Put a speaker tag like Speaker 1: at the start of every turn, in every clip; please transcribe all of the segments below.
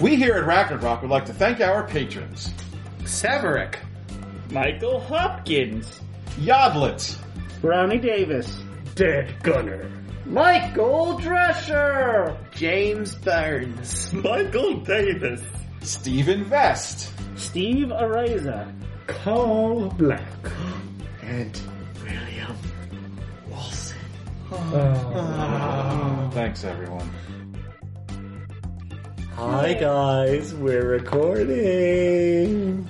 Speaker 1: We here at Ragnarok would like to thank our patrons
Speaker 2: Severick,
Speaker 3: Michael Hopkins.
Speaker 1: Yodlet,
Speaker 4: Brownie Davis.
Speaker 5: Dead Gunner.
Speaker 4: Michael Drescher.
Speaker 2: James Burns,
Speaker 5: Michael Davis.
Speaker 1: Stephen Vest,
Speaker 4: Steve Areza.
Speaker 5: Carl Black.
Speaker 2: and William Wilson.
Speaker 3: Uh,
Speaker 1: Thanks, everyone.
Speaker 5: Hi guys, we're recording.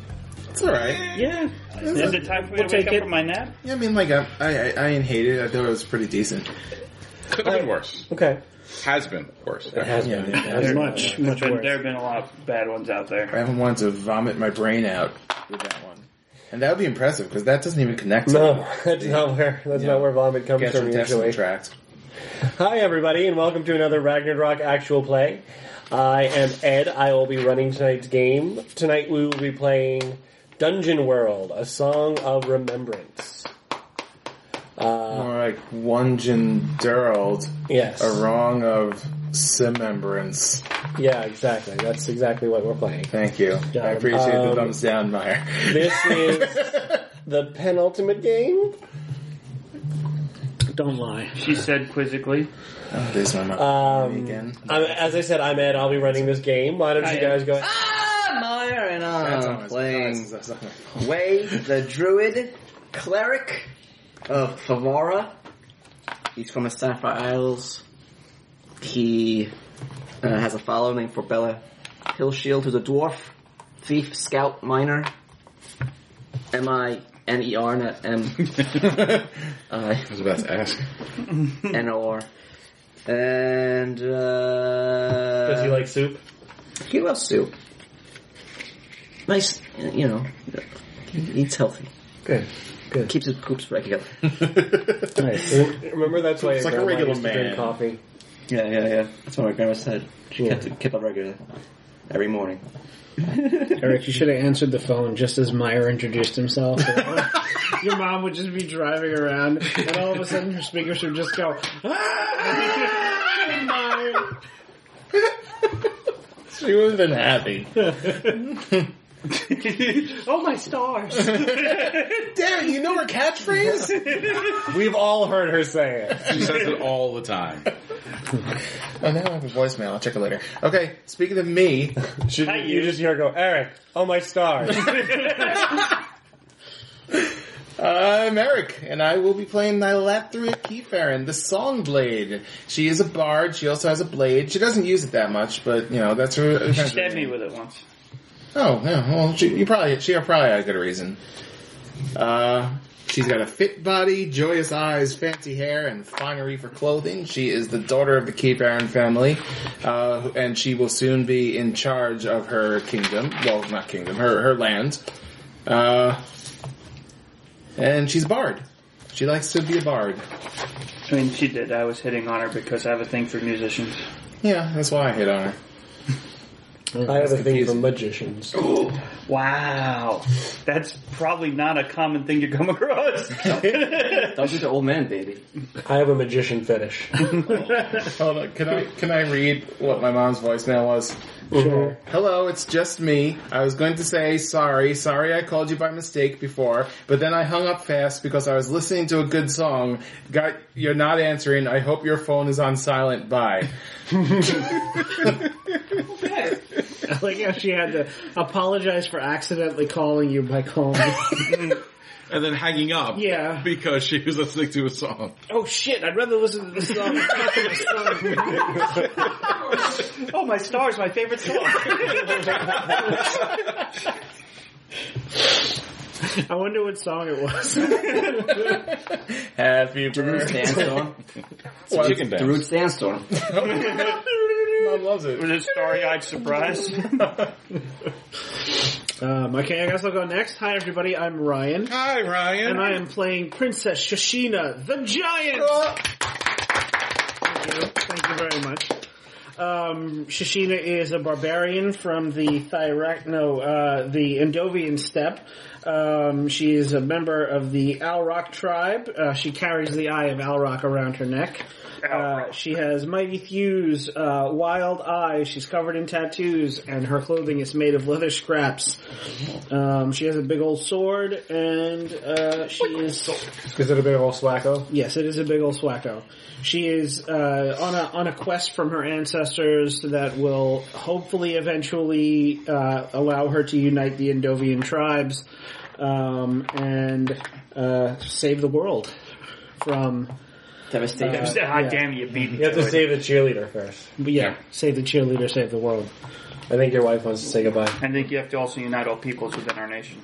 Speaker 2: It's alright.
Speaker 3: Yeah. Is it time for me
Speaker 4: We'll
Speaker 3: to wake
Speaker 4: take
Speaker 3: up
Speaker 4: it.
Speaker 3: from my nap?
Speaker 2: Yeah, I mean, like, I, I, I didn't hate it. I thought it was pretty decent.
Speaker 6: Could have been worse.
Speaker 5: Okay.
Speaker 6: Has been worse.
Speaker 5: Yeah, yeah, yeah.
Speaker 4: As much, much
Speaker 3: There there
Speaker 4: worse.
Speaker 3: have been a lot of bad ones out
Speaker 2: I
Speaker 3: there.
Speaker 2: haven't wanted to vomit my brain out with that one. And that would be impressive because that doesn't even connect to
Speaker 5: No, that's not where that's
Speaker 2: Yeah.
Speaker 5: not where vomit
Speaker 2: the
Speaker 5: comes from
Speaker 2: gastrointestinal
Speaker 5: usually.
Speaker 2: tract.
Speaker 5: Hi everybody, and welcome to another Ragnarok actual play. I am Ed. I will be running tonight's game. Tonight we will be playing Dungeon World: A Song of Remembrance.
Speaker 2: More like one genderled,
Speaker 5: Yes.
Speaker 2: a wrong of semembrance.
Speaker 5: Yeah, exactly. That's exactly what we're playing.
Speaker 2: Thank you.
Speaker 5: Yeah,
Speaker 2: I appreciate the
Speaker 5: um,
Speaker 2: thumbs down, Meyer.
Speaker 5: This is the penultimate game.
Speaker 4: Don't lie.
Speaker 3: She said quizzically.
Speaker 2: There's my mic
Speaker 5: Um,
Speaker 2: again.
Speaker 5: I'm, as I said, I'm Ed. I'll be running this game. Why don't
Speaker 3: Hi,
Speaker 5: you
Speaker 3: Ed.
Speaker 5: guys go? ahead?
Speaker 7: Ah, Meyer and
Speaker 2: That's
Speaker 7: I
Speaker 2: on
Speaker 7: are
Speaker 2: my-
Speaker 7: playing
Speaker 2: that's on my-
Speaker 7: Way, the druid cleric of Favara. He's from the Sapphire Isles. He uh, has a follow named Forbella Hillshield, who's a dwarf, thief, scout, miner. M I N E R, not M I
Speaker 6: I was about to ask.
Speaker 7: N O R. And, uh.
Speaker 5: Does he like soup?
Speaker 7: He loves soup. Nice, you know, he eats healthy.
Speaker 5: Good. Good.
Speaker 7: Keeps his poops regular.
Speaker 5: Nice. Remember that's why
Speaker 2: It's
Speaker 5: your
Speaker 2: like a
Speaker 5: grandma
Speaker 2: regular
Speaker 5: used to drink
Speaker 2: man.
Speaker 5: coffee.
Speaker 7: Yeah, yeah, yeah. That's what my grandma said. She
Speaker 5: Yeah.
Speaker 7: kept it, kept it regular every morning.
Speaker 4: Eric, you should have answered the phone just as Meyer introduced himself. Your mom would just be driving around, and all of a sudden her speakers would just go, ah,
Speaker 2: She would have been happy.
Speaker 4: Oh my stars!
Speaker 2: Damn, you know her catchphrase?
Speaker 5: We've all heard her say it.
Speaker 6: She says it all the time.
Speaker 2: oh, now I have a voicemail. I'll check it later. Okay, speaking of me,
Speaker 5: Should,
Speaker 3: Hi,
Speaker 5: you
Speaker 3: you.
Speaker 5: just hear her go, Eric, oh my stars.
Speaker 2: I'm Eric, and I will be playing Nylathria Keyfarin, the Songblade. She is a bard. She also has a blade. She doesn't use it that much, but, you know, that's her...
Speaker 3: She stabbed me with it once.
Speaker 2: Oh, yeah. Well, she you probably she probably had a good reason. Uh, she's got a fit body, joyous eyes, fancy hair, and finery for clothing. She is the daughter of the Keith Aaron family, uh, and she will soon be in charge of her kingdom. Well, not kingdom, her her land. Uh, and she's a bard. She likes to be a bard.
Speaker 3: I mean, she did. I was hitting on her because I have a thing for musicians.
Speaker 2: Yeah, that's why I hit on her.
Speaker 5: I have a thing for magicians.
Speaker 3: Wow. That's probably not a common thing to come across.
Speaker 7: Don't be the old man, baby.
Speaker 5: I have a magician fetish.
Speaker 2: Hold on, can I can I read what my mom's voicemail was?
Speaker 5: Sure.
Speaker 2: Hello, it's just me. I was going to say sorry, sorry I called you by mistake before, but then I hung up fast because I was listening to a good song. Got you're not answering. I hope your phone is on silent. Bye.
Speaker 4: I like how she had to apologize for accidentally calling you by calling.
Speaker 6: And then hanging up.
Speaker 4: Yeah.
Speaker 6: Because she was listening to a song.
Speaker 4: oh shit! I'd rather listen to this song. than talk to my son.
Speaker 3: oh, my stars, my favorite song.
Speaker 4: I wonder what song it was.
Speaker 2: Happy birthday.
Speaker 7: Sandstorm.
Speaker 2: What?
Speaker 6: Chicken dance.
Speaker 7: Root sandstorm.
Speaker 2: Mom loves it.
Speaker 3: was a starry-eyed surprise.
Speaker 4: Um, okay, I guess I'll go next. Hi, everybody. I'm Ryan,
Speaker 6: Hi, Ryan.
Speaker 4: and I am playing Princess
Speaker 6: Oh.
Speaker 4: Shashina the Giant. Thank you. Thank you very much. Um, Shishina is a barbarian from the Thyrac, no, uh, the Endovian steppe. Um, she is a member of the Alroc tribe. Uh, she carries the eye of Alroc around her neck. Uh, she has mighty thews, uh, wild eyes. She's covered in tattoos, and her clothing is made of leather scraps. Um, she has a big old sword, and uh, she is
Speaker 5: Is it a bit of old swacko?
Speaker 4: Yes, it is a big old swacko. She is uh, on a on a quest from her ancestors that will hopefully eventually uh, allow her to unite the Endovian tribes um, and uh, save the world from
Speaker 7: Devastating.
Speaker 4: Uh,
Speaker 3: Ah,
Speaker 4: yeah.
Speaker 3: damn you, beat me.
Speaker 5: You have
Speaker 3: to
Speaker 5: to
Speaker 3: it.
Speaker 5: save the cheerleader first.
Speaker 4: but yeah, save the cheerleader, save the world.
Speaker 5: I think your wife wants to say goodbye.
Speaker 3: I think you have to also unite all peoples within our nation.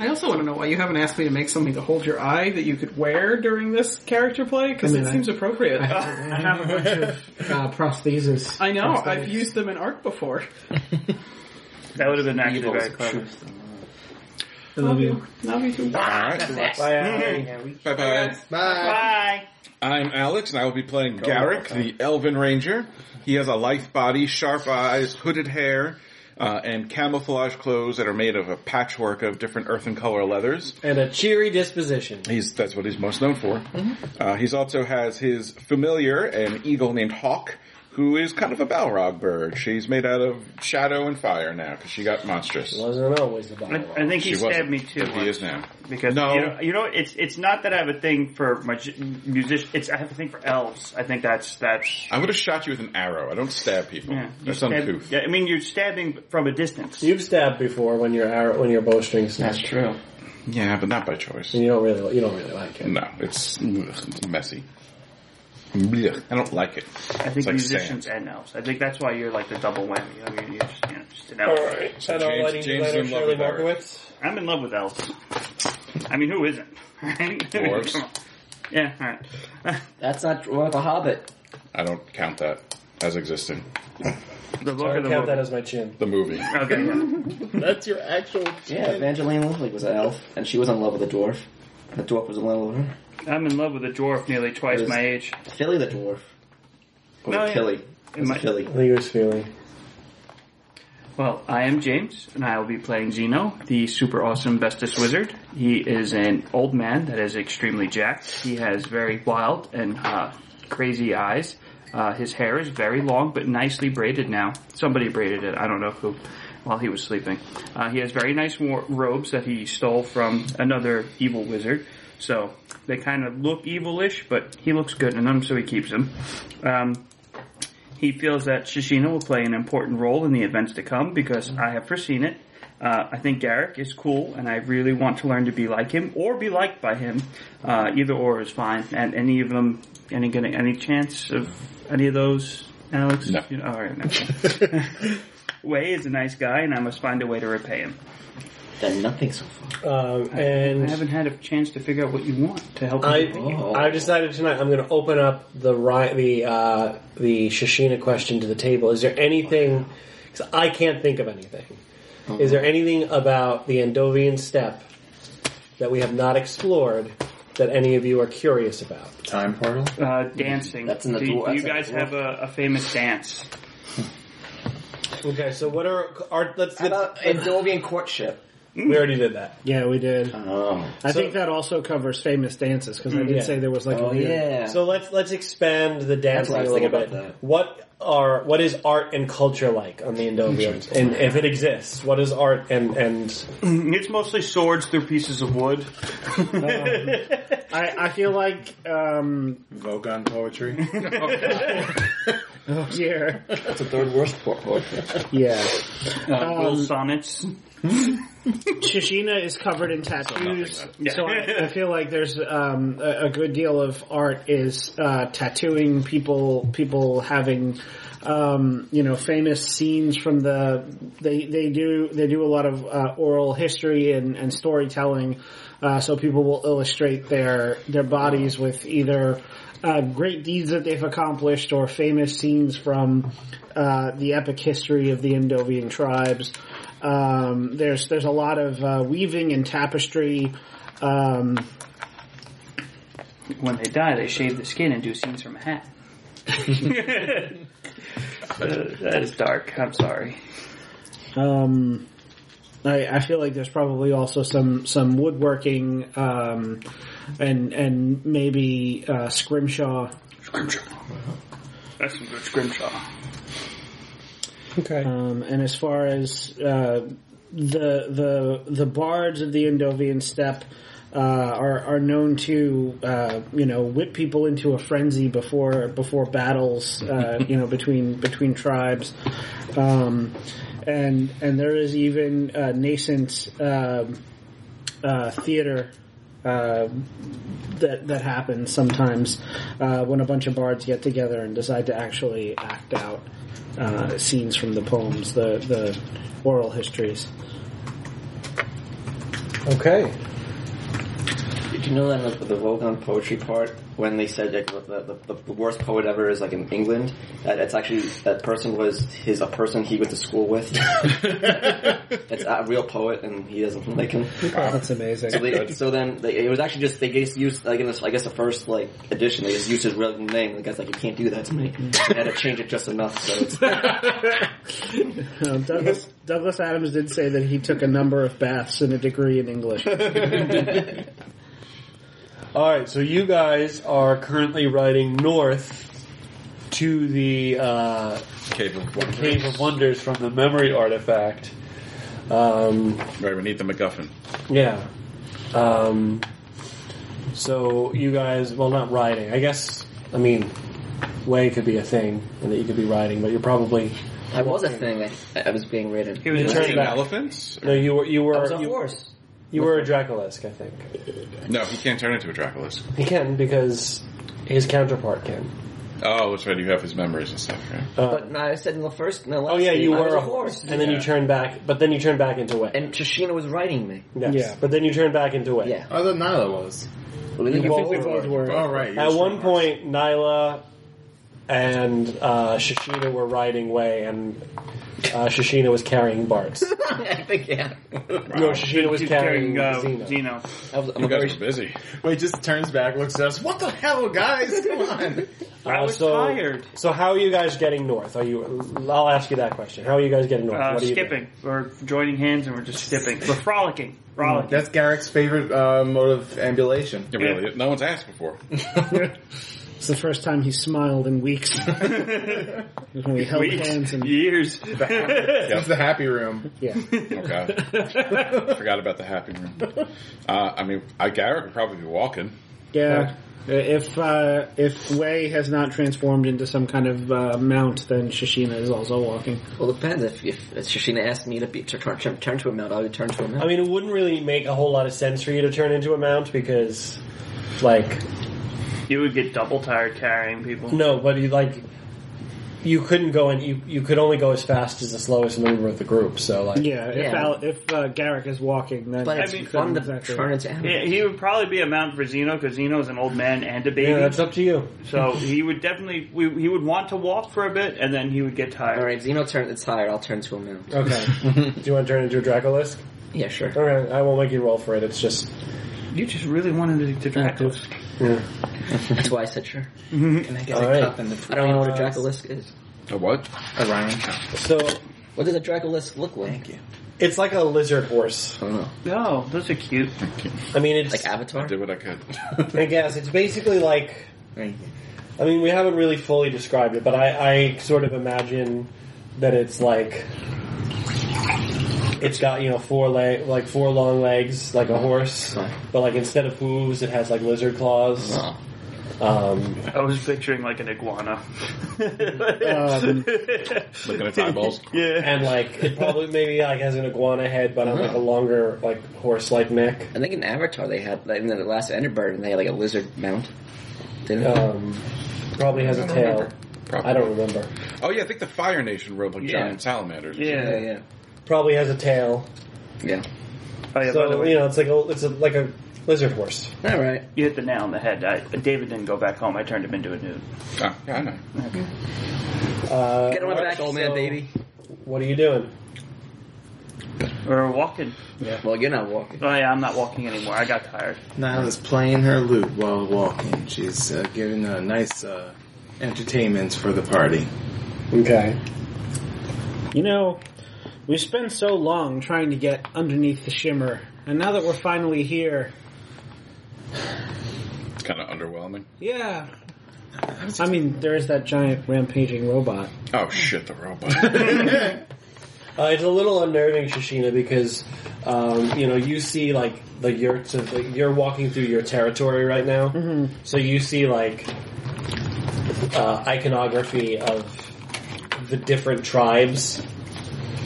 Speaker 8: I also want to know why you haven't asked me to make something to hold your eye that you could wear during this character play because
Speaker 4: I mean,
Speaker 8: it
Speaker 4: I-
Speaker 8: seems appropriate.
Speaker 4: I
Speaker 8: I,
Speaker 4: have a bunch of uh, prostheses.
Speaker 8: know I've used them in art before.
Speaker 3: That would have been actually very clever.
Speaker 4: I love you.
Speaker 8: Now we do.
Speaker 2: All right.
Speaker 5: Bye, Allie.
Speaker 2: Bye bye.
Speaker 9: Bye.
Speaker 3: Bye.
Speaker 2: I'm Alex, and I will be playing Garrick, the Elven Ranger. He has a lithe body, sharp eyes, hooded hair, uh, and camouflage clothes that are made of a patchwork of different earthen color leathers.
Speaker 5: And a cheery disposition.
Speaker 2: He's that's what he's most known for.
Speaker 3: Mm-hmm.
Speaker 2: Uh, he's also has his familiar, an eagle named Hawk, who is kind of a Balrog bird. She's made out of shadow and fire now because she got monstrous.
Speaker 5: Wasn't always the
Speaker 3: I,
Speaker 5: bottom.
Speaker 3: I think he
Speaker 2: She
Speaker 3: stabbed
Speaker 2: wasn't,
Speaker 3: me too.
Speaker 2: but He
Speaker 3: once.
Speaker 2: is now.
Speaker 3: Because
Speaker 2: No.
Speaker 3: you, know, you know, it's it's not that I have a thing for magi- musician. It's I have a thing for elves. I think that's that's.
Speaker 2: I would have shot you with an arrow. I don't stab people.
Speaker 3: Yeah, you
Speaker 2: That's
Speaker 3: stab-
Speaker 2: uncouth.
Speaker 3: yeah, I mean, you're stabbing from a distance.
Speaker 5: You've stabbed before when your arrow, when your bowstring's
Speaker 7: That's
Speaker 5: snapped.
Speaker 7: true.
Speaker 2: Yeah, but not by choice.
Speaker 5: And you don't really you don't really like it.
Speaker 2: No, it's, ugh, it's messy. Blech, I don't like it.
Speaker 3: I think
Speaker 2: It's like
Speaker 3: musicians
Speaker 2: sand.
Speaker 3: and elves. I think that's why you're like the double whammy. You know, you're, you're just, you know, just an elf.
Speaker 5: right.
Speaker 2: So James- James is in love with Eric.
Speaker 3: I'm in love with elves. I mean, who isn't? Right? I mean,
Speaker 2: Dwarves.
Speaker 3: come on. Yeah, all right.
Speaker 7: That's not one of the Hobbit.
Speaker 2: I don't count that as existing.
Speaker 3: The book
Speaker 5: Sorry,
Speaker 3: of the
Speaker 5: count that
Speaker 3: book.
Speaker 5: as my chin.
Speaker 2: The movie.
Speaker 3: Okay, yeah.
Speaker 9: That's your actual.
Speaker 7: Yeah, Evangeline Lilly was an elf, and she was in love with a dwarf. The dwarf was in love with her.
Speaker 3: I'm in love with a dwarf nearly twice
Speaker 7: Is-
Speaker 3: my age.
Speaker 7: Philly the dwarf. Or
Speaker 3: No, yeah.
Speaker 7: Philly. It was
Speaker 3: might-
Speaker 7: Philly.
Speaker 5: I think it was feeling. Um,
Speaker 3: Well, I am James, and I will be playing Zeno, the super awesome bestest wizard. He is an old man that is extremely jacked. He has very wild and uh, crazy eyes. Uh, his hair is very long, but nicely braided now. Somebody braided it. I don't know who. While he was sleeping, uh, he has very nice war- robes that he stole from another evil wizard. So they kind of look evilish, but he looks good in them, so he keeps them. Um, he feels that Shishina will play an important role in the events to come because
Speaker 7: Mm-hmm.
Speaker 3: I have foreseen it. Uh, I think Garrick is cool, and I really want to learn to be like him or be liked by him. Uh, either or is fine. And any of them, any getting any chance of any of those, Alex?
Speaker 2: No.
Speaker 3: You know, all right. No. Way is a nice guy, and I must find a way to repay him.
Speaker 7: Done nothing so far.
Speaker 5: Um,
Speaker 3: I
Speaker 5: and
Speaker 3: haven't had a chance to figure out what you want uh, to help.
Speaker 5: I
Speaker 3: you.
Speaker 7: Oh.
Speaker 5: I've decided tonight I'm going to open up the ri- the uh, the Shashina question to the table. Is there anything? Because I can't think of anything. Is there anything about the Andovian steppe that we have not explored that any of you are curious about?
Speaker 9: Time portal.
Speaker 3: uh, dancing.
Speaker 7: That's in the
Speaker 3: do, do
Speaker 7: dwar-
Speaker 3: you
Speaker 7: that's in the
Speaker 3: guys
Speaker 7: dwar-
Speaker 3: have a, a famous dance?
Speaker 5: Okay, so what are are let's,
Speaker 7: How about Endovian courtship?
Speaker 5: we already did that.
Speaker 4: Yeah, we did.
Speaker 7: Oh.
Speaker 4: I think that also covers famous dances because I did
Speaker 5: yeah.
Speaker 4: say there was like
Speaker 7: Oh,
Speaker 4: a leader.
Speaker 7: yeah.
Speaker 5: So let's let's expand the dancing a
Speaker 7: I was
Speaker 5: little
Speaker 7: thinking
Speaker 5: bit.
Speaker 7: about that.
Speaker 5: What are what is art and culture like on the Endovians? And if it exists, what is art and and
Speaker 3: Um, It's mostly swords through pieces of wood.
Speaker 4: I, I feel like um,
Speaker 9: Vogon poetry.
Speaker 4: oh dear,
Speaker 7: That's the third worst port poetry.
Speaker 4: yeah. Um,
Speaker 3: Uh, Will sonnets.
Speaker 4: Shishina is covered in tattoos, so,
Speaker 3: Yeah.
Speaker 4: I, I feel like there's um, a, a good deal of art is uh, tattooing people. People having, um, you know, famous scenes from the they they do they do a lot of uh, oral history and, and storytelling, uh, so people will illustrate their their bodies with either. Uh, great deeds that they've accomplished or famous scenes from uh, the epic history of the Endovian tribes. Um, there's there's a lot of uh, weaving and tapestry. Um,
Speaker 3: When they die, they shave the skin and do scenes from a hat. Uh, that is dark. I'm sorry.
Speaker 4: Um, I, I feel like there's probably also some some woodworking um, and and maybe uh, scrimshaw.
Speaker 3: That's some good scrimshaw.
Speaker 5: Okay.
Speaker 3: Uh,
Speaker 4: Um, and as far as uh, the the the bards of the Indovian steppe uh, are are known to uh, you know whip people into a frenzy before before battles uh, you know between between tribes, um, and and there is even uh, nascent um uh, theater. Uh, that that happens sometimes uh, when a bunch of bards get together and decide to actually act out uh, scenes from the poems, the the oral histories.
Speaker 5: Okay.
Speaker 7: Did you know that in the, the Vogon poetry part, when they said that the, the, the worst poet ever is like in England, that it's actually that person was his a person he went to school with. it's a real poet, and he doesn't like him.
Speaker 5: Oh, That's amazing.
Speaker 7: So, they, so then they, it was actually just they just used like in this, I guess the first like edition they just used his real name. The guy's like you can't do that to me. They had to change it just enough. So it's,
Speaker 4: Uh, Douglas Douglas Adams did say that he took a number of baths and a degree in English.
Speaker 5: All right, so you guys are currently riding north to the uh,
Speaker 2: Cave of Wonders.
Speaker 5: Cave of Wonders from the memory artifact. Um,
Speaker 2: Right, we need the MacGuffin.
Speaker 5: yeah. Um, so you guys, well, not riding. I guess. I mean, way could be a thing, and that you could be riding, but you're probably
Speaker 7: I was a thing. I, I was being rated.
Speaker 3: He was just
Speaker 5: Turn
Speaker 2: An
Speaker 5: back.
Speaker 2: elephant?
Speaker 5: no. You were you were
Speaker 7: I was on
Speaker 5: you,
Speaker 7: horse.
Speaker 5: you were a Dracolisk, I think.
Speaker 2: No, he can't turn into a Dracolisk.
Speaker 5: He can because his counterpart can.
Speaker 2: Oh, that's right. You have his memories and stuff, right?
Speaker 5: Uh,
Speaker 7: But no, I said in the first, in the last
Speaker 5: oh yeah,
Speaker 7: scene,
Speaker 5: you
Speaker 7: I was
Speaker 5: were
Speaker 7: a horse,
Speaker 5: and then you
Speaker 2: Yeah.
Speaker 5: turn back, but then you turn back into way.
Speaker 7: and Tashina was riding me.
Speaker 5: Yes.
Speaker 4: Yeah.
Speaker 5: But then you turn back into way.
Speaker 7: Yeah,
Speaker 9: I thought Nyla was.
Speaker 7: we
Speaker 5: You both
Speaker 7: were-
Speaker 5: were-
Speaker 9: Oh, right.
Speaker 5: At one point, Nyla and uh, Shashina were riding way, and uh, Shashina was carrying Bart's.
Speaker 7: I think yeah.
Speaker 5: No, Shashina was
Speaker 3: He's
Speaker 5: carrying,
Speaker 3: carrying uh,
Speaker 5: Zeno.
Speaker 3: Zeno.
Speaker 7: I was, I'm
Speaker 2: You
Speaker 7: a very
Speaker 2: guys are busy.
Speaker 9: Wait, just turns back, looks at us. What the hell, guys? Come on.
Speaker 3: I was
Speaker 5: Uh, so,
Speaker 3: tired.
Speaker 5: So how are you guys getting north? Are you? I'll ask you that question. How are you guys getting north?
Speaker 3: Uh,
Speaker 5: What are you doing?
Speaker 3: skipping. We're joining hands and we're just skipping. We're frolicking. Frolicking.
Speaker 9: That's Garrick's favorite uh, mode of ambulation.
Speaker 2: It really is. No one's asked before.
Speaker 4: it's the first time he smiled in weeks. when we held
Speaker 3: Weeks,
Speaker 4: Oh, hands and
Speaker 3: years.
Speaker 9: That's the happy room.
Speaker 4: yeah.
Speaker 2: Oh, God. Forgot about the happy room. Uh, I mean, I, Garrett would probably be walking.
Speaker 4: Yeah. If uh, if Wei has not transformed into some kind of uh, mount, then Shashina is also walking.
Speaker 7: Well, it depends. If, if, if Shashina asked me to, be, to turn, turn, turn to a mount, I would turn to a
Speaker 5: I
Speaker 7: mount.
Speaker 5: mean, it wouldn't really make a whole lot of sense for you to turn into a mount because, like,
Speaker 3: you would get double tired carrying
Speaker 4: Mm.
Speaker 3: people.
Speaker 5: no, but you like. You couldn't go and you, you could only go as fast as the slowest member of the group. So like,
Speaker 4: Yeah. If
Speaker 7: Yeah.
Speaker 4: Al, if uh, Garrick is walking, then
Speaker 7: But
Speaker 4: I
Speaker 7: it's
Speaker 4: mean,
Speaker 7: fun to
Speaker 4: then exactly.
Speaker 7: turn into animals.
Speaker 3: Yeah, he would probably be a mount for Zeno because Zeno's an old man and a baby.
Speaker 5: yeah, that's up to you.
Speaker 3: so he would definitely we, he would want to walk for a bit and then he would get
Speaker 7: All
Speaker 3: tired.
Speaker 7: right, Zeno turned. It's tired. I'll turn to a mount.
Speaker 5: Okay. Do you want to turn into a Dracolisk?
Speaker 7: Yeah, sure.
Speaker 5: Okay, I won't make you roll for it. It's just
Speaker 3: You just really wanted to, to Dracolisk.
Speaker 7: That's why I said sure.
Speaker 9: And I get
Speaker 5: All
Speaker 9: a
Speaker 5: right.
Speaker 9: cup in the
Speaker 7: I don't even know what a dracolisk is.
Speaker 2: A what?
Speaker 9: Orion.
Speaker 5: so
Speaker 7: What does a dracolisk look like?
Speaker 9: you.
Speaker 5: it's like a lizard horse.
Speaker 7: I don't know.
Speaker 3: No, those are cute.
Speaker 5: I mean, it's
Speaker 7: Like Avatar.
Speaker 2: Did what I could.
Speaker 5: I guess it's basically like.
Speaker 7: Right.
Speaker 5: I mean, we haven't really fully described it, but I, I sort of imagine that it's like it's got you know four leg like four long legs like a horse, but like instead of hooves, it has like lizard claws. Um,
Speaker 3: I was picturing like an iguana.
Speaker 4: Um,
Speaker 2: Looking at its eyeballs.
Speaker 3: yeah.
Speaker 5: and like it probably maybe like has an iguana head, but on like a longer like horse like neck.
Speaker 7: I think in Avatar they had like, in the last Enderbird they had like a lizard mount. Didn't they?
Speaker 5: Um, probably has a tail.
Speaker 2: Probably.
Speaker 5: I don't remember.
Speaker 2: Oh, yeah, I think the Fire Nation rode like
Speaker 3: Yeah.
Speaker 2: giant salamanders.
Speaker 7: yeah,
Speaker 3: Yeah.
Speaker 7: yeah,
Speaker 5: Probably has a tail.
Speaker 7: yeah.
Speaker 3: Oh, yeah, by the
Speaker 5: So
Speaker 3: way,
Speaker 5: you know, it's like a it's a, like a lizard horse.
Speaker 7: All right.
Speaker 3: you hit the nail on the head. I, David didn't go back home. I turned him into a nude.
Speaker 2: Oh, yeah, I know.
Speaker 5: Uh,
Speaker 7: Get on my
Speaker 5: alright,
Speaker 7: back, old man,
Speaker 5: so
Speaker 7: baby.
Speaker 5: What are you doing?
Speaker 3: Or walking.
Speaker 7: Well, you're not walking.
Speaker 3: Oh yeah, I'm not walking anymore. I got tired.
Speaker 9: Nyla's playing her lute while walking. She's uh, giving a nice uh, entertainments for the party.
Speaker 5: Okay.
Speaker 4: You know, we spent so long trying to get underneath the shimmer, and now that we're finally here,
Speaker 2: It's kind of underwhelming.
Speaker 4: yeah. I mean, there is that giant rampaging robot.
Speaker 2: Oh shit, the robot.
Speaker 5: Uh, it's a little unnerving, Shashina, because um, you know you see like the yurts of like, you're walking through your territory right now, so you see like uh, iconography of the different tribes.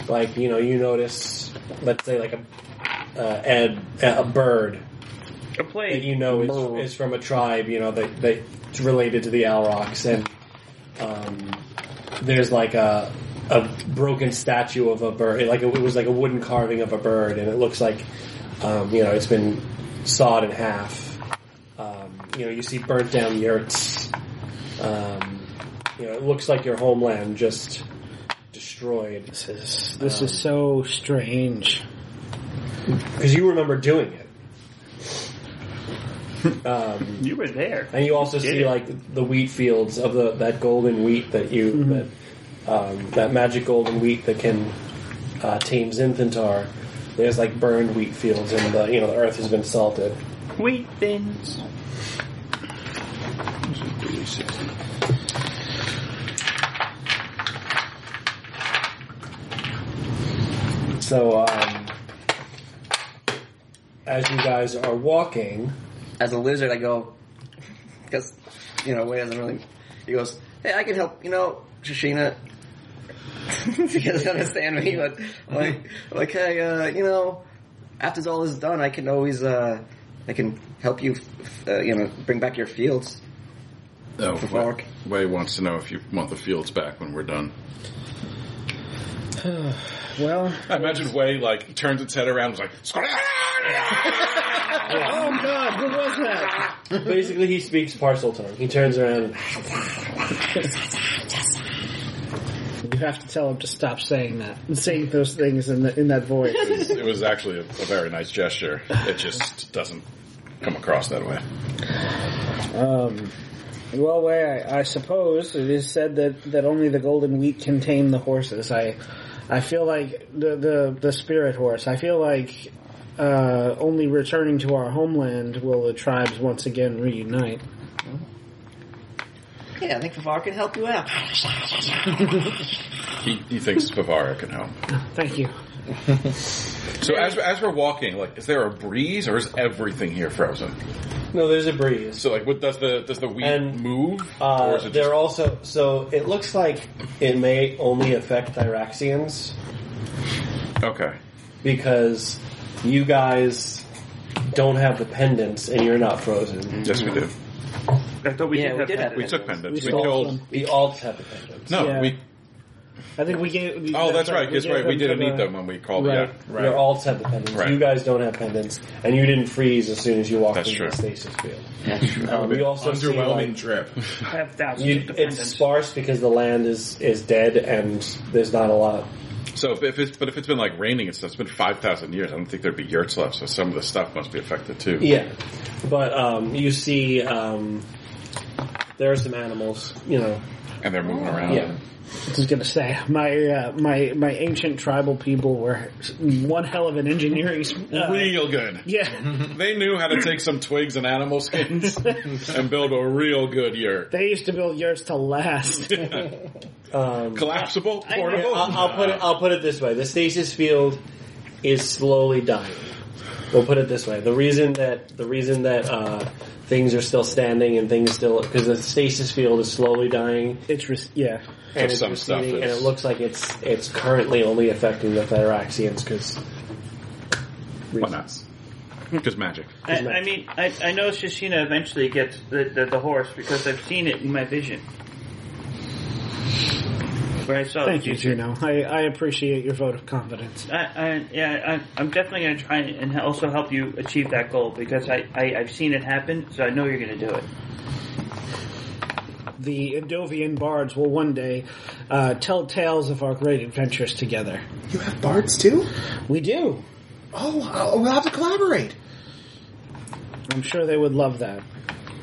Speaker 5: Like you know, you notice, let's say, like a uh, a, a bird
Speaker 3: A
Speaker 5: that
Speaker 3: plague.
Speaker 5: you know is, is from a tribe, you know, that that's related to the Alrocks, and um, there's like a a broken statue of a bird, like it was like a wooden carving of a bird, and it looks like um, you know it's been sawed in half. Um, you know, you see burnt down yurts. Um, you know, it looks like your homeland just destroyed
Speaker 4: This is this
Speaker 7: um,
Speaker 4: is so strange.
Speaker 5: because you remember doing it. Um,
Speaker 3: You were there.
Speaker 5: And you also see
Speaker 3: it.
Speaker 5: like the wheat fields of the that golden wheat that you that um, that magic golden wheat that can uh, tame Zinthantar. There's like burned wheat fields, and the you know the earth has been salted.
Speaker 3: Wheat thins.
Speaker 5: So um, as you guys are walking,
Speaker 7: As a lizard, I go, because, you know, Way doesn't really. He goes, hey, I can help, you know, Shashina. she doesn't understand me, but I'm like, I'm like, hey, uh, you know, after all is done, I can always, uh, I can help you, uh, you know, bring back your fields.
Speaker 2: oh,
Speaker 7: Fork.
Speaker 2: Way- Way wants to know if you want the fields back when we're done.
Speaker 4: Well,
Speaker 2: I imagine Way like turns its head around, and was like,
Speaker 4: oh god, who was that?
Speaker 5: basically he speaks parcel tongue. He turns around.
Speaker 4: You have to tell him to stop saying that, saying those things in the, in that voice.
Speaker 2: It was actually a, a very nice gesture. It just doesn't come across that way.
Speaker 4: Um, well, way I, I suppose it is said that, that only the golden wheat can tame the horses. I, I feel like the the, the spirit horse. I feel like uh, only returning to our homeland will the tribes once again reunite.
Speaker 7: Yeah, I think Favar can help you out.
Speaker 2: He, he thinks Bavara can help.
Speaker 4: Thank you.
Speaker 2: So as, as we're walking, like, is there a breeze or is everything here frozen?
Speaker 5: No, there's a breeze.
Speaker 2: So like, what does the does the wheat
Speaker 5: And,
Speaker 2: move?
Speaker 5: Uh,
Speaker 2: is
Speaker 5: they're also so. It looks like it may only affect Thyraxians.
Speaker 2: just, okay?
Speaker 5: because you guys don't have the pendants and you're not frozen.
Speaker 2: Yes, we do.
Speaker 3: I thought we
Speaker 7: Yeah,
Speaker 3: did
Speaker 7: we
Speaker 3: have
Speaker 7: did
Speaker 3: that.
Speaker 7: have
Speaker 2: We
Speaker 7: it.
Speaker 2: took pendants.
Speaker 4: We
Speaker 2: We,
Speaker 4: stole
Speaker 2: killed.
Speaker 4: them.
Speaker 5: The alts have the pendants.
Speaker 2: No,
Speaker 4: Yeah.
Speaker 2: we.
Speaker 4: I think we gave. uh,
Speaker 2: Oh, that's right. That's
Speaker 4: That's
Speaker 2: right. We didn't
Speaker 4: to
Speaker 2: eat
Speaker 4: the-
Speaker 2: them when we called.
Speaker 5: Right.
Speaker 2: Yeah,
Speaker 5: Your alts have the pendants.
Speaker 2: Right.
Speaker 5: You guys don't have pendants, and you didn't freeze as soon as you walked
Speaker 2: That's
Speaker 5: into
Speaker 2: true.
Speaker 5: the stasis field.
Speaker 7: That's true.
Speaker 5: Um, you also see,
Speaker 9: Underwhelming
Speaker 5: like,
Speaker 9: trip.
Speaker 3: I have thousands
Speaker 5: you,
Speaker 3: of
Speaker 5: it's
Speaker 3: dependents.
Speaker 5: sparse because the land is is dead and there's not a lot.
Speaker 2: So if, if it's but if it's been like raining and stuff, it's been five thousand years. I don't think there'd be yurts left. So some of the stuff must be affected too.
Speaker 5: Yeah, but um, you see, um, there are some animals. You know,
Speaker 2: And they're moving around.
Speaker 5: yeah.
Speaker 4: I was gonna say my uh, my my ancient tribal people were one hell of an engineering. Uh,
Speaker 2: Real good.
Speaker 4: yeah,
Speaker 2: They knew how to take some twigs and animal skins and build a real good yurt.
Speaker 4: they used to build yurts to last.
Speaker 5: Um,
Speaker 2: Collapsible,
Speaker 5: Yeah,
Speaker 2: portable.
Speaker 5: I'll, I'll put it. I'll put it this way: the stasis field is slowly dying. We'll put it this way: the reason that the reason that uh, things are still standing and things still because the stasis field is slowly dying
Speaker 4: it's re- yeah.
Speaker 5: and it's
Speaker 2: some stuff
Speaker 5: receding, and
Speaker 2: is-
Speaker 5: it looks like it's it's currently only affecting the Thyraxians because
Speaker 2: Why not? Because magic.
Speaker 3: I, I mean, I, I know Shashina eventually gets the, the, the horse because I've seen it in my vision. Where I saw
Speaker 4: Thank
Speaker 3: the
Speaker 4: you,
Speaker 3: future.
Speaker 4: Gino. I, I appreciate your vote of confidence.
Speaker 3: I, I, yeah, I, I'm definitely going to try and also help you achieve that goal because I, I, I've seen it happen, so I know you're going to do it.
Speaker 4: The Endovian bards will one day uh, tell tales of our great adventures together.
Speaker 9: You have bards too?
Speaker 4: We do.
Speaker 9: Oh, I'll- we'll have to collaborate.
Speaker 4: I'm sure they would love that.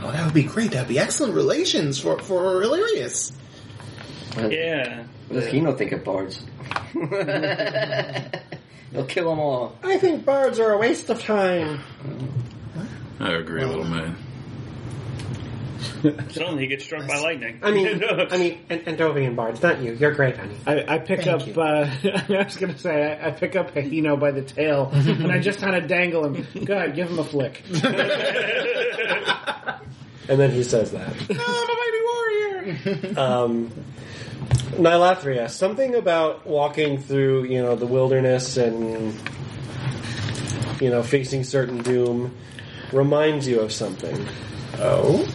Speaker 9: Oh, that would be great. That'd be excellent relations for for Illyrius.
Speaker 3: Yeah.
Speaker 7: What does Hino think of bards? They'll kill them all.
Speaker 5: I think birds are a waste of time.
Speaker 2: I agree, little man.
Speaker 3: Suddenly he gets struck by lightning.
Speaker 5: I mean, I mean, and, and Dovian bards, not you. You're great, honey.
Speaker 4: I, I pick
Speaker 5: Thank
Speaker 4: up.
Speaker 5: you.
Speaker 4: Uh, I was going to say I, I pick up Hino by the tail, and I just kind of dangle him. God, give him a flick.
Speaker 5: And then he says that.
Speaker 9: I'm a mighty warrior.
Speaker 5: Um, Nylathria, something about walking through, you know, the wilderness and, you know, facing certain doom reminds you of something.
Speaker 9: oh,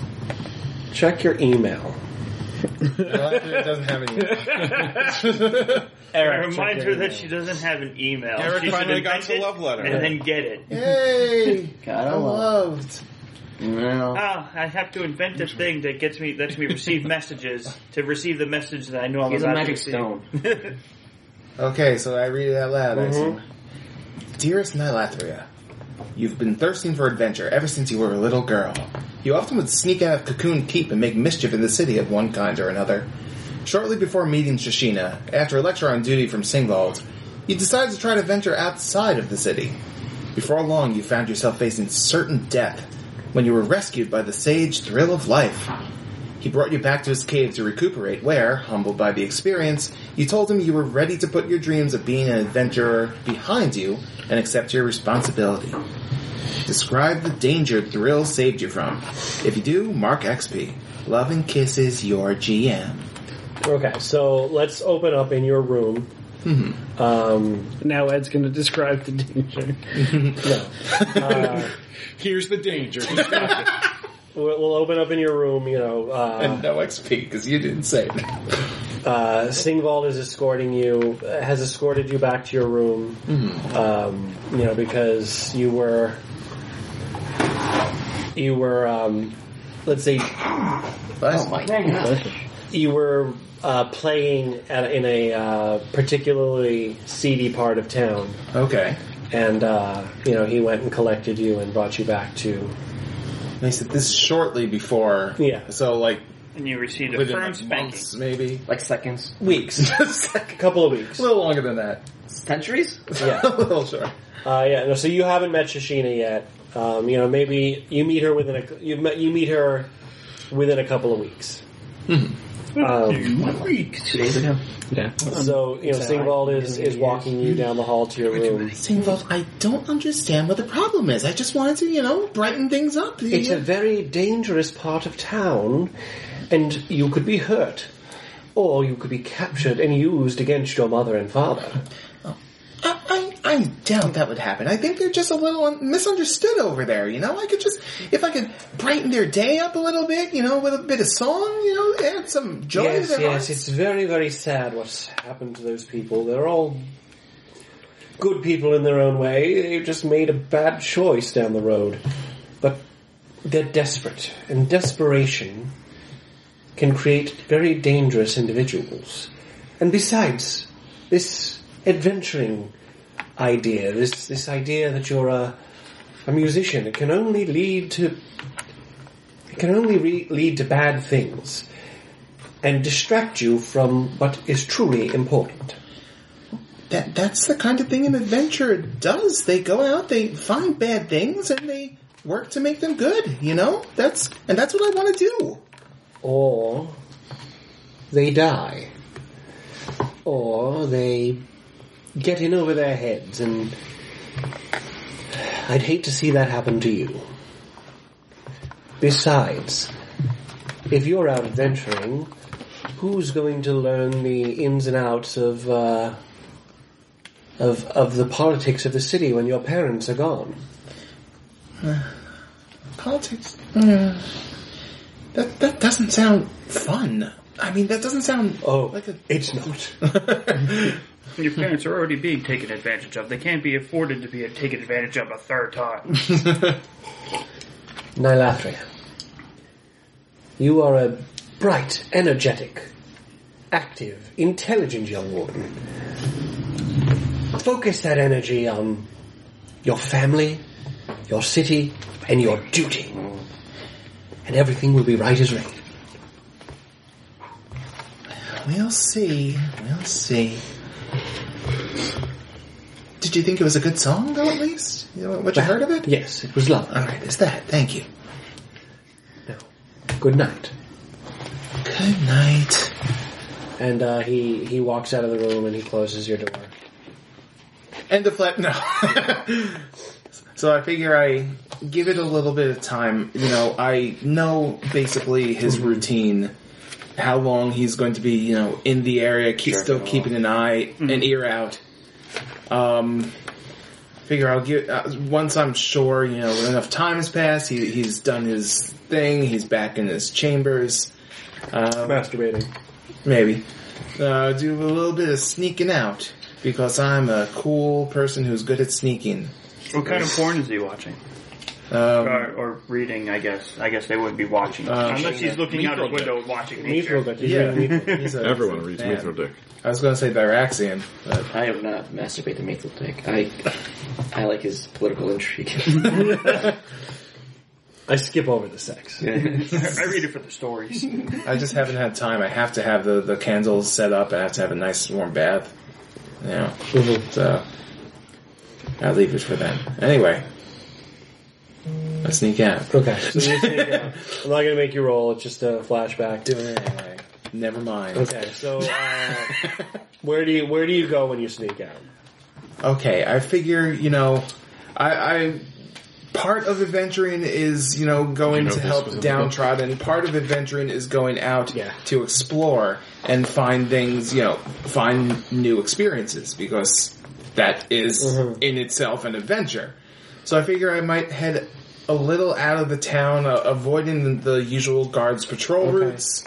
Speaker 5: Check your email.
Speaker 9: Galactus doesn't have any.
Speaker 5: Eric, check
Speaker 3: Remind
Speaker 5: your
Speaker 3: her
Speaker 5: email.
Speaker 3: that she doesn't have an email.
Speaker 2: Eric
Speaker 3: she should
Speaker 2: finally got
Speaker 3: invent
Speaker 2: the
Speaker 3: it
Speaker 2: love letter.
Speaker 3: And then get it.
Speaker 9: hey,
Speaker 7: God, I
Speaker 9: I
Speaker 7: love.
Speaker 9: loved.
Speaker 7: No.
Speaker 3: Oh, I have to invent a thing that gets me, lets me receive messages to receive the message that I know I'm
Speaker 7: He's a
Speaker 3: about to
Speaker 7: magic
Speaker 3: receive.
Speaker 7: stone.
Speaker 9: Okay, so I read it out loud. I
Speaker 5: Mhm.
Speaker 9: assume. Dearest Nylathria, you've been thirsting for adventure ever since you were a little girl. You often would sneak out of Cocoon Keep and make mischief in the city of one kind or another. Shortly before meeting Shashina, after a lecture on duty from Singvald, you decided to try to venture outside of the city. Before long, you found yourself facing certain death when you were rescued by the sage Thrill of Life. He brought you back to his cave to recuperate, where, humbled by the experience, you told him you were ready to put your dreams of being an adventurer behind you and accept your responsibility. Describe the danger Thrill saved you from. If you do, mark XP. Love and kisses your GM.
Speaker 5: Okay, so let's open up in your room. Um,
Speaker 4: Now Ed's going to describe the danger.
Speaker 5: no. Uh,
Speaker 2: Here's the danger.
Speaker 5: we'll we'll open up in your room, you know. Uh,
Speaker 9: And no XP, because you didn't say it.
Speaker 5: Uh, Singvald is escorting you, has escorted you back to your room, um, you know, because you were, you were, um, let's say,
Speaker 7: oh
Speaker 9: Bless me.
Speaker 5: you were uh, playing at, in a uh, particularly seedy part of town,
Speaker 9: Okay.
Speaker 5: and uh, you know he went and collected you and brought you back to.
Speaker 9: They said this is shortly before.
Speaker 5: Yeah.
Speaker 9: So, like,
Speaker 3: And you received a
Speaker 9: within
Speaker 3: firm
Speaker 9: like
Speaker 3: spanking.
Speaker 9: months, maybe.
Speaker 7: Like seconds.
Speaker 5: Weeks,
Speaker 9: Just
Speaker 5: a
Speaker 9: like
Speaker 5: couple of weeks.
Speaker 9: a little longer than that.
Speaker 7: Centuries?
Speaker 5: Yeah.
Speaker 9: a little short.
Speaker 5: Uh, yeah, no, so you haven't met Shashina yet. Um, you know, maybe you meet her within a you met you meet her within a couple of weeks. Um,
Speaker 7: Two days ago.
Speaker 5: so you know, Singvald is is walking you down the hall to your room.
Speaker 9: Singvald, I don't understand what the problem is. I just wanted to, you know, brighten things up.
Speaker 5: It's a very dangerous part of town, and you could be hurt, or you could be captured and used against your mother and father.
Speaker 9: I, I, I doubt that would happen. I think they're just a little un- misunderstood over there, you know? I could just, if I could brighten their day up a little bit, you know, with a bit of song, you know, add some joy to
Speaker 5: yes,
Speaker 9: their
Speaker 5: yes,
Speaker 9: hearts.
Speaker 5: it's very, very sad what's happened to those people. They're all good people in their own way. They just made a bad choice down the road. But they're desperate, and desperation can create very dangerous individuals. And besides, this adventuring idea, this, this idea that you're a, a musician, it can only lead to, it can only re- lead to bad things and distract you from what is truly important.
Speaker 9: That, that's the kind of thing an adventurer does. They go out, they find bad things, and they work to make them good, you know? That's, and that's what I want to do.
Speaker 5: Or they die. Or they get in over their heads and I'd hate to see that happen to you. Besides, if you're out adventuring, who's going to learn the ins and outs of uh, of of the politics of the city when your parents are gone?
Speaker 9: Politics. uh, that, that doesn't sound fun. I mean, that doesn't sound
Speaker 5: Oh,
Speaker 9: like a.
Speaker 5: it's not.
Speaker 3: Your parents are already being taken advantage of. They can't be afforded to be taken advantage of a third time.
Speaker 5: Nylathria, you are a bright, energetic, active, intelligent young woman. Focus that energy on your family, your city, and your duty. And everything will be right as rain.
Speaker 9: We'll see. We'll see. Did you think it was a good song, though, at least? You know, what you heard of it?
Speaker 5: Yes, it was love.
Speaker 9: Alright, it's that. Thank you.
Speaker 5: Good night.
Speaker 9: Good night.
Speaker 5: And uh, he he walks out of the room and he closes your door.
Speaker 9: And the flat no. so I figure I give it a little bit of time. You know, I know basically his routine, how long he's going to be, you know, in the area, keep, still keeping an eye, an ear out. Um, figure I'll give uh, once I'm sure, you know, enough time has passed. He, he's done his thing. He's back in his chambers. Um,
Speaker 5: Masturbating.
Speaker 9: Maybe. Uh, do a little bit of sneaking out because I'm a cool person who's good at sneaking.
Speaker 3: What kind of porn is he watching?
Speaker 9: Um,
Speaker 3: Or, or reading, I guess. I guess they wouldn't be watching.
Speaker 9: Uh,
Speaker 3: Unless he's looking out his window and watching nature.
Speaker 5: Mithril that he's
Speaker 9: yeah,
Speaker 5: reading.
Speaker 9: he's a-
Speaker 2: Everyone reads
Speaker 9: man.
Speaker 2: Mithril Dick.
Speaker 9: I was going to say Viraxian, but
Speaker 7: I have not masturbated to Maple Dick. I, I like his political intrigue.
Speaker 5: I skip over the sex.
Speaker 3: I read it for the stories.
Speaker 9: I just haven't had time. I have to have the, the candles set up. I have to have a nice warm bath. You know,
Speaker 5: Mm-hmm.
Speaker 9: so I'll leave it for them. Anyway, I sneak out.
Speaker 5: Okay. So you sneak out. I'm not gonna make you roll. It's just a flashback.
Speaker 9: Do it anyway. Never mind.
Speaker 5: Okay. So uh, where do you where do you go when you sneak out?
Speaker 9: okay, I figure, you know, I, I part of adventuring is, you know, going
Speaker 2: know
Speaker 9: to
Speaker 2: this
Speaker 9: help
Speaker 2: was
Speaker 9: the
Speaker 2: in the book?
Speaker 9: downtrodden. Part of adventuring is going out
Speaker 5: Yeah.
Speaker 9: to explore and find things, you know, find new experiences because that is in itself an adventure. So I figure I might head a little out of the town, uh, avoiding the, the usual guards patrol routes.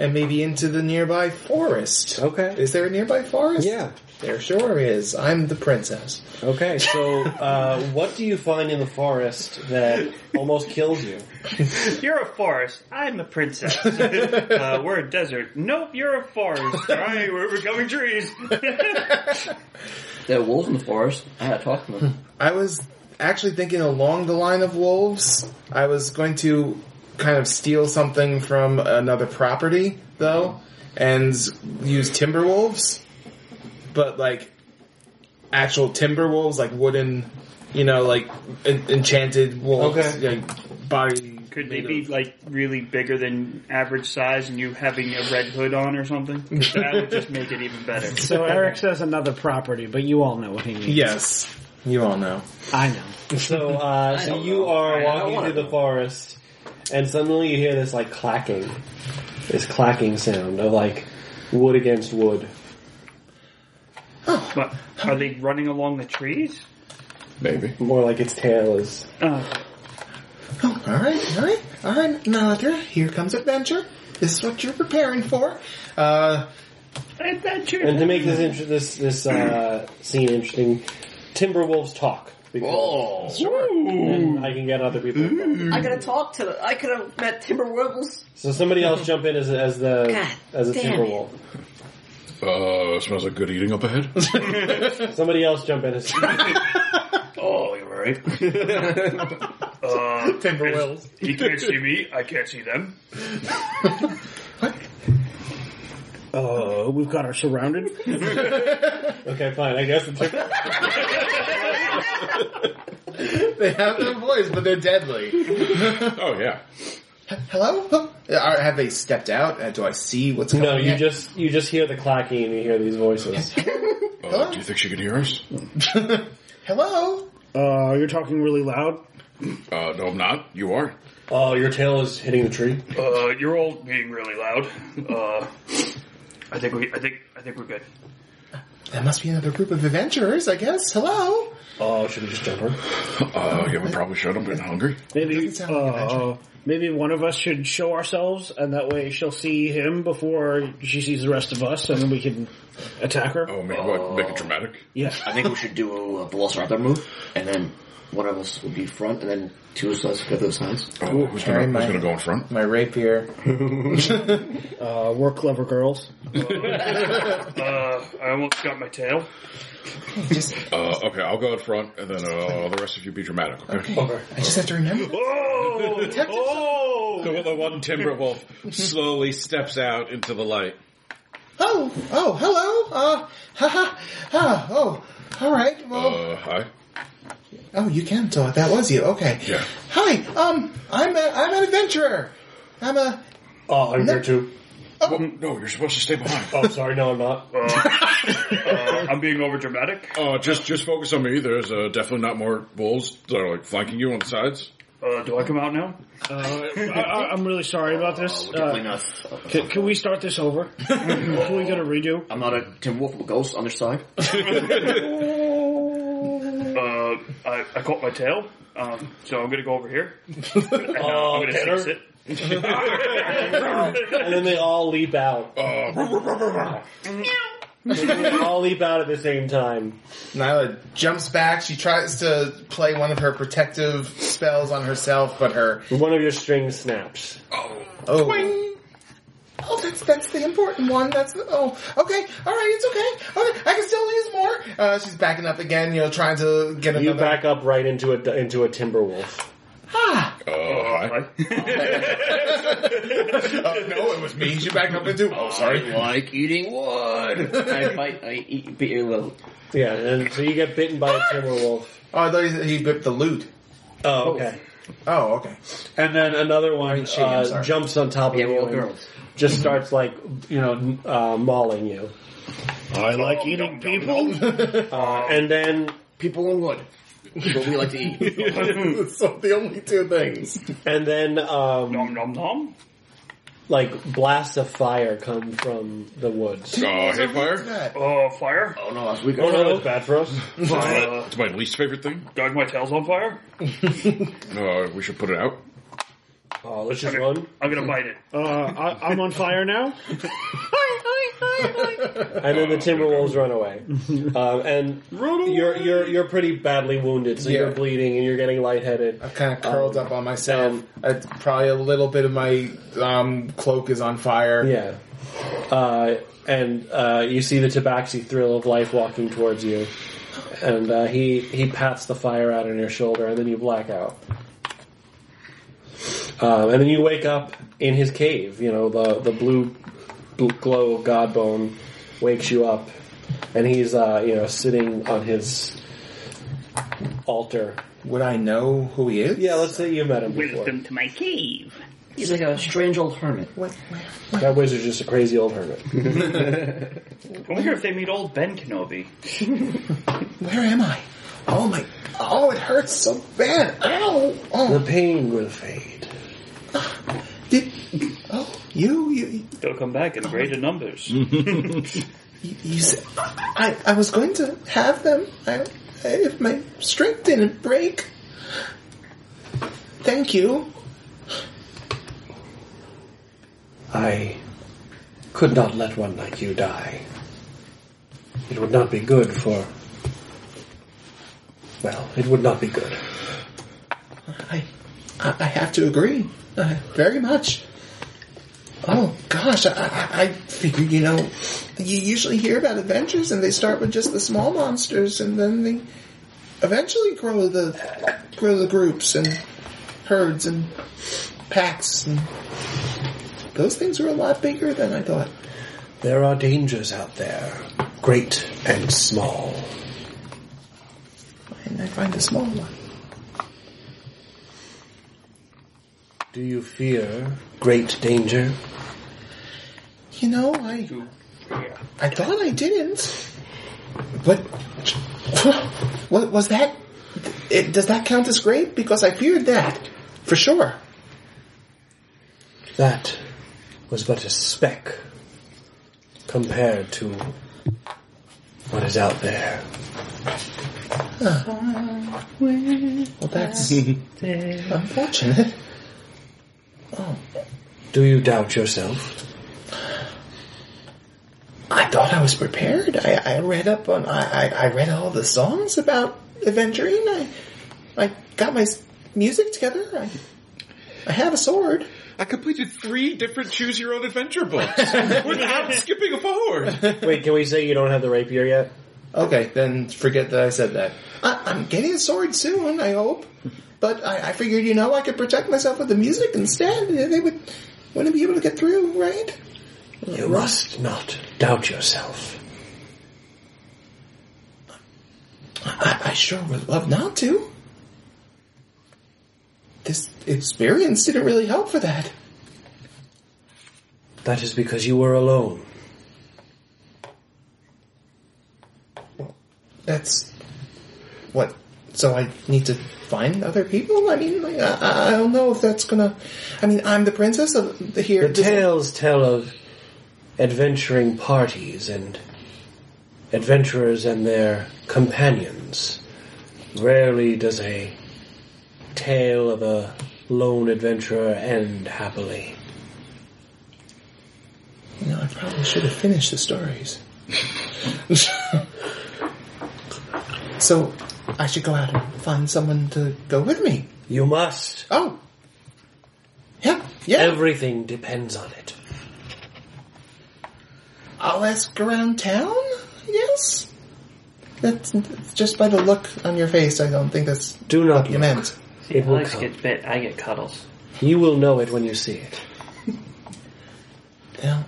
Speaker 9: And maybe into the nearby forest.
Speaker 5: Okay.
Speaker 9: Is there a nearby forest?
Speaker 5: Yeah.
Speaker 9: There sure is. I'm the princess.
Speaker 5: Okay. So uh, what do you find in the forest that almost kills you?
Speaker 3: You're a forest. I'm a princess. uh, we're a desert. Nope, you're a forest. All right, we're becoming trees.
Speaker 7: there are wolves in the forest. I had to talk to them.
Speaker 9: I was actually thinking along the line of wolves. I was going to kind of steal something from another property, though, and use timber wolves. But like actual timber wolves, like wooden, you know, like en- enchanted wolves,
Speaker 5: Okay.
Speaker 9: like body.
Speaker 3: Could they
Speaker 9: made
Speaker 3: be
Speaker 9: of-
Speaker 3: like really bigger than average size, and you having a red hood on or something? That would just make it even better.
Speaker 4: So Eric says another property, but you all know what he means.
Speaker 9: Yes, you all know.
Speaker 4: I know.
Speaker 5: So uh, so you are walking through the forest, and suddenly you hear this like clacking, this clacking sound of like wood against wood.
Speaker 3: But are they running along the trees?
Speaker 2: Maybe.
Speaker 5: More like its tail is.
Speaker 3: Uh,
Speaker 9: Oh, all right, all right, all right, Naladra, here comes adventure. This is what you're preparing for. Uh,
Speaker 3: adventure.
Speaker 5: And to make this inter- this this uh, scene interesting, Timberwolves talk.
Speaker 3: Oh,
Speaker 5: Because and I can get other people. involved.
Speaker 7: I gotta talk to the, I could have met Timber Werbles.
Speaker 5: So somebody else jump in as as the
Speaker 7: God
Speaker 5: as a
Speaker 7: damn
Speaker 5: Timberwolf.
Speaker 2: Uh, smells like good eating up ahead.
Speaker 5: Somebody else jump in as
Speaker 3: Oh, you're right. uh, Timberwells. He can't see me. I can't see them.
Speaker 4: Oh, we've got her surrounded.
Speaker 5: okay, fine. I guess it's
Speaker 9: they have their voice, but they're deadly.
Speaker 2: oh yeah.
Speaker 9: Hello? Huh? Are, have they stepped out? Uh, do I see what's going
Speaker 5: no.
Speaker 9: on?
Speaker 5: You just you just hear the clacking and you hear these voices.
Speaker 2: Uh, do you think she can hear us?
Speaker 9: Hello?
Speaker 4: Uh, you're talking really loud.
Speaker 2: Uh, no, I'm not. You are.
Speaker 5: Oh, your tail is hitting the tree.
Speaker 3: Uh, you're all being really loud. Uh, I think we. I think. I think we're good.
Speaker 9: That must be another group of adventurers, I guess. Hello?
Speaker 5: Oh, should we just jump her?
Speaker 2: Uh, yeah, we probably should. I'm getting hungry.
Speaker 4: Maybe,
Speaker 9: Doesn't sound like adventure.
Speaker 4: uh, maybe one of us should show ourselves, and that way she'll see him before she sees the rest of us, and then we can attack her.
Speaker 2: Oh, man, what? Make it dramatic.
Speaker 4: Yeah.
Speaker 7: I think we should do a Velociraptor move, and then one of us would be front, and then two of us go to the sides.
Speaker 2: Oh, who's
Speaker 9: carry
Speaker 2: gonna, who's
Speaker 9: mine.
Speaker 2: gonna go in front?
Speaker 9: My rapier.
Speaker 4: Uh, we're clever girls.
Speaker 3: Uh, I almost got my tail.
Speaker 2: Uh, okay, I'll go in front, and then uh, the rest of you be dramatic. Okay.
Speaker 9: I just have to remember.
Speaker 3: Oh! oh!
Speaker 2: The, the one timber wolf slowly steps out into the light.
Speaker 9: Oh, oh, hello. Uh, ha ha. Ah, oh, all right. Well,
Speaker 10: Uh, hi.
Speaker 9: oh, you can talk. That was you. Okay.
Speaker 10: Yeah.
Speaker 9: Hi. Um, I'm a, I'm an adventurer. I'm a.
Speaker 5: Oh, I'm here too.
Speaker 10: Well, no, you're supposed to stay behind.
Speaker 5: Oh, sorry, no, I'm not.
Speaker 3: Uh, I'm being over dramatic.
Speaker 10: Uh, just just focus on me. There's uh, definitely not more wolves that are like flanking you on the sides.
Speaker 3: Uh, do I come out now?
Speaker 4: I, I, I'm really sorry about this. Uh, can, can we start this over? can we get a redo?
Speaker 7: I'm not a Tim Wolf, I'm a ghost on their side.
Speaker 3: Uh, I, I caught my tail, um, so I'm gonna go over here. And now I'm gonna
Speaker 5: dinner?
Speaker 3: fix it.
Speaker 5: Oh, and then they all leap out.
Speaker 10: Uh,
Speaker 5: They all leap out at the same time.
Speaker 9: Nyla jumps back. She tries to play one of her protective spells on herself, but her
Speaker 5: One of your strings snaps.
Speaker 9: oh. Oh, that's that's the important one. That's the, oh, okay, all right, it's okay. Okay, I can still use more. Uh, she's backing up again, you know, trying to get another.
Speaker 5: You back up right into a into a timber wolf.
Speaker 9: Ah,
Speaker 10: uh, hi.
Speaker 9: oh, no, it was me. She backed up into. Oh, sorry.
Speaker 7: like eating wood. I bite, I eat, bit your little.
Speaker 5: Yeah, and so you get bitten by a timber wolf.
Speaker 9: Oh, I thought he, he whipped the loot.
Speaker 5: Oh, okay.
Speaker 9: Oh, okay.
Speaker 5: And then another one
Speaker 9: she, I'm
Speaker 5: uh,
Speaker 9: sorry.
Speaker 5: jumps on top of
Speaker 7: Yeah,
Speaker 5: you
Speaker 7: well,
Speaker 5: and
Speaker 7: girls.
Speaker 5: just starts like you know uh, mauling you.
Speaker 9: I like eating people.
Speaker 5: Uh, and then
Speaker 7: People on wood. What we like to eat.
Speaker 9: so the only two things.
Speaker 5: and then um,
Speaker 3: Nom nom nom.
Speaker 5: like blasts of fire come from the woods.
Speaker 10: Uh, Hayfire.
Speaker 9: That.
Speaker 3: Uh, fire.
Speaker 7: Oh no, as we
Speaker 5: Oh
Speaker 7: go.
Speaker 5: no, that's bad for us.
Speaker 3: Uh,
Speaker 10: It's my least favorite thing.
Speaker 3: dog, my tail's on fire.
Speaker 10: Uh, we should put it out.
Speaker 5: Oh, let's just run.
Speaker 3: I'm gonna bite it.
Speaker 4: Uh, I, I'm on fire now.
Speaker 5: And then the Timberwolves run away. Um, and you're you're you're pretty badly wounded, so you're
Speaker 9: Yeah.
Speaker 5: bleeding and you're getting lightheaded.
Speaker 9: I've kind of curled
Speaker 5: Um,
Speaker 9: up on myself.
Speaker 5: um,
Speaker 9: It's probably a little bit of my um, cloak is on fire.
Speaker 5: Yeah. Uh, and uh, you see the Tabaxi thrill of life walking towards you. And uh, he he pats the fire out on your shoulder, and then you black out. Um, and then you wake up in his cave. You know the the blue, blue glow of Godbone wakes you up, and he's uh, you know sitting on his altar.
Speaker 9: Would I know who he is?
Speaker 5: Yeah, let's say you met him before.
Speaker 3: Welcome to my cave.
Speaker 7: He's like a strange old hermit.
Speaker 5: That wizard's just a crazy old hermit.
Speaker 9: Hmm.
Speaker 3: I wonder if they meet old Ben Kenobi.
Speaker 9: Where am I? Oh my! Oh, it hurts so bad. Ow!
Speaker 5: The
Speaker 9: Oh,
Speaker 5: pain will fade.
Speaker 9: did, oh you you
Speaker 3: They'll come back in greater numbers.
Speaker 2: Hmm.
Speaker 9: You said, I, I was going to have them I, if my strength didn't break. Thank you.
Speaker 5: I could not let one like you die. It would not be good for. Well, it would not be good.
Speaker 9: I, I, I have to agree. Uh, very much. Oh gosh, I, I, I figured, you know, you usually hear about adventures and they start with just the small monsters and then they eventually grow the, grow the groups and herds and packs and those things are a lot bigger than I thought.
Speaker 5: There are dangers out there, great and small.
Speaker 9: And I find the small one.
Speaker 5: Do you fear great danger?
Speaker 9: You know, I Oh, I thought I didn't. But what was that? It, does that count as great? Because I feared that for sure.
Speaker 5: That was but a speck compared to what is out there.
Speaker 9: Well, that's unfortunate.
Speaker 5: Oh. Do you doubt yourself?
Speaker 9: I thought I was prepared. I, I read up on. I, I, I read all the songs about adventuring. I I got my s- music together. I I have a sword.
Speaker 2: I completed three different choose your own adventure books without skipping forward.
Speaker 5: Wait, can we say you don't have the rapier yet?
Speaker 9: Okay, then forget that I said that. I, I'm getting a sword soon, I hope. But I, I figured, you know, I could protect myself with the music instead. They would, wouldn't be able to get through, right?
Speaker 5: You must not doubt yourself.
Speaker 9: I, I sure would love not to. This experience didn't really help for that.
Speaker 5: That is because you were alone.
Speaker 9: That's what. So I need to find other people. I mean, like, I, I don't know if that's gonna. I mean, I'm the princess of the here.
Speaker 5: The tales tell of adventuring parties and adventurers and their companions. Rarely does a tale of a lone adventurer end happily.
Speaker 9: You know, I probably should have finished the stories. so I should go out and find someone to go with me.
Speaker 5: You must.
Speaker 9: Oh, yeah, yeah.
Speaker 5: Everything depends on it.
Speaker 9: I'll ask around town. Yes, that's just by the look on your face. I don't think that's
Speaker 5: Do not
Speaker 9: you
Speaker 5: look.
Speaker 9: meant.
Speaker 5: It will
Speaker 3: Alex
Speaker 5: come.
Speaker 3: gets bit. I get cuddles.
Speaker 5: You will know it when you see it.
Speaker 9: Yeah.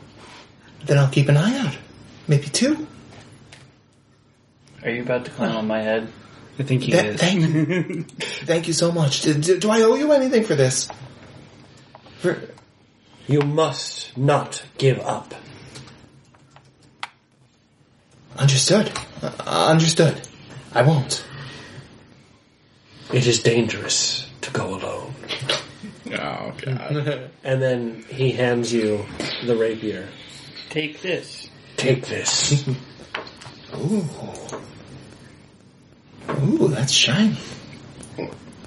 Speaker 9: Then I'll keep an eye out. Maybe two.
Speaker 3: Are you about to climb on my head?
Speaker 8: I think he
Speaker 9: Th- thank you. thank you so much. Do, do, do I owe you anything for this? For,
Speaker 5: You must not give up.
Speaker 9: understood. Uh, understood. I won't.
Speaker 5: It is dangerous to go alone.
Speaker 2: Oh god.
Speaker 5: And then he hands you the rapier.
Speaker 3: Take this.
Speaker 5: Take this.
Speaker 9: Ooh. Ooh, that's shiny.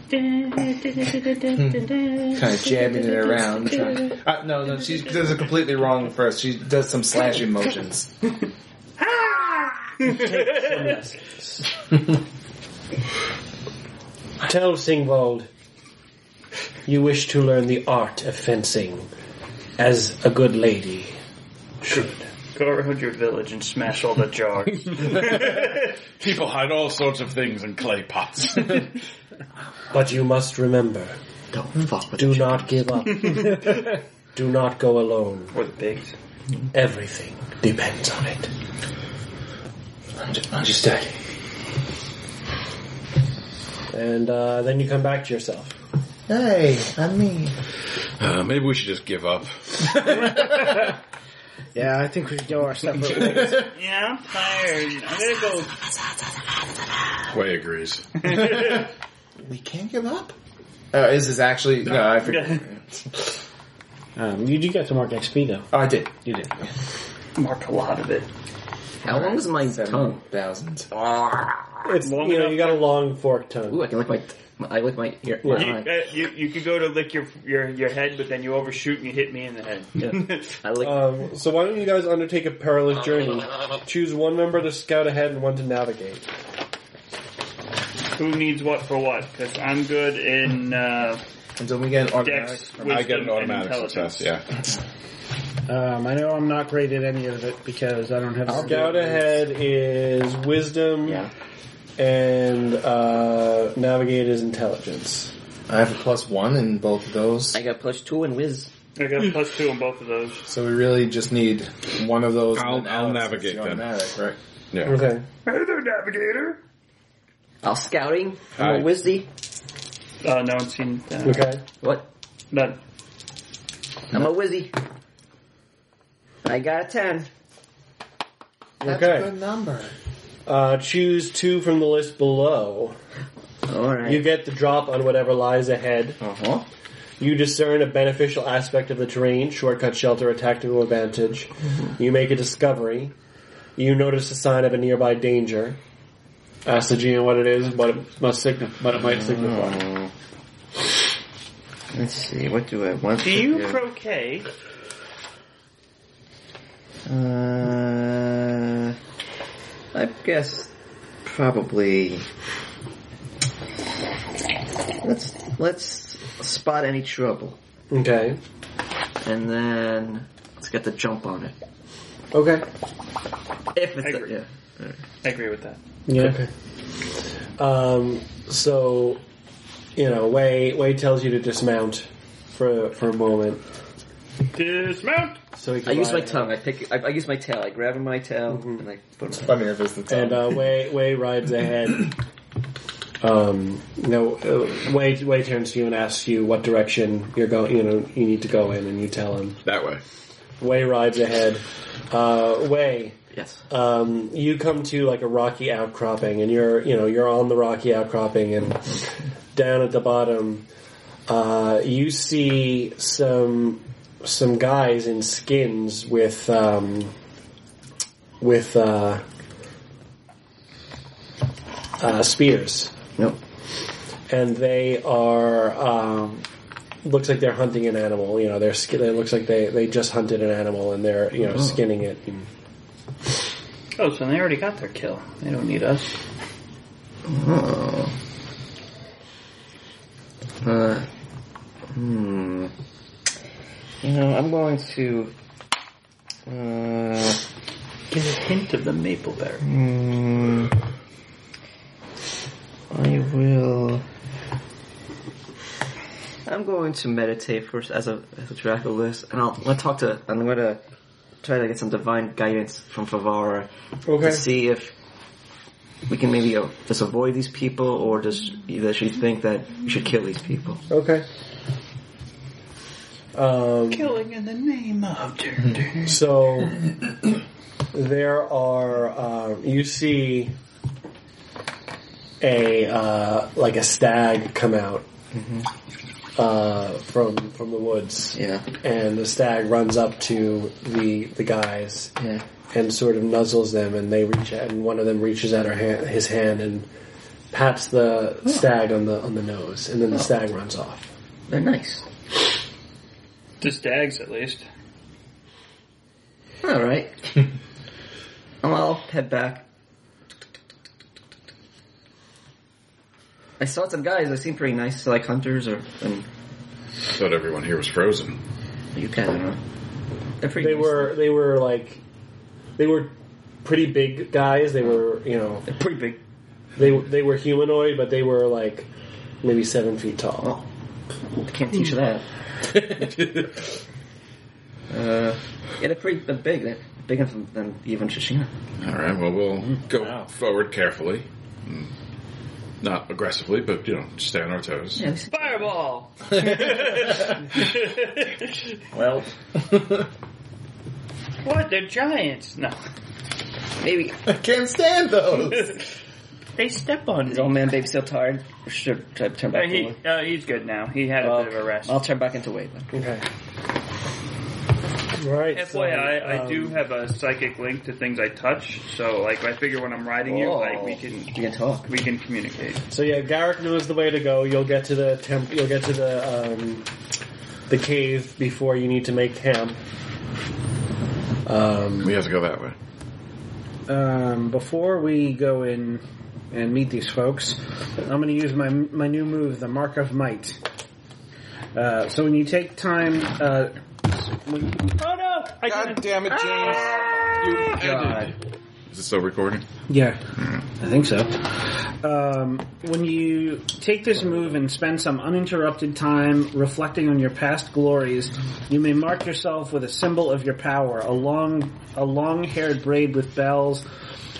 Speaker 9: kind of jabbing it around. trying- Uh, no, no, she does it completely wrong first. She does some slashing motions.
Speaker 5: Tell Singvald you wish to learn the art of fencing as a good lady should.
Speaker 3: Go around your village and smash all the jars.
Speaker 2: People hide all sorts of things in clay pots.
Speaker 5: But you must remember,
Speaker 7: Don't fuck with
Speaker 5: do
Speaker 7: it.
Speaker 5: not give up. do not go alone.
Speaker 3: or the pigs.
Speaker 5: Everything depends on it.
Speaker 9: Under- Understood.
Speaker 5: And uh, then you come back to yourself.
Speaker 9: Hey, I'm me.
Speaker 10: Hmm.
Speaker 2: uh, maybe we should just give up.
Speaker 4: Yeah, I think we should go our separate ways.
Speaker 3: Yeah, I'm tired. I'm gonna go.
Speaker 2: Quay agrees.
Speaker 9: We can't give up. Oh, is this actually? No, I forget.
Speaker 5: Um, you do get to mark XP though.
Speaker 9: Oh, I did.
Speaker 5: You did.
Speaker 3: Mark a lot of it.
Speaker 9: uh,
Speaker 7: How long is my tongue?
Speaker 9: Thousand.
Speaker 5: It's
Speaker 3: Long
Speaker 5: you know
Speaker 3: enough.
Speaker 5: you got a long forked tongue.
Speaker 7: Ooh, I can lick my. my- I lick my ear.
Speaker 5: Yeah.
Speaker 3: You,
Speaker 7: My eye.
Speaker 3: uh, you, you could go to lick your, your your head, but then you overshoot and you hit me in the head.
Speaker 7: I lick.
Speaker 5: Um, so why don't you guys undertake a perilous journey? Choose one member to scout ahead and one to navigate.
Speaker 3: Who needs what for what? Because I'm good in uh,
Speaker 9: And so we get an automatic.
Speaker 3: dex,
Speaker 2: I get
Speaker 3: wisdom,
Speaker 2: an
Speaker 3: and
Speaker 2: automatic
Speaker 3: intelligence.
Speaker 2: success, yeah.
Speaker 4: Um, I know I'm not great at any of it because I don't have.
Speaker 5: Scout ahead is wisdom, and uh, navigate is intelligence.
Speaker 9: I have a plus one in both of those,
Speaker 7: I got plus two and whiz.
Speaker 3: I got a plus two on both of those.
Speaker 9: so we really just need one of those. and
Speaker 2: I'll-
Speaker 9: then
Speaker 2: I'll
Speaker 9: Alex is
Speaker 2: navigate
Speaker 9: the
Speaker 2: then.
Speaker 9: automatic, right?
Speaker 2: Yeah.
Speaker 5: Okay.
Speaker 3: Hey there, navigator.
Speaker 7: I'll scouting. I'm
Speaker 2: Hi.
Speaker 7: a whizzy.
Speaker 3: Uh, no one's seen that.
Speaker 5: Okay.
Speaker 7: What?
Speaker 3: None.
Speaker 7: I'm a whizzy. I got a ten.
Speaker 9: That's
Speaker 5: Okay.
Speaker 9: a good number.
Speaker 5: Uh, choose two from the list below.
Speaker 7: All right.
Speaker 5: You get the drop on whatever lies ahead.
Speaker 9: Uh
Speaker 7: Uh-huh.
Speaker 9: huh.
Speaker 5: You discern a beneficial aspect of the terrain, shortcut, shelter, or tactical advantage.
Speaker 7: Mm-hmm.
Speaker 5: You make a discovery. You notice a sign of a nearby danger. Ask the GM what it is, what it must signify, what it might signify.
Speaker 7: Hmm. Let's see. What do I want?
Speaker 3: Do
Speaker 7: to
Speaker 3: you croquet?
Speaker 7: Uh, I guess probably. Let's let's spot any trouble,
Speaker 5: Okay.
Speaker 7: and then let's get the jump on it.
Speaker 5: Okay.
Speaker 7: If it's
Speaker 3: Agree.
Speaker 7: yeah.
Speaker 3: I agree with that.
Speaker 5: Yeah. Okay. Um, so, you know, Way Way tells you to dismount for for a moment,
Speaker 3: Dismount!
Speaker 5: So he
Speaker 7: I
Speaker 5: can
Speaker 7: use
Speaker 5: ride
Speaker 7: my
Speaker 5: him.
Speaker 7: tongue. I pick. I, I use my tail. I grab him by my tail and I put him.
Speaker 9: Funny if it's the time.
Speaker 5: And uh, Way Way rides ahead. Um, no, uh, Way Way turns to you and asks you what direction you're going. You know, you need to go in, and you tell him.
Speaker 2: That way.
Speaker 5: Way rides ahead. Uh, Way,
Speaker 7: Yes.
Speaker 5: um, you come to like a rocky outcropping, and you're you know you're on the rocky outcropping, and down at the bottom, uh, you see some some guys in skins with um, with uh, uh, spears,
Speaker 7: No.
Speaker 5: and they are. Um, Looks like they're hunting an animal. You know, they're skin. It looks like they, they just hunted an animal and they're you know skinning it. And,
Speaker 3: Oh, so they already got their kill. They don't need us.
Speaker 7: Uh, hmm. You know, I'm going to. Uh,
Speaker 3: Give a hint of the maple berry.
Speaker 7: hmm. I will. I'm going to meditate first as a as a Dracolis, and I'll, I'll talk to. I'm going to try to get some divine guidance from Favara to see if we can maybe uh, just avoid these people, or does does she think that we should kill these people?
Speaker 5: Okay. Um,
Speaker 3: Killing in the name of
Speaker 5: so there are uh, you see a uh, like a stag come out uh, from from the woods,
Speaker 7: Yeah,
Speaker 5: and the stag runs up to the the guys
Speaker 7: yeah.
Speaker 5: and sort of nuzzles them, and they reach out, and one of them reaches out her hand, his hand and pats the stag on the on the nose, and then the stag runs off.
Speaker 7: They're nice.
Speaker 3: The stags, at least.
Speaker 7: All right. well, I'll head back. I saw some guys. They seem pretty nice, like hunters, or and
Speaker 10: I thought everyone here was frozen.
Speaker 7: you can. I don't know. They're pretty.
Speaker 5: they
Speaker 7: nice.
Speaker 5: were they were like they were pretty big guys they were you know
Speaker 7: They're pretty big.
Speaker 5: they they were humanoid but they were like maybe seven feet tall
Speaker 7: Oh, I can't teach you that.
Speaker 5: Oh.
Speaker 7: uh, yeah, they're pretty they're big. They're bigger than, than even Shishina.
Speaker 10: All right. Well, we'll go forward carefully, Mm. not aggressively, but you know, stay on our toes.
Speaker 7: Yeah, they seem-
Speaker 3: Fireball!
Speaker 9: well,
Speaker 3: what? They're giants. No.
Speaker 7: maybe
Speaker 9: I can't stand those.
Speaker 3: They step on
Speaker 7: is
Speaker 3: me.
Speaker 7: old man baby still tired? Or should I turn
Speaker 3: Uh,
Speaker 7: back?
Speaker 3: he,
Speaker 7: over?
Speaker 3: uh, he's good now. He had a bit of a rest.
Speaker 7: I'll turn back into Wade. then.
Speaker 5: okay right
Speaker 3: FYI, I
Speaker 5: um,
Speaker 3: do have a psychic link to things I touch, so like I figure when I'm riding you,
Speaker 2: Oh.
Speaker 3: like we
Speaker 7: You
Speaker 3: can
Speaker 7: can talk.
Speaker 3: we can communicate.
Speaker 5: so yeah Garrick knows the way to go you'll get to the temp you'll get to the um the cave before you need to make camp um
Speaker 10: We have to go that way.
Speaker 4: Um, before we go in and meet these folks, I'm going to use my my new move, the Mark of Might. Uh, so when you take time, uh, when you,
Speaker 3: Oh no! I
Speaker 2: God damn it, James! You ended.
Speaker 10: Is it still recording?
Speaker 4: yeah, I think so. Um, when you take this move and spend some uninterrupted time reflecting on your past glories, you may mark yourself with a symbol of your power, a long a long-haired braid with bells,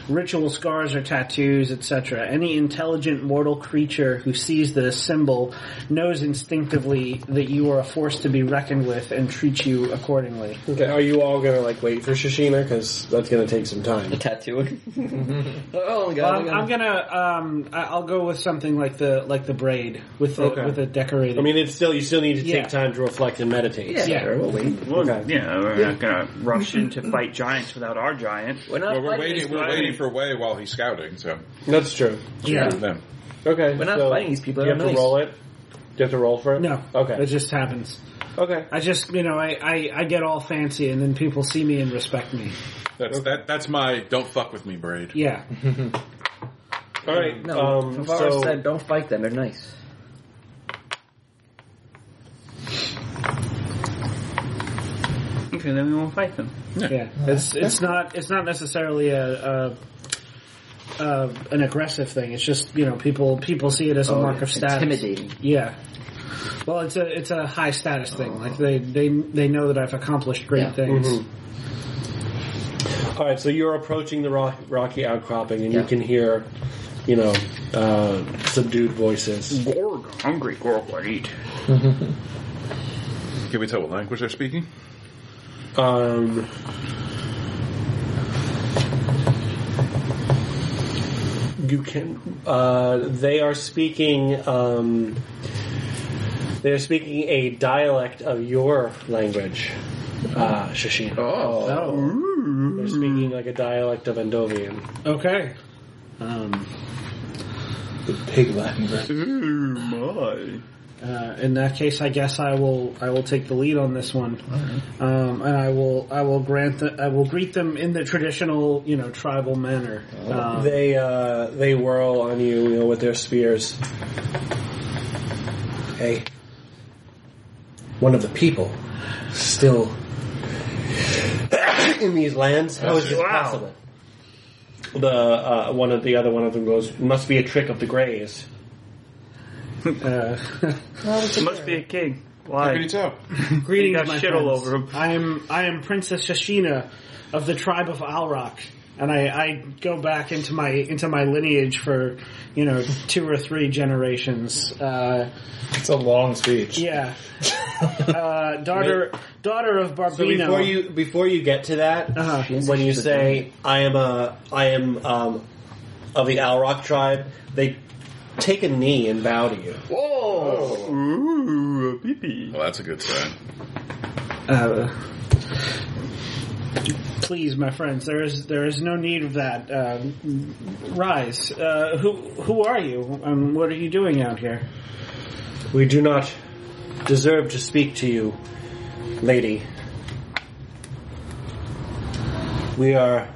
Speaker 4: ritual scars or tattoos, etc. Any intelligent mortal creature who sees the symbol knows instinctively that you are a force to be reckoned with and treats you accordingly.
Speaker 5: okay are you all gonna like wait for Shishima because that's gonna take some time
Speaker 7: The tattooing. oh my god!
Speaker 4: Um, I'm gonna. Um, I- I'll go with something like the like the braid with the,
Speaker 5: Okay.
Speaker 4: with the decorated.
Speaker 5: I mean, it's still you still need to take
Speaker 4: Yeah.
Speaker 5: time to reflect and meditate.
Speaker 7: yeah,
Speaker 4: yeah.
Speaker 7: we'll wait.
Speaker 3: Well,
Speaker 5: Okay.
Speaker 3: yeah, we're not gonna rush in to fight giants without our giant.
Speaker 7: We're not
Speaker 2: Well, we're
Speaker 7: fighting.
Speaker 2: waiting.
Speaker 7: these,
Speaker 2: We're waiting for Way while he's scouting. So
Speaker 5: That's true.
Speaker 4: yeah.
Speaker 2: do them.
Speaker 5: Okay,
Speaker 7: We're not
Speaker 5: so
Speaker 7: fighting these people,
Speaker 5: You
Speaker 7: they're
Speaker 5: have to
Speaker 7: nice.
Speaker 5: roll it. Do you have to roll for it?
Speaker 4: No.
Speaker 5: Okay.
Speaker 4: It just happens.
Speaker 5: okay.
Speaker 4: I just, you know, I, I, I get all fancy and then people see me and respect me.
Speaker 2: That's that. That's my don't fuck with me braid.
Speaker 4: Yeah.
Speaker 5: All right.
Speaker 7: No,
Speaker 5: um,
Speaker 7: Favara
Speaker 5: so
Speaker 7: said don't fight them. They're nice.
Speaker 3: Okay, then we won't fight them.
Speaker 4: Yeah. It's, it's not, it's not necessarily a, a, a, an aggressive thing. It's just, you know, people, people see it as a mark of status.
Speaker 7: intimidating.
Speaker 4: Yeah. Well, it's a it's a high status
Speaker 5: Oh.
Speaker 4: thing. Like they they they know that I've accomplished great
Speaker 7: Yeah.
Speaker 4: things.
Speaker 5: mm-hmm. All right, so you're approaching the rock, rocky outcropping, and you
Speaker 7: Yeah.
Speaker 5: can hear, you know, uh, subdued voices.
Speaker 3: Gorg, hungry gorg, what eat?
Speaker 10: Can we tell what language they're speaking?
Speaker 5: Um, you can. Uh, they are speaking. Um, they are speaking a dialect of your language, uh, Shashin.
Speaker 4: Oh,
Speaker 5: They're speaking like a dialect of Endovian.
Speaker 4: okay. Um,
Speaker 9: Pig Latin version.
Speaker 4: uh, in that case, I guess I will I will take the lead on this one, um, and I will I will grant the, I will greet them in the traditional you know tribal manner.
Speaker 9: Oh.
Speaker 4: Um,
Speaker 5: They uh, they whirl on you, you know, with their spears. Hey, one of the people still in these lands. How is this possible? The uh, one of the other one of them goes. Must be a trick of the Greys.
Speaker 4: uh,
Speaker 3: Must be a king.
Speaker 2: How can you
Speaker 3: Why?
Speaker 2: tell?
Speaker 4: greetings,
Speaker 3: got
Speaker 4: my
Speaker 3: shit all
Speaker 4: friends.
Speaker 3: over him.
Speaker 4: I am I am Princess Shashina of the tribe of Alrock, and I, I go back into my into my lineage for you know two or three generations. Uh,
Speaker 9: It's a long speech.
Speaker 4: Yeah. uh, daughter daughter of Barbino.
Speaker 5: So before you before you get to that,
Speaker 4: Uh-huh.
Speaker 5: when you say I am a I am um, of the Alroc tribe, they take a knee and bow to you.
Speaker 3: Ooh, a pee-pee.
Speaker 10: Well, that's a good sign.
Speaker 4: Uh, please, my friends, there is there is no need of that. Uh, rise. Uh, who who are you? Um, what are you doing out here?
Speaker 5: We do not deserve to speak to you, lady. We are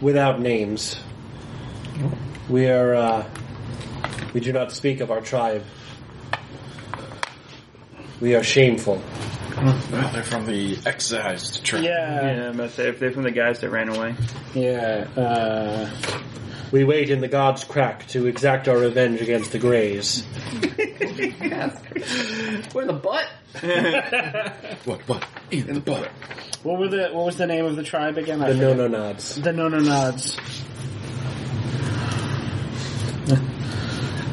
Speaker 5: without names. We are. Uh, we do not speak of our tribe. We are shameful.
Speaker 1: Well, they're from the excised tribe.
Speaker 4: Yeah.
Speaker 3: Yeah, I'm about to say, if they're from the guys that ran away.
Speaker 4: Yeah. Uh,
Speaker 5: We wait in the gods' crack to exact our revenge against the Greys.
Speaker 7: We're the butt.
Speaker 10: What? What? In the butt.
Speaker 4: what were the what was the name of the tribe again? I
Speaker 5: The
Speaker 4: forget.
Speaker 5: no no nods.
Speaker 4: The no no nods.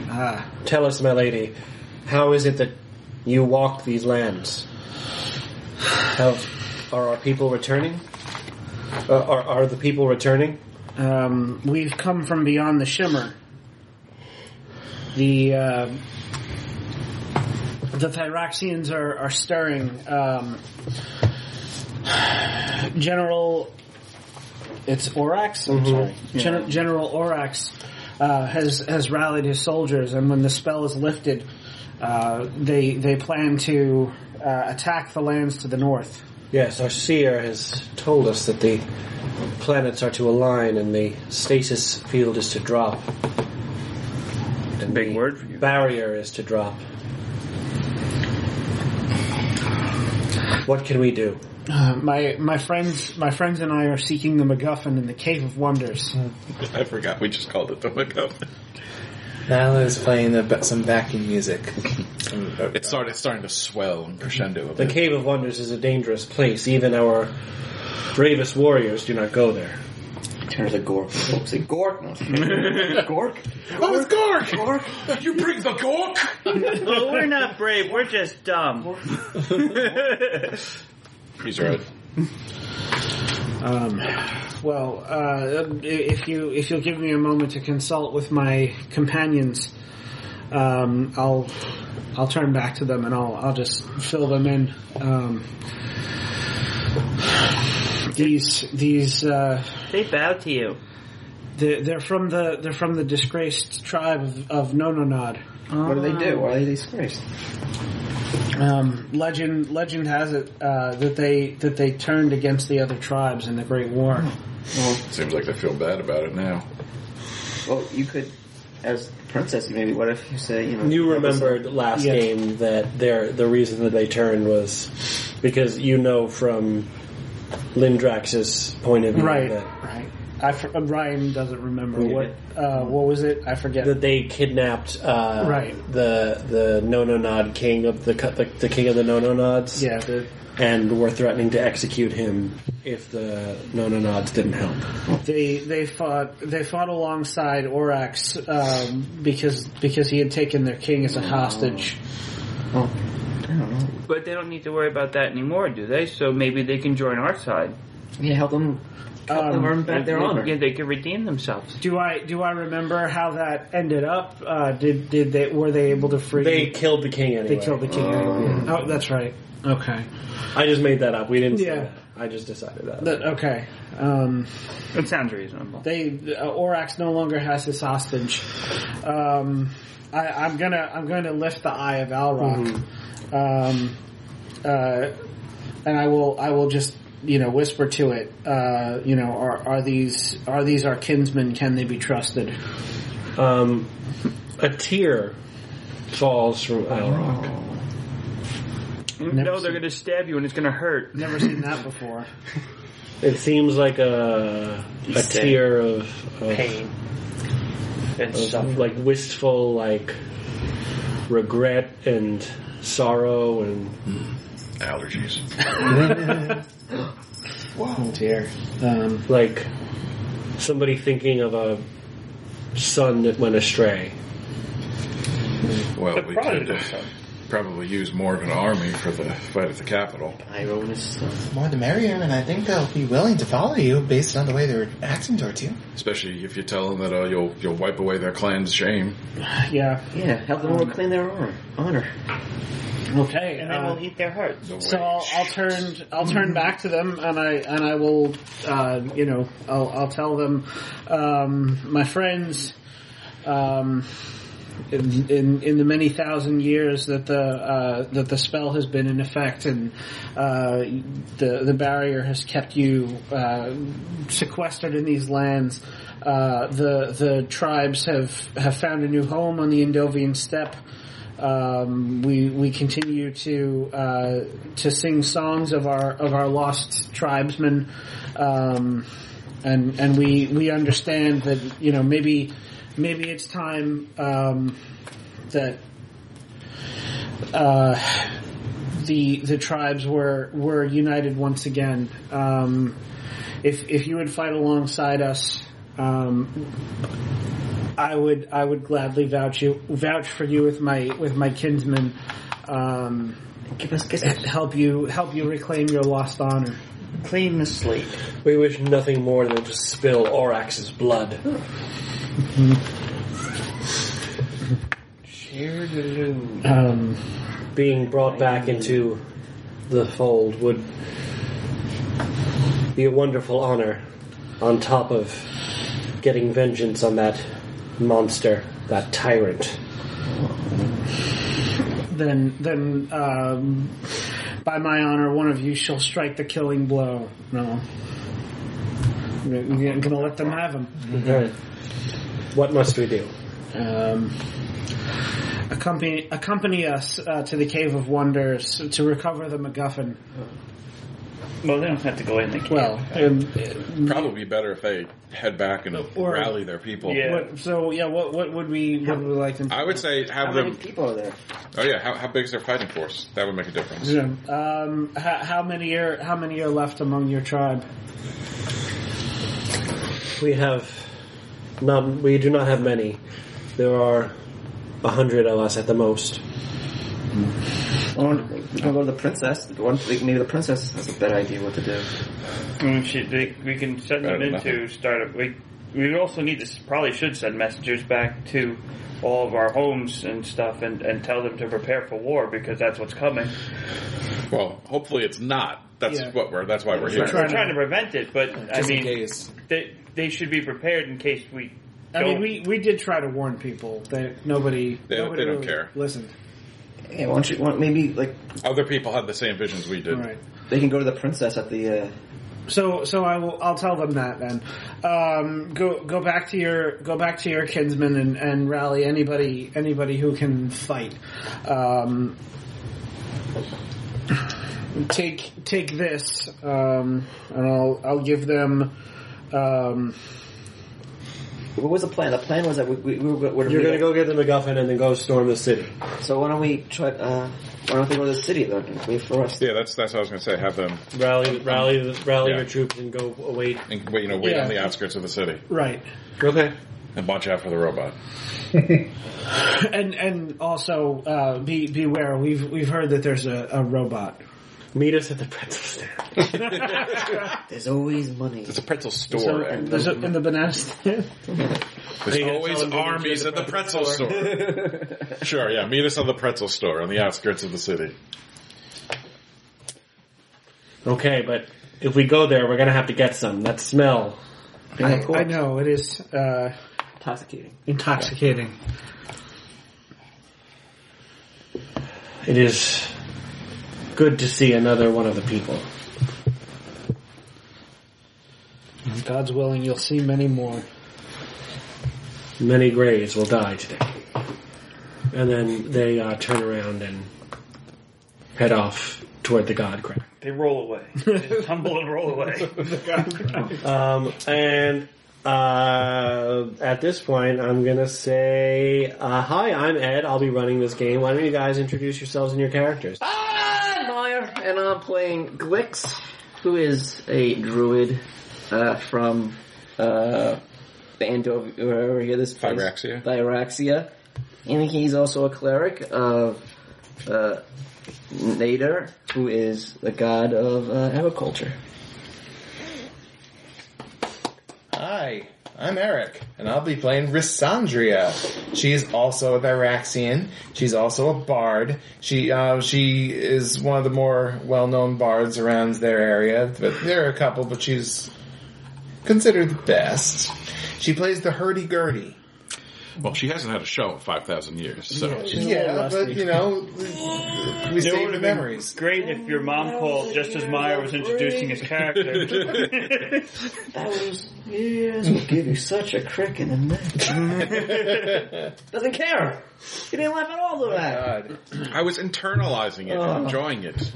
Speaker 4: Ah.
Speaker 5: Tell us, my lady, how is it that you walk these lands? Have are our people returning? Uh, are are the people returning?
Speaker 4: Um, we've come from beyond the shimmer. The uh, the Thyraxians are are stirring. Um, General, it's Orax.
Speaker 5: Mm-hmm.
Speaker 4: I'm sorry, Gen- General Orax uh, has has rallied his soldiers, and when the spell is lifted, uh, they they plan to uh, attack the lands to the north.
Speaker 5: Yes, our seer has told us that the planets are to align and the stasis field is to drop. And
Speaker 3: Big
Speaker 5: the
Speaker 3: word for you.
Speaker 5: Barrier is to drop. What can we do?
Speaker 4: Uh, my my friends my friends and I are seeking the MacGuffin in the Cave of Wonders.
Speaker 10: I forgot we just called it the MacGuffin.
Speaker 9: Nyla is playing the, ba- some backing music. Some- uh,
Speaker 10: It started, it's starting to swell and crescendo a
Speaker 5: The
Speaker 10: bit.
Speaker 5: Cave of Wonders is a dangerous place. Even our bravest warriors do not go there.
Speaker 7: Turn to the Gork. Oops, a Gork. No, it's Gork. Gork.
Speaker 10: oh, it's Gork!
Speaker 7: Gork.
Speaker 10: You bring the Gork!
Speaker 3: Well, we're not brave, we're just dumb.
Speaker 10: He's right.
Speaker 4: Um, well, uh, if you if you'll give me a moment to consult with my companions, um, I'll I'll turn back to them and I'll I'll just fill them in. Um, these these uh,
Speaker 3: they bow to you.
Speaker 4: they're, they're from the they're from the disgraced tribe of, of Nononod.
Speaker 7: What do they do? Why are they disgraced?
Speaker 4: Um, legend legend has it uh, that they that they turned against the other tribes in the Great War.
Speaker 10: Seems like they feel bad about it now.
Speaker 7: Well, you could, as princess, maybe. What if you say, you know,
Speaker 5: You remembered last
Speaker 4: Yeah.
Speaker 5: game that their the reason that they turned was because you know from Lindrax's point of view
Speaker 4: Right.
Speaker 5: that
Speaker 4: Right. I f- Ryan doesn't remember what uh, what was it. I forget.
Speaker 5: that they kidnapped uh,
Speaker 4: Right.
Speaker 5: the the no no nod king of the, cu- the the king of the no no nods
Speaker 4: yeah, the,
Speaker 5: and were threatening to execute him if the no no nods didn't help.
Speaker 4: they they fought they fought alongside Orax um, because because he had taken their king as a hostage.
Speaker 3: But they don't need to worry about that anymore, do they? So maybe they can join our side.
Speaker 7: Yeah, help them, help them
Speaker 4: Um,
Speaker 7: earn back their
Speaker 3: They-
Speaker 7: honor.
Speaker 3: Yeah, they can redeem themselves.
Speaker 4: Do I do I remember how that ended up? Uh, did did they were they able to free?
Speaker 5: They killed the king anyway.
Speaker 4: they killed the king. right? oh, that's right. Okay.
Speaker 5: I just made that up. We didn't.
Speaker 4: Yeah.
Speaker 5: Yeah. I just decided that.
Speaker 4: That, okay. Um,
Speaker 3: It sounds reasonable.
Speaker 4: they uh, Orax no longer has his hostage. Um, I, I'm gonna I'm gonna lift the eye of Alrock, um, uh, and I will I will just you know whisper to it. Uh, you know, are are these are these our kinsmen? Can they be trusted?
Speaker 5: Um, a tear falls from
Speaker 3: Oh.
Speaker 5: Alrock.
Speaker 3: no, they're going to stab you and it's going to hurt.
Speaker 4: Never seen that before.
Speaker 5: It seems like a a
Speaker 3: He's dead.
Speaker 5: tear of, of
Speaker 3: Pain. And
Speaker 5: of,
Speaker 3: suffering.
Speaker 5: like wistful like regret and sorrow and
Speaker 10: Allergies.
Speaker 4: Dear. Um,
Speaker 5: like somebody thinking of a son that went astray.
Speaker 10: Well, we could uh, probably use more of an army for the fight at the capital.
Speaker 9: More the merrier, and I think they'll be willing to follow you based on the way they're acting towards you.
Speaker 10: Especially if you tell them that uh, you'll you'll wipe away their clan's shame.
Speaker 4: yeah.
Speaker 7: yeah, help them reclaim their honor. honor.
Speaker 4: Okay.
Speaker 3: and then
Speaker 4: uh,
Speaker 3: we'll eat their hearts.
Speaker 10: The
Speaker 4: So
Speaker 10: way-
Speaker 4: I'll, I'll turn I'll turn back to them and I and I will uh, you know I'll, I'll tell them um, my friends um, in, in in the many thousand years that the uh, that the spell has been in effect and uh, the the barrier has kept you uh, sequestered in these lands. Uh, the the tribes have, have found a new home on the Indovian steppe. Um, we we continue to uh, to sing songs of our of our lost tribesmen, um, and and we we understand that you know maybe maybe it's time um, that uh, the the tribes were were united once again. Um, if if you would fight alongside us, um, I would I would gladly vouch you vouch for you with my with my kinsmen. Um,
Speaker 7: Give us kisses.
Speaker 4: help you help you reclaim your lost honor.
Speaker 7: Clean the slate.
Speaker 5: We wish nothing more than to spill Orax's blood.
Speaker 4: Um,
Speaker 5: Being brought back into the fold would be a wonderful honor on top of getting vengeance on that monster, that tyrant.
Speaker 4: then then um, by my honor, one of you shall strike the killing blow. No. I'm gonna let them have him.
Speaker 5: Alright. What must we do?
Speaker 4: um, accompany accompany us uh, to the Cave of Wonders to recover the MacGuffin.
Speaker 3: Well, they don't have to go in the cave.
Speaker 4: Well, um,
Speaker 10: Probably better if they head back and
Speaker 4: Or-
Speaker 10: rally their people.
Speaker 3: Yeah.
Speaker 4: what, so yeah, what what would we what would we like them?
Speaker 10: I would say have
Speaker 7: How many
Speaker 10: them.
Speaker 7: people are there?
Speaker 10: Oh yeah, how, how big is their fighting force? That would make a difference.
Speaker 4: Yeah. Um, how, how many are how many are left among your tribe?
Speaker 5: We have not. We do not have many. There are a hundred of us at the most.
Speaker 7: Or we can go to the princess. One, maybe the princess has a better idea what to do.
Speaker 3: Mm, shit, they- we can send them
Speaker 10: Better than
Speaker 3: into startup. We, we also need to s- probably should send messengers back to all of our homes and stuff and, and tell them to prepare for war because that's what's coming.
Speaker 10: Well, hopefully it's not. That's
Speaker 4: Yeah.
Speaker 10: what we're. That's why we're here.
Speaker 3: We're trying to prevent it, but I
Speaker 9: Just in
Speaker 3: mean,
Speaker 9: case.
Speaker 3: they, they should be prepared in case we.
Speaker 4: I
Speaker 3: don't-
Speaker 4: mean, we, we did try to warn people that nobody
Speaker 10: They don't-
Speaker 4: nobody
Speaker 10: they don't
Speaker 4: really
Speaker 10: care.
Speaker 4: Listened,
Speaker 7: Yeah, why don't you? Want, maybe like
Speaker 10: Other people had the same visions we did.
Speaker 4: all right.
Speaker 7: they can go to the princess at the. Uh,
Speaker 4: So so I will I'll tell them that then. Um, go go back to your go back to your kinsmen and, and rally anybody anybody who can fight. Um, take take this um, and I'll I'll give them Um,
Speaker 7: What was the plan? The plan was that we, we, we were going
Speaker 5: You're gonna go get the MacGuffin and then go storm the city.
Speaker 7: So why don't we try? Uh, why don't they go to the city then? Wait for us.
Speaker 10: Yeah, that's that's what I was going to say. Have them
Speaker 5: Rally, rally, the- rally
Speaker 10: Yeah.
Speaker 5: your troops and go await.
Speaker 10: and wait, you know, wait
Speaker 4: Yeah.
Speaker 10: on the outskirts of the city
Speaker 4: right.
Speaker 5: Okay.
Speaker 10: and watch out for the robot.
Speaker 4: And and also uh, be beware. We've we've heard that there's a, a robot.
Speaker 5: Meet us at the pretzel stand.
Speaker 7: There's always money.
Speaker 10: It's a pretzel store.
Speaker 4: So
Speaker 10: eh?
Speaker 4: there's a, in the banana stand.
Speaker 10: There's
Speaker 5: They
Speaker 10: always
Speaker 5: tell them to meet
Speaker 10: armies
Speaker 5: you
Speaker 10: at the pretzel store. sure, yeah. Meet us on the pretzel store on the outskirts of the city.
Speaker 5: Okay, but if we go there, we're gonna have to get some. That smell.
Speaker 4: I, I know it is uh,
Speaker 7: Intoxicating.
Speaker 4: intoxicating.
Speaker 5: It is good to see another one of the people.
Speaker 4: God's willing, you'll see many more.
Speaker 5: Many graves will die today. And then they uh, turn around and head off toward the God Crack.
Speaker 3: They roll away. They tumble and roll away.
Speaker 5: Um, and uh, at this point, I'm gonna say, uh, "Hi, I'm Ed. I'll be running this game. Why don't you guys introduce yourselves and your characters?"
Speaker 7: Ah, Meyer, and I'm playing Glix, who is a druid uh, from uh, Andover, wherever here this place.
Speaker 10: Thyraxia.
Speaker 7: Thyraxia, and he's also a cleric of uh, Nader, who is the god of uh, agriculture.
Speaker 9: Hi, I'm Eric, and I'll be playing Rissandria. She is also a Thyraxian. She's also a bard. She uh, she is one of the more well-known bards around their area, but there are a couple, but she's considered the best. She plays the hurdy-gurdy.
Speaker 10: Well, she hasn't had a show in 5,000 years, so.
Speaker 9: Yeah, but you know, we save the memories.
Speaker 3: Great if your mom called just as Meyer was introducing his character.
Speaker 7: That was years will give you such a crick in the neck. Doesn't care. He didn't laugh at all of that.
Speaker 9: God,
Speaker 10: I was internalizing it and enjoying it.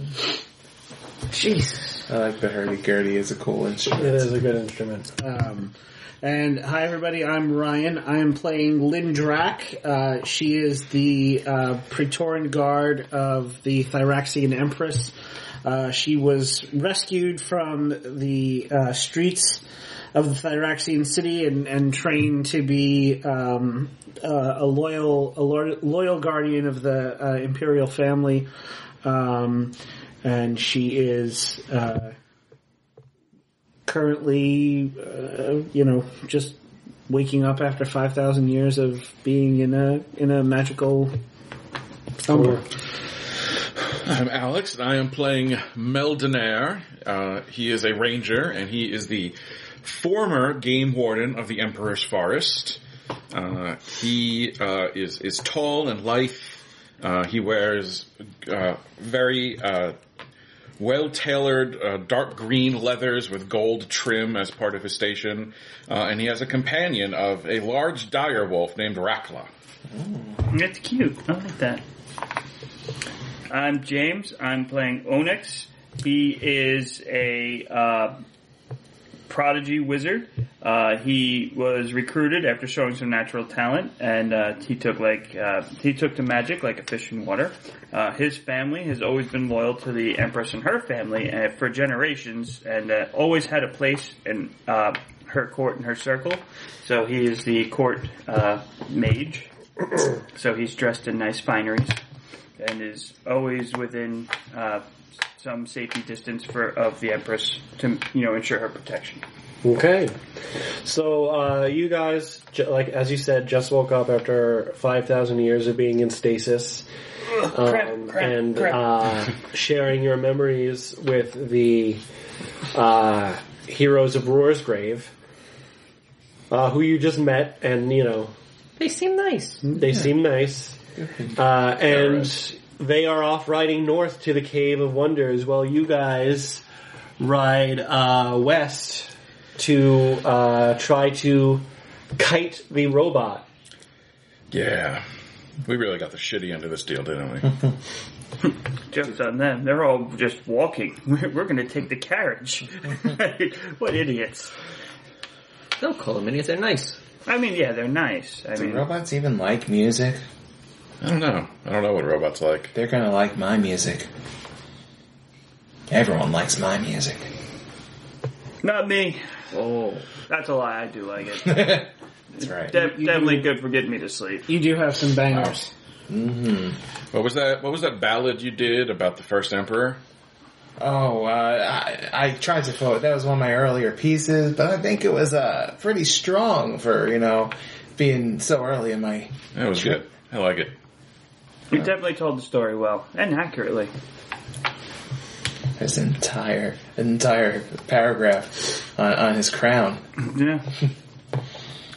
Speaker 7: Jesus.
Speaker 9: I like the hurdy-gurdy. It's a cool instrument.
Speaker 5: It is a good instrument.
Speaker 4: Um, and hi, everybody. I'm Ryan. I am playing Lynn Drac. Uh, she is the uh, Praetorian Guard of the Thyraxian Empress. Uh, she was rescued from the uh, streets of the Thyraxian city and, and trained to be um, uh, a loyal a lo- loyal guardian of the uh, imperial family. Um, and she is. Uh, currently, uh, you know, just waking up after five thousand years of being in a in a magical slumber.
Speaker 10: I'm Alex, and I am playing Meldenair. Uh, he is a ranger, and he is the former game warden of the Emperor's Forest. Uh, he uh, is is tall and lithe. Uh, he wears uh, very uh, well tailored uh, dark green leathers with gold trim as part of his station, uh, and he has a companion of a large dire wolf named Rakla.
Speaker 3: That's cute. I like that. I'm James. I'm playing Onyx. He is a uh, prodigy wizard. Uh, he was recruited after showing some natural talent, and uh, he took like uh, he took to magic like a fish in water. Uh, his family has always been loyal to the Empress and her family uh, for generations, and uh, always had a place in uh, her court and her circle. So he is the court uh, mage. So he's dressed in nice fineries and is always within uh, some safety distance for of the Empress to you know ensure her protection.
Speaker 5: Okay, so uh, you guys, ju- like as you said, just woke up after five thousand years of being in stasis, um, and Uh, sharing your memories with the uh, heroes of Roar's Grave, uh, who you just met, and you know
Speaker 7: They seem nice.
Speaker 5: They seem nice. Uh, and they are off riding north to the Cave of Wonders while you guys ride uh, west to uh, try to kite the robot.
Speaker 10: Yeah, we really got the shitty end of this deal, didn't we?
Speaker 3: Jokes on them. They're all just walking. We're, we're going to take the carriage. what idiots.
Speaker 7: Don't call them idiots. They're nice.
Speaker 3: I mean, yeah, they're nice. I
Speaker 9: Do
Speaker 3: mean,
Speaker 9: robots even like music?
Speaker 10: I don't know. I don't know what a robot's like.
Speaker 9: They're gonna like my music. Everyone likes my music.
Speaker 3: not me.
Speaker 7: Oh,
Speaker 3: That's a lie. I do like it.
Speaker 9: That's right.
Speaker 3: De- definitely good for getting me to sleep.
Speaker 4: You do have some bangers.
Speaker 10: What was that? What was that ballad you did about the first emperor?
Speaker 9: Oh, uh, I, I tried to quote. That was one of my earlier pieces, but I think it was uh, pretty strong for you know being so early in my.
Speaker 10: That was good. I like it.
Speaker 3: You definitely told the story well and accurately.
Speaker 9: This entire entire paragraph on, on his crown.
Speaker 3: Yeah, it's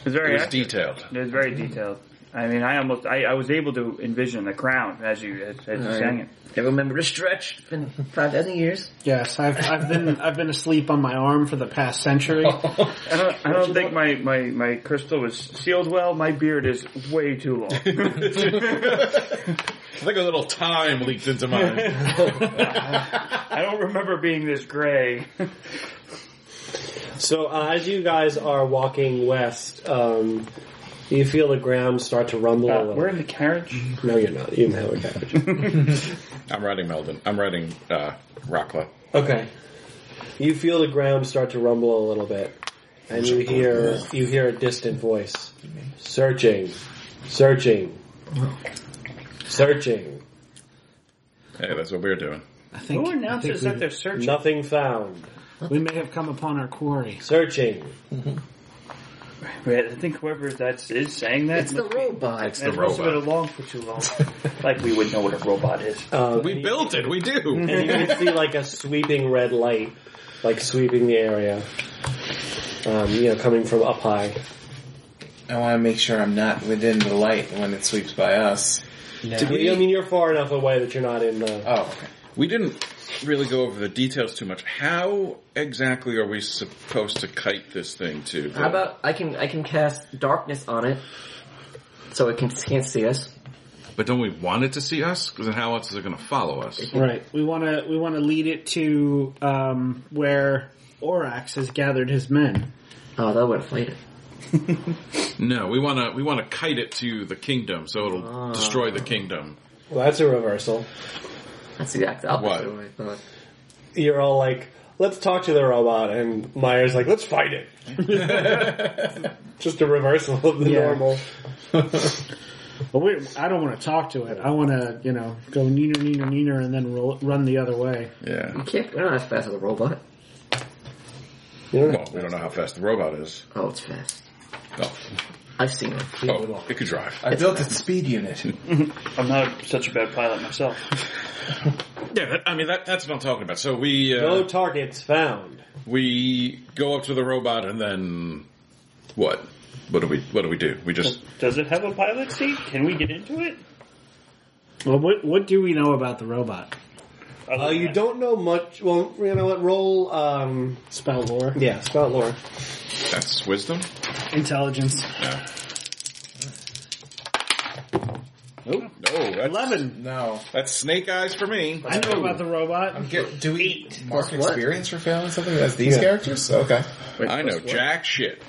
Speaker 10: It
Speaker 3: very
Speaker 10: was
Speaker 3: accurate.
Speaker 10: detailed.
Speaker 3: It was very detailed. I mean, I almost I, I was able to envision the crown as you as, as you
Speaker 7: Right.
Speaker 3: sang it.
Speaker 7: I remember to stretch. It's been five thousand years.
Speaker 4: Yes, I've, I've been I've been asleep on my arm for the past century.
Speaker 3: I don't, I don't think my, my, my crystal was sealed well. My beard is way too long.
Speaker 10: I think a little time leaked into mine.
Speaker 3: I don't remember being this gray.
Speaker 5: So uh, as you guys are walking west, um, you feel the ground start to rumble a little.
Speaker 3: Uh, we're in the carriage.
Speaker 5: No, you're not. You don't have a carriage.
Speaker 10: I'm writing Meldon. I'm writing uh, Rockla.
Speaker 5: okay. You feel the ground start to rumble a little bit, and you hear you hear a distant voice, searching, searching, searching.
Speaker 10: Hey, that's what we were doing.
Speaker 4: I think,
Speaker 3: Who
Speaker 4: I think
Speaker 3: announces
Speaker 4: we,
Speaker 3: that they're searching?
Speaker 5: Nothing found.
Speaker 4: we may have come upon our quarry.
Speaker 5: Searching.
Speaker 3: Wait, I think whoever that is saying that.
Speaker 7: It's the robot.
Speaker 3: It's must have been along for too long. like we would know what a robot is.
Speaker 5: Um,
Speaker 10: We
Speaker 5: and you-
Speaker 10: built it. We do.
Speaker 5: and you can see like a sweeping red light, like sweeping the area. Um, you know, coming from up high.
Speaker 9: I want to make sure I'm not within the light when it sweeps by us.
Speaker 5: Did we- I mean, you're far enough away that you're not in uh, the.
Speaker 9: Oh, okay.
Speaker 10: We didn't really go over the details too much. How exactly are we supposed to kite this thing to?
Speaker 7: How about I can I can cast darkness on it, so it can can't see us.
Speaker 10: But don't we want it to see us? Because then how else is it going to follow us?
Speaker 4: Right. We want to we want to lead it to um, where Orax has gathered his men.
Speaker 7: Oh, that would have played it.
Speaker 10: No, we want to we want to kite it to the kingdom, so it'll
Speaker 7: Ah.
Speaker 10: destroy the kingdom.
Speaker 5: Well, that's a reversal.
Speaker 7: That's the exact opposite
Speaker 10: What?
Speaker 7: of what I thought.
Speaker 5: You're all like, let's talk to the robot, and Meyer's like, let's fight it. Just a reversal of the
Speaker 4: Yeah.
Speaker 5: normal.
Speaker 4: But we, I don't want to talk to it. I want to, you know, go neener, neener, neener, and then roll, run the other way.
Speaker 10: Yeah.
Speaker 7: You can't. We're not as fast as a robot.
Speaker 10: Well, we don't know how fast the robot is.
Speaker 7: Oh, it's fast.
Speaker 10: Oh,
Speaker 7: I've seen it.
Speaker 10: oh it could drive.
Speaker 9: I built its speed unit.
Speaker 3: I'm not such a bad pilot myself.
Speaker 10: Yeah, that, I mean that, that's what I'm talking about. So we uh,
Speaker 5: No targets found.
Speaker 10: we go up to the robot and then what? What do we what do we do? We just
Speaker 3: Does it have a pilot seat? Can we get into it?
Speaker 4: Well, what what do we know about the robot?
Speaker 5: Uh, you don't know much. Well, you know what? Roll. Um,
Speaker 4: Spell lore,
Speaker 5: yeah, spell lore.
Speaker 10: that's wisdom.
Speaker 4: intelligence.
Speaker 10: Nope. No, that's,
Speaker 4: Eleven.
Speaker 9: No.
Speaker 10: That's snake eyes for me.
Speaker 4: I know about the robot.
Speaker 9: I'm get, do we mark
Speaker 7: Plus what?
Speaker 9: experience for failing something as these characters? Okay.
Speaker 10: I know jack shit.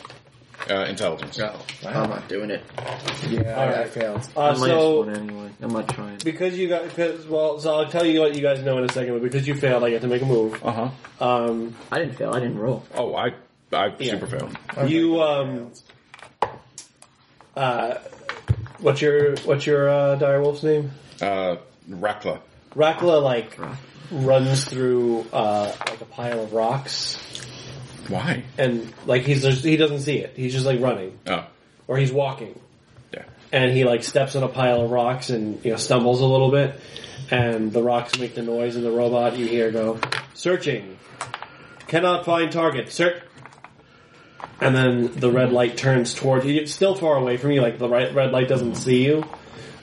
Speaker 10: Uh, intelligence.
Speaker 7: No,
Speaker 9: Wow.
Speaker 7: I'm not doing it.
Speaker 9: Yeah,
Speaker 5: All
Speaker 9: I
Speaker 5: right.
Speaker 9: failed.
Speaker 5: Uh,
Speaker 7: I'm
Speaker 5: so
Speaker 7: one anyway. I'm not trying.
Speaker 5: because you got because well, so I'll tell you what you guys know in a second. But because you failed, I get to make a move.
Speaker 10: Uh huh.
Speaker 5: Um,
Speaker 7: I didn't fail. I didn't roll.
Speaker 10: Oh, I I super failed.
Speaker 5: you um, uh, what's your what's your uh, direwolf's name?
Speaker 10: Uh, Rakla.
Speaker 5: Rakla like runs through uh, like a pile of rocks,
Speaker 10: Why?
Speaker 5: and like he's just, he doesn't see it. He's just like running
Speaker 10: Oh,
Speaker 5: or he's walking,
Speaker 10: yeah.
Speaker 5: and he like steps on a pile of rocks and you know stumbles a little bit, and the rocks make the noise, and the robot you hear go searching, cannot find target, search. And then the red light turns toward you. It's still far away from you. Like the right, red light doesn't see you,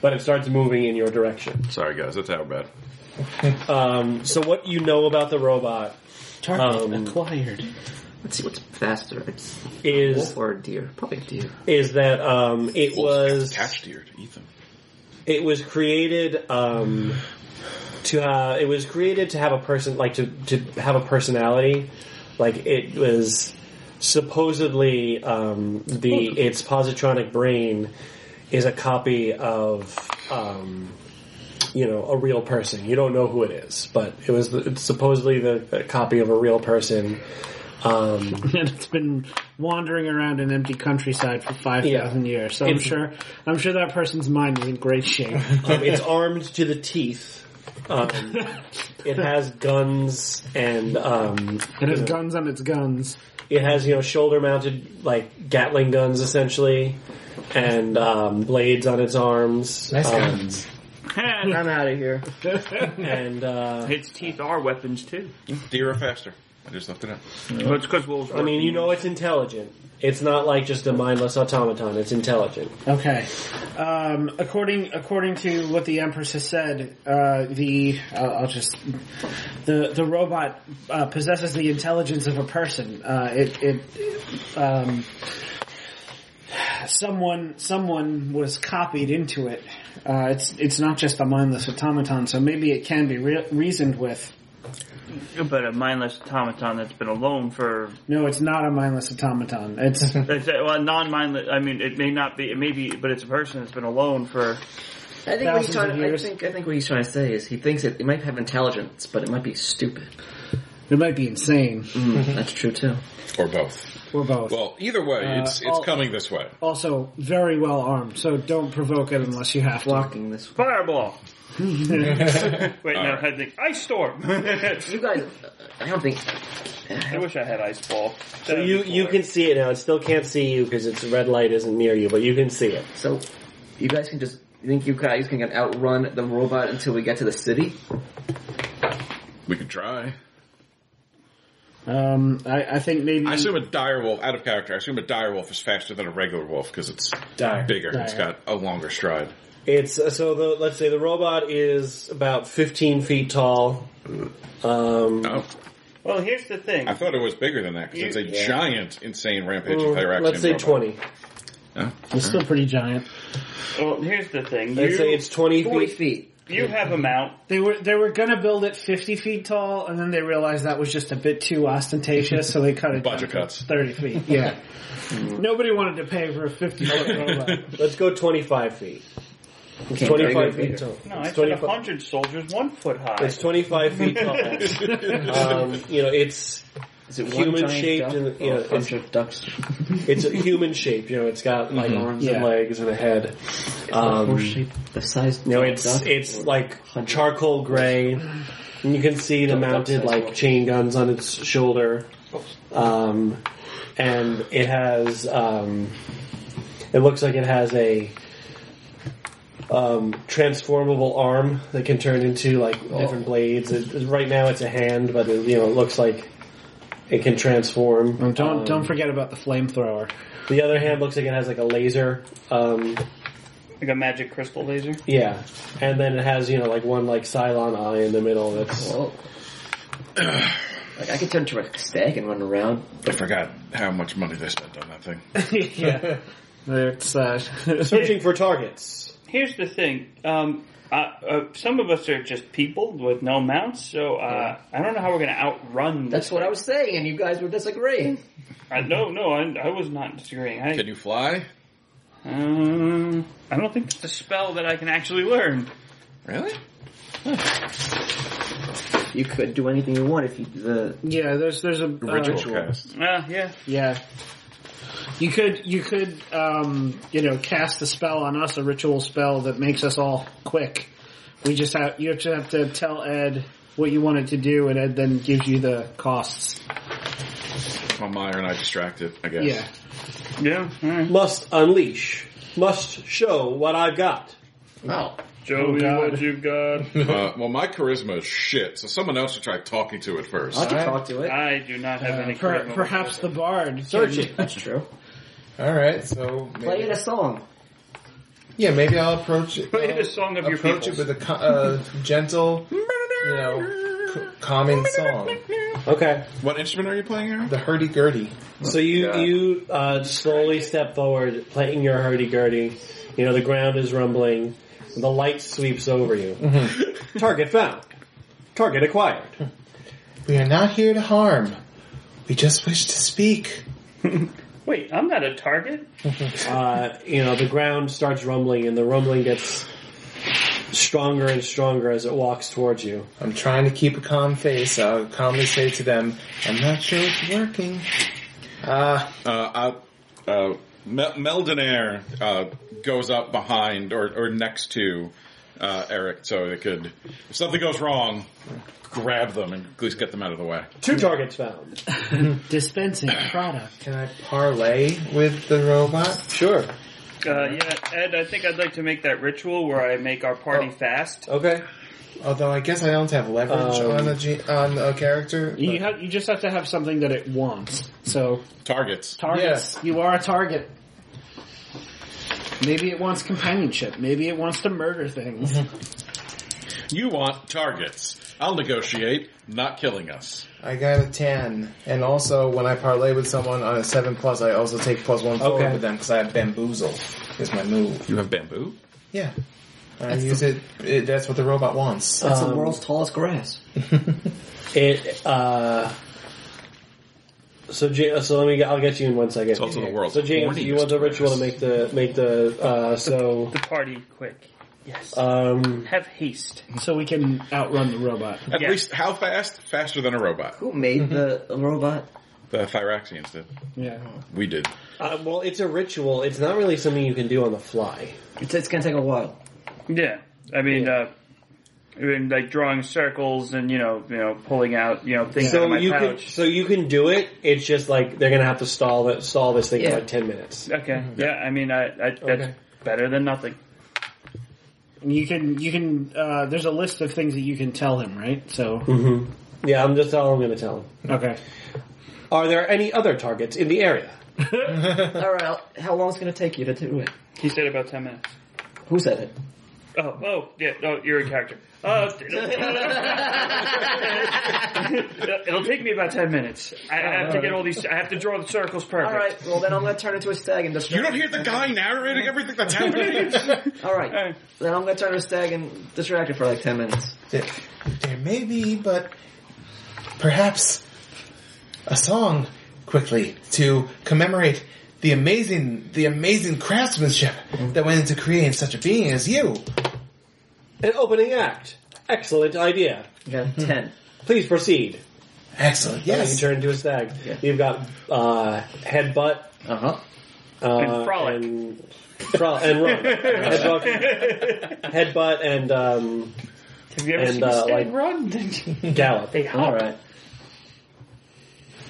Speaker 5: but it starts moving in your direction.
Speaker 10: Sorry guys, that's how bad.
Speaker 5: Um, so what you know about the robot
Speaker 4: Target
Speaker 5: um,
Speaker 4: acquired.
Speaker 7: Let's see what's faster. It's
Speaker 5: is
Speaker 7: wolf or a deer. Probably a deer.
Speaker 5: is that um, it was
Speaker 10: attached deer to Ethan?
Speaker 5: it was created um, to uh, it was created to have a person like to to have a personality like it was supposedly um, the its positronic brain is a copy of um, you know a real person. You don't know who it is, but it was the, it's supposedly the, the copy of a real person. Um,
Speaker 4: and it's been wandering around an empty countryside for five thousand years. So I'm
Speaker 5: It's-
Speaker 4: sure, I'm sure that person's mind is in great shape.
Speaker 5: Um, it's armed to the teeth. Um, it has guns and um,
Speaker 4: It has guns on its guns.
Speaker 5: it has you know shoulder mounted like Gatling guns essentially, and um, blades on its arms.
Speaker 9: Nice
Speaker 5: Um,
Speaker 9: guns.
Speaker 7: I'm out of here.
Speaker 5: And uh,
Speaker 3: Its teeth are weapons too.
Speaker 2: Deer are faster. I just left it up.
Speaker 3: Well, it's because wolves.
Speaker 5: I mean, you know, it's intelligent. It's not like just a mindless automaton. It's intelligent.
Speaker 4: Okay. Um, according according to what the Empress has said, uh, the I'll, I'll just the the robot uh, possesses the intelligence of a person. Uh, it it um, someone someone was copied into it. Uh, it's it's not just a mindless automaton, so maybe it can be re- reasoned with.
Speaker 3: but a mindless automaton that's been alone for
Speaker 4: No, it's not a mindless automaton. It's
Speaker 3: It's a, well, non-mindless. I mean, it may not be. It may be, but it's a person that's been alone for.
Speaker 7: I think, what he's
Speaker 4: Thousands
Speaker 7: trying,
Speaker 4: of
Speaker 7: I
Speaker 4: years.
Speaker 7: think I think what he's trying to say is he thinks it, it might have intelligence, but it might be stupid.
Speaker 4: it might be insane.
Speaker 7: That's true too.
Speaker 10: Or both.
Speaker 4: We're both.
Speaker 10: Well, either way, it's it's
Speaker 4: all-
Speaker 10: coming this way.
Speaker 4: also very well armed, so don't provoke it unless you have to.
Speaker 7: Walking this way.
Speaker 3: Fireball. Wait, no, I think ice storm. I
Speaker 7: You guys, I don't think
Speaker 3: wish I had ice ball.
Speaker 5: So you you can see it now. It still can't see you because its red light isn't near you, but you can see it.
Speaker 7: so. You guys can just. You think you guys can outrun the robot until we get to the city?
Speaker 10: We could try.
Speaker 4: Um, I, I think maybe
Speaker 10: I assume a dire wolf, out of character, I assume a dire wolf is faster than a regular wolf because it's
Speaker 9: Dire.
Speaker 10: bigger. It's
Speaker 4: Dire.
Speaker 10: got a longer stride.
Speaker 5: It's uh, so the let's say the robot is about fifteen feet tall. Um,
Speaker 10: Oh,
Speaker 3: Well, here's the thing.
Speaker 10: I thought it was bigger than that because it's a
Speaker 5: Yeah.
Speaker 10: giant, insane rampaging
Speaker 5: mm,
Speaker 10: Pyraxian
Speaker 5: let's say
Speaker 10: robot.
Speaker 5: twenty.
Speaker 4: it's still pretty giant.
Speaker 3: Um, Well, here's the thing.
Speaker 5: Let's say
Speaker 3: You,
Speaker 5: it's twenty
Speaker 7: Forty
Speaker 5: feet.
Speaker 7: feet.
Speaker 3: you have a mount.
Speaker 4: They were they were gonna build it fifty feet tall, and then they realized that was just a bit too ostentatious, so they cut it down
Speaker 10: Budget
Speaker 4: to
Speaker 10: cuts.
Speaker 4: thirty feet. Yeah, Oh, nobody wanted to pay for a fifty foot robot.
Speaker 5: Let's go twenty-five feet. It's
Speaker 7: Okay,
Speaker 5: twenty-five
Speaker 7: very
Speaker 5: feet
Speaker 7: good.
Speaker 5: tall.
Speaker 3: No,
Speaker 5: it's
Speaker 3: I said a
Speaker 5: 25
Speaker 3: hundred soldiers, one foot high.
Speaker 5: It's 25 feet tall. um, you know, it's
Speaker 7: Is it
Speaker 5: Human shaped
Speaker 7: duck
Speaker 5: and-
Speaker 7: or
Speaker 5: yeah,
Speaker 7: a bunch of ducks?
Speaker 5: it's human shaped. You know, it's got like arms and
Speaker 4: Yeah.
Speaker 5: legs and a head.
Speaker 7: Or
Speaker 5: Um,
Speaker 7: shape the size.
Speaker 5: you know,
Speaker 7: of a
Speaker 5: it's
Speaker 7: duck?
Speaker 5: it's like charcoal gray. And you can see the mounted like chain guns on its shoulder, um, and it has. Um, it looks like it has a um, transformable arm that can turn into like different blades. It, right now, it's a hand, but it, you know, it looks like it can transform.
Speaker 4: Don't
Speaker 5: Um,
Speaker 4: don't forget about the flamethrower.
Speaker 5: The other hand looks like it has like a laser. Um,
Speaker 3: like a magic crystal laser.
Speaker 5: yeah, and then it has you know like one like Cylon eye in the middle. That's
Speaker 7: Whoa. like I could turn into a stag and run around.
Speaker 10: I forgot how much money they spent on that thing.
Speaker 4: yeah, it's uh,
Speaker 5: searching for targets.
Speaker 3: Here's the thing. Um, uh, uh, some of us are just people with no mounts, so uh, I don't know how we're going to outrun.
Speaker 7: That's
Speaker 3: this.
Speaker 7: what I was saying, and you guys were disagreeing.
Speaker 3: I, no, no, I, I was not disagreeing. I,
Speaker 10: Can you fly?
Speaker 3: Um, I don't think it's a spell that I can actually learn.
Speaker 10: Really?
Speaker 7: You could do anything you want if you the
Speaker 4: yeah. There's there's a uh,
Speaker 10: Ritual cast.
Speaker 3: Uh, yeah.
Speaker 4: Yeah. You could you could um, you know cast a spell on us, a ritual spell that makes us all quick. We just have you just have to tell Ed what you wanted to do, and Ed then gives you the costs.
Speaker 10: Well, Meyer and I distracted, I guess.
Speaker 4: Yeah.
Speaker 3: Yeah. All right.
Speaker 5: Must unleash. Must show what I've got.
Speaker 9: Oh.
Speaker 3: Joey,
Speaker 4: God.
Speaker 3: what you got?
Speaker 10: Uh, well, my charisma is shit, so someone else should try talking to it first.
Speaker 7: I could talk to it.
Speaker 3: I do not have any.
Speaker 4: Uh, per-
Speaker 3: charisma.
Speaker 4: perhaps the bard.
Speaker 7: Search it. That's true.
Speaker 9: All right, so maybe,
Speaker 7: Play it a song.
Speaker 9: yeah, maybe I'll approach it.
Speaker 3: Play
Speaker 9: I'll
Speaker 3: the song of your
Speaker 9: approach it
Speaker 3: peoples.
Speaker 9: with a co- uh, gentle, you know, c- calming song.
Speaker 5: Okay,
Speaker 10: What instrument are you playing, Aaron?
Speaker 9: The hurdy gurdy.
Speaker 5: so you you uh, slowly step forward, playing your hurdy gurdy. You know the ground is rumbling. The light sweeps over you. Target found. Target acquired.
Speaker 9: We are not here to harm. We just wish to speak.
Speaker 3: Wait, I'm not a target.
Speaker 5: uh, you know, the ground starts rumbling, and the rumbling gets stronger and stronger as it walks towards you.
Speaker 9: I'm trying to keep a calm face. I'll calmly say to them, I'm not sure it's working. Uh,
Speaker 2: Uh, I, uh, Mel- Meldenair uh, goes up behind or, or next to uh, Eric, so they could, if something goes wrong, grab them and at least get them out of the way.
Speaker 5: Two targets found.
Speaker 11: Dispensing product.
Speaker 9: can I parlay with the robot?
Speaker 5: Sure.
Speaker 3: Uh, yeah, Ed, I think I'd like to make that ritual where I make our party fast.
Speaker 5: Okay.
Speaker 9: Although I guess I don't have leverage
Speaker 5: Um,
Speaker 9: on a G- on a character.
Speaker 4: You have you just have to have something that it wants. So
Speaker 2: Targets.
Speaker 9: Yes.
Speaker 11: Targets. You are a target. Maybe it wants companionship. Maybe it wants to murder things.
Speaker 2: You want targets. I'll negotiate not killing us.
Speaker 9: I got a ten, and also when I parlay with someone on a seven plus, I also take plus one forward
Speaker 5: Okay.
Speaker 9: with them because I have bamboozle. Is my move?
Speaker 2: You have bamboo?
Speaker 9: Yeah, I use it, it. That's what the robot wants.
Speaker 5: Oh.
Speaker 7: That's
Speaker 5: Um,
Speaker 7: the world's tallest grass.
Speaker 5: It. Uh, so, J- so let me. Get, I'll get you in one second. It's
Speaker 2: also the world's
Speaker 5: So, James, you want the
Speaker 2: horniest
Speaker 5: ritual to make the make the uh, so
Speaker 3: The party, quick. Yes.
Speaker 5: um,
Speaker 3: Have haste.
Speaker 4: so we can outrun the robot.
Speaker 2: At
Speaker 3: Yeah.
Speaker 2: least how fast? Faster than a robot.
Speaker 7: Who made the robot?
Speaker 2: The Thyraxians did.
Speaker 4: Yeah.
Speaker 2: We did.
Speaker 5: uh, well, it's a ritual. It's not really something you can do on the fly.
Speaker 7: It's, it's gonna take a while.
Speaker 3: Yeah, I mean, uh, I mean, like drawing circles and you know, you know, pulling out you know things out of
Speaker 5: So
Speaker 3: my
Speaker 5: you can
Speaker 3: pouch.
Speaker 5: so you can do it. It's just like they're gonna have to stall that stall this thing
Speaker 7: Yeah.
Speaker 5: for like ten minutes.
Speaker 3: Okay, yeah, I mean, I, I that's
Speaker 5: Okay.
Speaker 3: better than nothing.
Speaker 4: You can you can uh, there's a list of things that you can tell him, right? So
Speaker 5: Mm-hmm. Yeah, I'm just all I'm gonna tell them.
Speaker 4: okay.
Speaker 5: Are there any other targets in the area?
Speaker 7: Alright, how long is it gonna take you to do it?
Speaker 3: He said about ten minutes.
Speaker 7: Who said it?
Speaker 3: Oh, oh, yeah, oh, you're in character. Uh, it'll, it'll take me about ten minutes. I have to get all these. I have to draw the circles perfect.
Speaker 7: Alright, well then I'm gonna turn into a stag and
Speaker 2: You
Speaker 7: distract
Speaker 2: don't hear the guy narrating everything that's happening?
Speaker 7: Alright,
Speaker 3: Alright.
Speaker 7: then I'm gonna turn into a stag and distract it for like 10 minutes.
Speaker 9: There, there may be, but perhaps a song quickly to commemorate the amazing, the amazing craftsmanship that went into creating such a being as you.
Speaker 5: An opening act. Excellent idea.
Speaker 7: Yeah, 10.
Speaker 5: Please proceed.
Speaker 9: Excellent.
Speaker 5: You
Speaker 9: Yes.
Speaker 5: turn into a stag.
Speaker 7: Yeah.
Speaker 5: You've got uh, headbutt.
Speaker 7: Uh huh.
Speaker 5: Uh,
Speaker 3: And frolic.
Speaker 5: And, fro- and run. headbutt, headbutt and um,
Speaker 3: Have you ever
Speaker 5: and
Speaker 3: seen a
Speaker 5: uh,
Speaker 3: stag
Speaker 5: like
Speaker 3: run?
Speaker 5: gallop.
Speaker 3: They hop.
Speaker 7: Alright.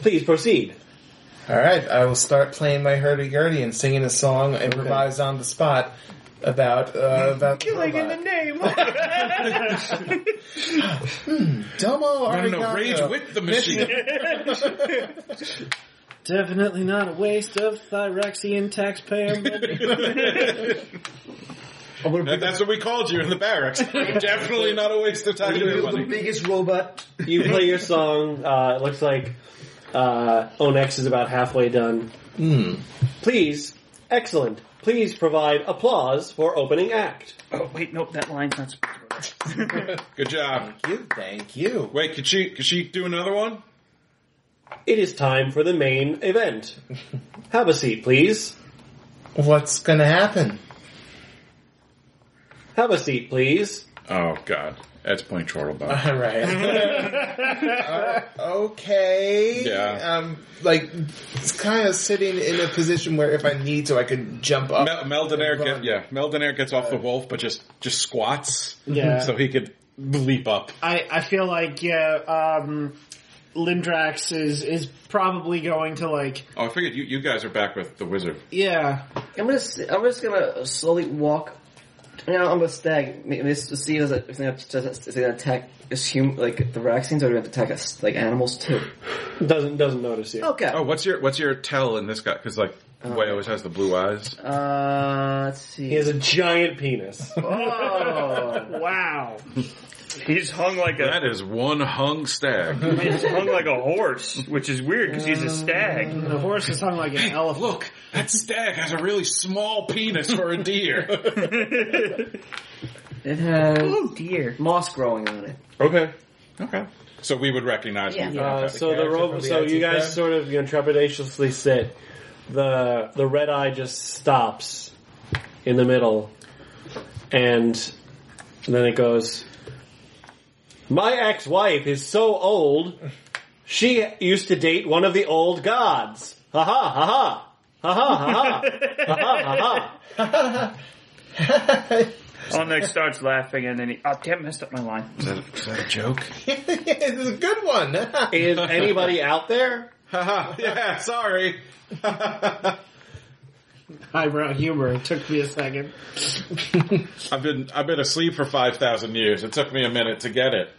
Speaker 5: Please proceed.
Speaker 9: All right, I will start playing my hurdy-gurdy and singing a song improvised on the spot about uh, about killing in the name. hmm, Domo
Speaker 10: I don't know,
Speaker 9: arigato.
Speaker 10: rage with the machine.
Speaker 11: Definitely not a waste of Thyraxian taxpayer money.
Speaker 2: That- that's what we called you in the barracks. Definitely not a waste of time.
Speaker 7: the biggest robot.
Speaker 5: You play your song. Uh, it looks like uh, Onyx is about halfway done. Please, excellent. Please provide applause for opening act.
Speaker 3: Oh wait, nope, that line's not. supposed to go there.
Speaker 2: Good job.
Speaker 9: Thank you, thank you.
Speaker 2: Wait, could she could she do another one?
Speaker 5: It is time for the main event. Have a seat, please.
Speaker 9: What's gonna happen?
Speaker 5: Have a seat, please.
Speaker 2: Oh God, that's playing Chortlebot.
Speaker 9: All right. Uh, okay.
Speaker 2: Yeah.
Speaker 9: Um, like, it's kind of sitting in a position where if I need to, I could jump
Speaker 10: Uh,
Speaker 9: up.
Speaker 2: Mel- Meldenair,
Speaker 9: Run.
Speaker 2: get, yeah, Meldenair gets off the wolf, but just just squats.
Speaker 4: Yeah.
Speaker 2: so he could leap up.
Speaker 4: I, I feel like yeah, um, Lindrax is is probably going to like
Speaker 2: Oh, I figured you, you guys are back with the wizard.
Speaker 4: yeah
Speaker 7: I'm gonna, s- I'm just gonna slowly walk. You know, I'm gonna stag. m- Just to see if it's- if they're gonna, just- if they're gonna attack is hum, like the Raxians, or they're gonna attack us like animals too.
Speaker 5: Doesn't doesn't notice you.
Speaker 7: Okay.
Speaker 2: Oh, what's your what's your tell in this guy? Because like Way always has the blue eyes.
Speaker 7: Uh, let's see.
Speaker 5: He has a giant penis.
Speaker 7: oh,
Speaker 4: wow
Speaker 3: He's hung like a
Speaker 2: That is one hung stag.
Speaker 3: he's hung like a horse, which is weird because he's a stag.
Speaker 4: the horse is hung like an elephant.
Speaker 2: Look, that stag has a really small penis for a deer.
Speaker 7: it has
Speaker 3: dear.
Speaker 7: moss growing on it.
Speaker 2: okay. Okay.
Speaker 10: So we would recognize
Speaker 12: Yeah.
Speaker 10: him.
Speaker 5: Uh,
Speaker 10: Okay.
Speaker 5: so the robe. so you guys sort of you know trepidatiously sit. The the red eye just stops in the middle, and then it goes. My ex-wife is so old. She used to date one of the old gods. Ha ha ha ha. Ha ha ha ha. Ha ha ha ha.
Speaker 3: Olmec starts laughing and then he, oh damn, messed up my line.
Speaker 2: Is that, is that a joke?
Speaker 9: this is a good one.
Speaker 5: Is anybody out there?
Speaker 2: Haha, yeah, sorry.
Speaker 4: Highbrow humor. It took me a second.
Speaker 10: I've been I've been asleep for five thousand years. It took me a minute to get it.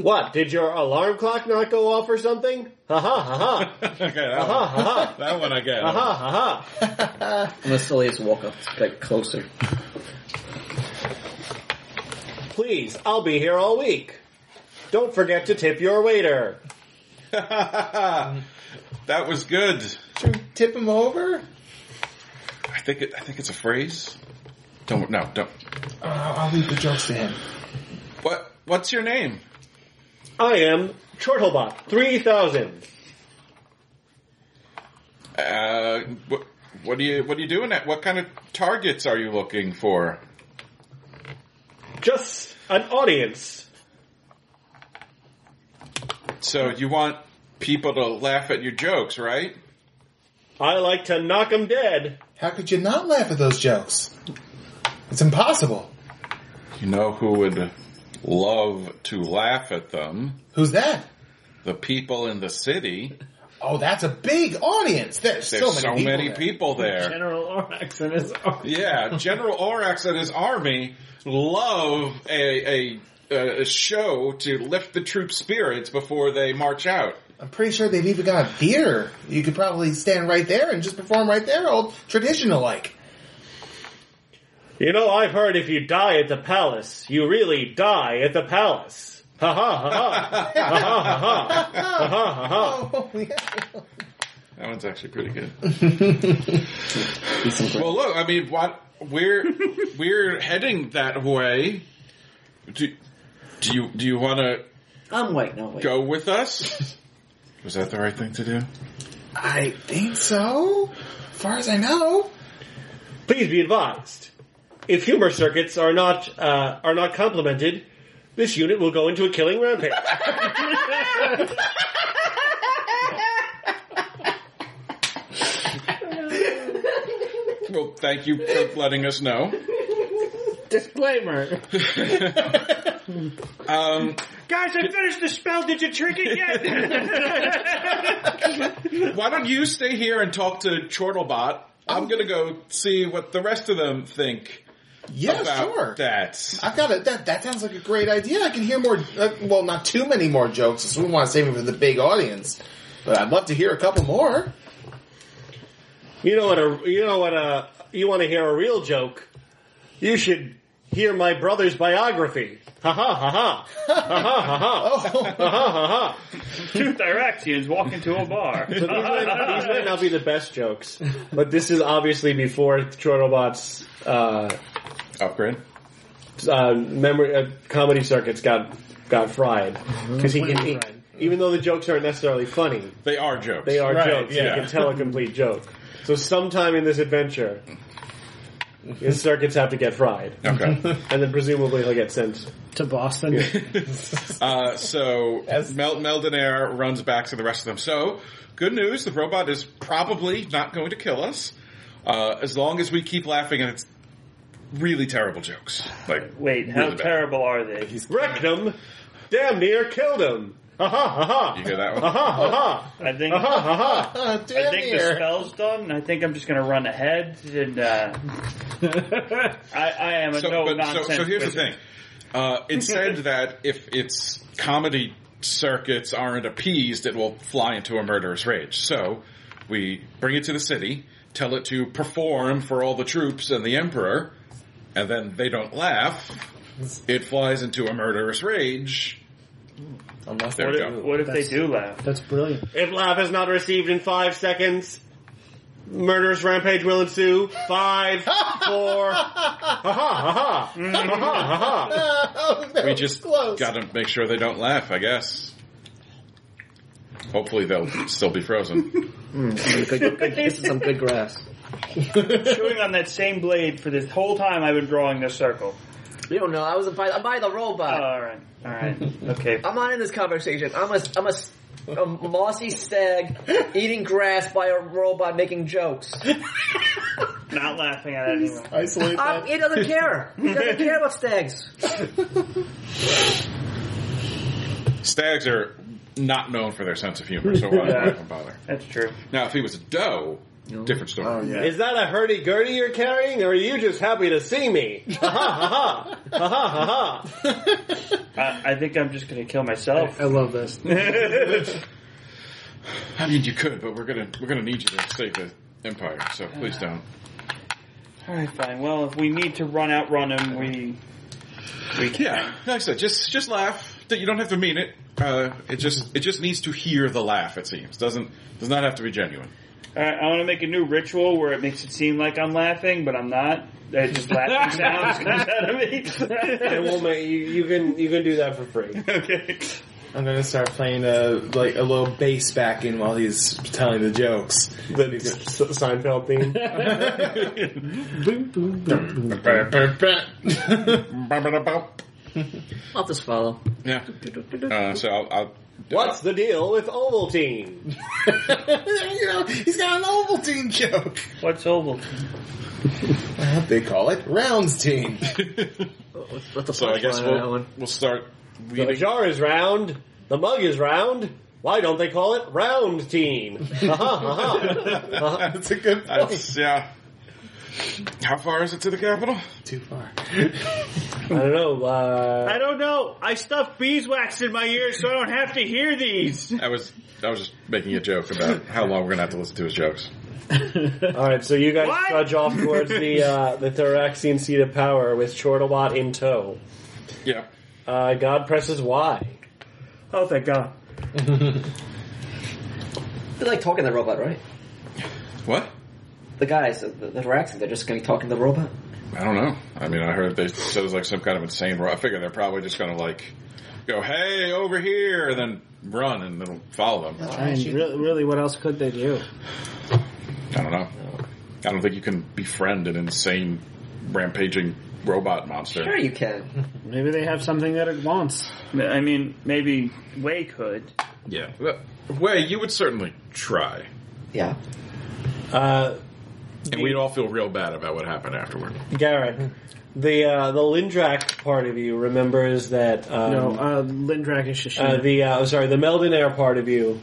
Speaker 5: What? Did your alarm clock not go off or something? Ha ha ha ha.
Speaker 10: okay, that,
Speaker 2: Uh-huh.
Speaker 5: Ha ha
Speaker 10: one,
Speaker 5: ha ha.
Speaker 10: that one I get.
Speaker 5: Ha ha ha ha.
Speaker 7: I'm gonna slowly just walk up, get closer.
Speaker 5: Please, I'll be here all week. Don't forget to tip your waiter.
Speaker 10: That was good.
Speaker 9: Should we tip him over?
Speaker 10: I think it, I think it's a phrase. Don't no don't.
Speaker 9: Uh, I'll leave the jokes to him.
Speaker 10: What what's your name?
Speaker 5: I am Chortlebot 3000.
Speaker 10: Uh, what, what are you what are you doing at? What kind of targets are you looking for?
Speaker 5: Just an audience.
Speaker 10: So you want people to laugh at your jokes, right?
Speaker 5: I like to knock 'em dead.
Speaker 9: How could you not laugh at those jokes? It's impossible.
Speaker 10: You know who would love to laugh at them?
Speaker 9: Who's that?
Speaker 10: The people in the city.
Speaker 9: Oh, that's a big audience. There's,
Speaker 10: There's
Speaker 9: so many, people,
Speaker 10: people there.
Speaker 9: there.
Speaker 4: General Orax and his arm.
Speaker 10: Yeah, General Orax and his army love a, a, a show to lift the troop spirits before they march out.
Speaker 9: I'm pretty sure they've even got a theater. You could probably stand right there and just perform right there, old traditional like.
Speaker 5: You know, I've heard if you die at the palace, you really die at the palace. Ha ha ha ha. Ha ha ha ha. Ha
Speaker 10: Uh-huh,
Speaker 5: ha ha ha.
Speaker 9: Oh, yeah.
Speaker 10: That one's actually pretty good.
Speaker 7: Decent
Speaker 10: Well, look, I mean, what we're we're heading that way. Do, do you do you want to
Speaker 7: I'm waiting. No wait.
Speaker 10: go with us? Was that the right thing to do?
Speaker 9: I think so. As far as I know.
Speaker 5: Please be advised. If humor circuits are not uh, are not complemented, this unit will go into a killing rampage.
Speaker 10: Well, thank you for letting us know.
Speaker 4: Disclaimer.
Speaker 10: Um,
Speaker 3: Guys, I finished the spell. Did you trick it yet?
Speaker 10: Why don't you stay here and talk to Chortlebot? I'm gonna go see what the rest of them think
Speaker 9: Yeah,
Speaker 10: about
Speaker 9: Oh, sure.
Speaker 10: that.
Speaker 9: I've got it. That that sounds like a great idea. I can hear more. Uh, well, not too many more jokes. So we want to save it for the big audience. But I'd love to hear a couple more.
Speaker 5: you know what a you know what a you want to hear a real joke? You should hear my brother's biography. Ha ha ha ha. Ha ha ha ha. Ha
Speaker 9: Oh,
Speaker 5: ha ha ha.
Speaker 3: Two Thyraxians walk into a bar.
Speaker 5: These might, these might not be the best jokes, but this is obviously before Chortlebot's uh,
Speaker 10: Upgrade.
Speaker 5: uh, memory uh, comedy circuits got got fried
Speaker 9: Mm-hmm.
Speaker 5: because he can he- even though the jokes aren't necessarily funny,
Speaker 10: They are jokes.
Speaker 5: they are
Speaker 9: Right,
Speaker 5: jokes.
Speaker 9: yeah.
Speaker 5: He can tell a complete joke. So sometime in this adventure, his circuits have to get fried,
Speaker 10: Okay.
Speaker 5: and then presumably he'll get sent.
Speaker 4: to Boston.
Speaker 10: Uh, so Mel- Meldonair runs back to the rest of them. So good news: the robot is probably not going to kill us, uh, as long as we keep laughing at its really terrible jokes. Like
Speaker 3: Wait, how
Speaker 10: Really bad.
Speaker 3: terrible are they?
Speaker 5: Wrecked him, damn near killed him. Ha ha ha ha.
Speaker 10: you hear that
Speaker 5: Ha
Speaker 10: one?
Speaker 5: ha ha ha.
Speaker 3: I think.
Speaker 5: Ha ha ha ha.
Speaker 9: uh,
Speaker 3: I
Speaker 9: damn
Speaker 3: think the
Speaker 9: near.
Speaker 3: spell's done, and I think I'm just going to run ahead. And uh, I, I am a
Speaker 10: So,
Speaker 3: no
Speaker 10: but- so,
Speaker 3: nonsense.
Speaker 10: so here's the thing. Uh, it said that if its comedy circuits aren't appeased, it will fly into a murderous rage. So we bring it to the city, tell it to perform for all the troops and the emperor, and then they don't laugh. It flies into a murderous rage.
Speaker 9: Unless
Speaker 10: There we go.
Speaker 3: What if they do laugh?
Speaker 4: That's brilliant.
Speaker 5: If laugh is not received in five seconds, Murderous rampage will ensue. Five, four. Ha ha ha ha. Ha ha ha
Speaker 9: Oh, that
Speaker 10: We
Speaker 9: was
Speaker 10: just
Speaker 9: close.
Speaker 10: gotta make sure they don't laugh, I guess. Hopefully they'll still be frozen.
Speaker 7: Good, good, good. This is some good grass.
Speaker 3: Chewing on that same blade for this whole time I've been drawing this circle.
Speaker 7: You don't know. I was by, I'm by the robot.
Speaker 3: Alright, alright, okay.
Speaker 7: I'm not in this conversation. I'm a, I'm a, s- a mossy stag eating grass by a robot making jokes.
Speaker 3: Not laughing at it anymore.
Speaker 9: Isolate
Speaker 7: Um,
Speaker 9: that.
Speaker 7: he doesn't care. He doesn't care about stags.
Speaker 10: Stags are not known for their sense of humor, so why would I even bother?
Speaker 3: That's true.
Speaker 10: Now, if he was a doe, different story.
Speaker 9: Oh, yeah.
Speaker 5: ha. Is that a hurdy gurdy you're carrying, or are you just happy to see me? Ha ha ha ha. Ha ha ha ha.
Speaker 3: I, I think I'm just gonna kill myself.
Speaker 4: I love this.
Speaker 10: I mean, you could, but we're gonna we're gonna need you to save the empire. So please don't.
Speaker 3: Alright, fine. Well, if we need to run out, run him, we...
Speaker 10: Yeah, like I said, just just laugh. That You don't have to mean it. Uh, it just it just needs to hear the laugh. It seems doesn't does not have to be genuine.
Speaker 3: Alright, I wanna make a new ritual where it makes it seem like I'm laughing, but I'm not. It just laughing sounds comes out of
Speaker 5: And
Speaker 3: me.
Speaker 5: we'll make, you, you can you can do that for free.
Speaker 3: okay.
Speaker 9: I'm gonna start playing a like a little bass back in while he's telling the jokes.
Speaker 5: The S- Seinfeld theme.
Speaker 7: I'll just follow.
Speaker 10: Yeah. Uh, so I'll, I'll
Speaker 5: What's the deal with Ovaltine?
Speaker 9: you know, he's got an Ovaltine joke.
Speaker 3: What's Oval?
Speaker 9: What they call it? Rounds team.
Speaker 7: What's, what's the
Speaker 10: so I guess
Speaker 7: punchline on that
Speaker 10: we'll
Speaker 7: one?
Speaker 10: we'll start.
Speaker 5: The
Speaker 10: Leading.
Speaker 5: jar is round. The mug is round. Why don't they call it Round Teen? Ha ha ha ha.
Speaker 9: That's a good point.
Speaker 10: That's, yeah. How far is it to the capital?
Speaker 9: Too far.
Speaker 5: I don't know. Uh,
Speaker 3: I don't know. I stuffed beeswax in my ears so I don't have to hear these.
Speaker 10: I was I was just making a joke about how long we're gonna have to listen to his jokes.
Speaker 5: All right, so you guys
Speaker 3: What?
Speaker 5: trudge off towards the uh, the Theraxian seat of power with Chortawat in tow.
Speaker 10: Yeah.
Speaker 5: Uh, God presses Y.
Speaker 3: Oh, thank God.
Speaker 7: They're like talking to the robot, right?
Speaker 10: What?
Speaker 7: The guys, the, the Raxi, they're just going to be talking to the robot.
Speaker 10: I don't know. I mean, I heard they said it was like some kind of insane. ro- I figure they're probably just gonna like go, hey, over here, and then run and it'll follow them.
Speaker 4: I mean, really, really, what else could they do?
Speaker 10: I don't know. I don't think you can befriend an insane, rampaging robot monster.
Speaker 7: Sure, you can.
Speaker 4: Maybe they have something that it wants.
Speaker 3: I mean, maybe Way could.
Speaker 10: Yeah. Well, Way, you would certainly try.
Speaker 7: Yeah.
Speaker 5: Uh,
Speaker 10: And we'd all feel real bad about what happened afterward.
Speaker 5: Garrett, the uh, the Lindrak part of you remembers that. Um,
Speaker 4: No, uh, Lindrak is
Speaker 5: Uh,
Speaker 4: Shishima.
Speaker 5: the uh, sorry, the Meldon Air part of you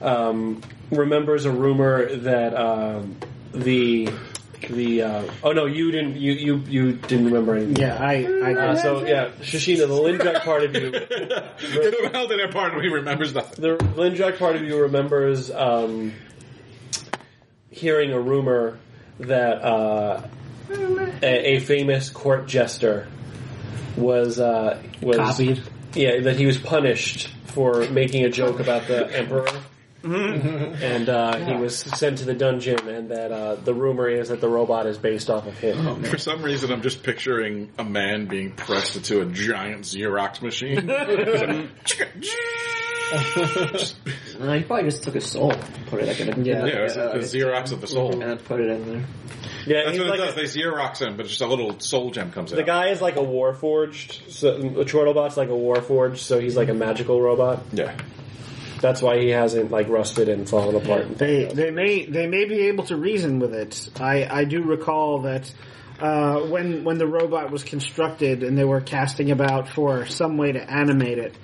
Speaker 5: um, remembers a rumor that um, the the uh, oh no, you didn't you you, you didn't remember anything.
Speaker 4: yeah, I, I
Speaker 5: Uh, so yeah, Shashina, the Lindrak part of you,
Speaker 10: the hell did that part where he remembers nothing?
Speaker 5: the Lindrak part of you remembers um, hearing a rumor that uh, a, a famous court jester was uh, was
Speaker 4: copied.
Speaker 5: Yeah, that he was punished for making a joke about the emperor.
Speaker 10: Mm-hmm.
Speaker 5: and uh, he was sent to the dungeon, and that uh, the rumor is that the robot is based off of him.
Speaker 10: For some reason, I'm just picturing a man being pressed into a giant Xerox machine.
Speaker 7: No, Uh, he probably just took his soul and put it like in a
Speaker 4: Yeah.
Speaker 7: in a-
Speaker 10: Yeah, it's
Speaker 7: uh,
Speaker 10: the Xerox of the soul.
Speaker 7: and put it in there.
Speaker 5: Yeah,
Speaker 10: That's
Speaker 5: he's
Speaker 10: what it
Speaker 5: like
Speaker 10: does. They Xerox him, but just a little soul gem comes
Speaker 5: the
Speaker 10: out.
Speaker 5: guy is like a warforged. So, a Chortlebot's like a warforged, so he's like a magical robot.
Speaker 10: yeah.
Speaker 5: That's why he hasn't like rusted and fallen apart.
Speaker 4: They they may they may be able to reason with it. I, I do recall that uh, when when the robot was constructed and they were casting about for some way to animate it,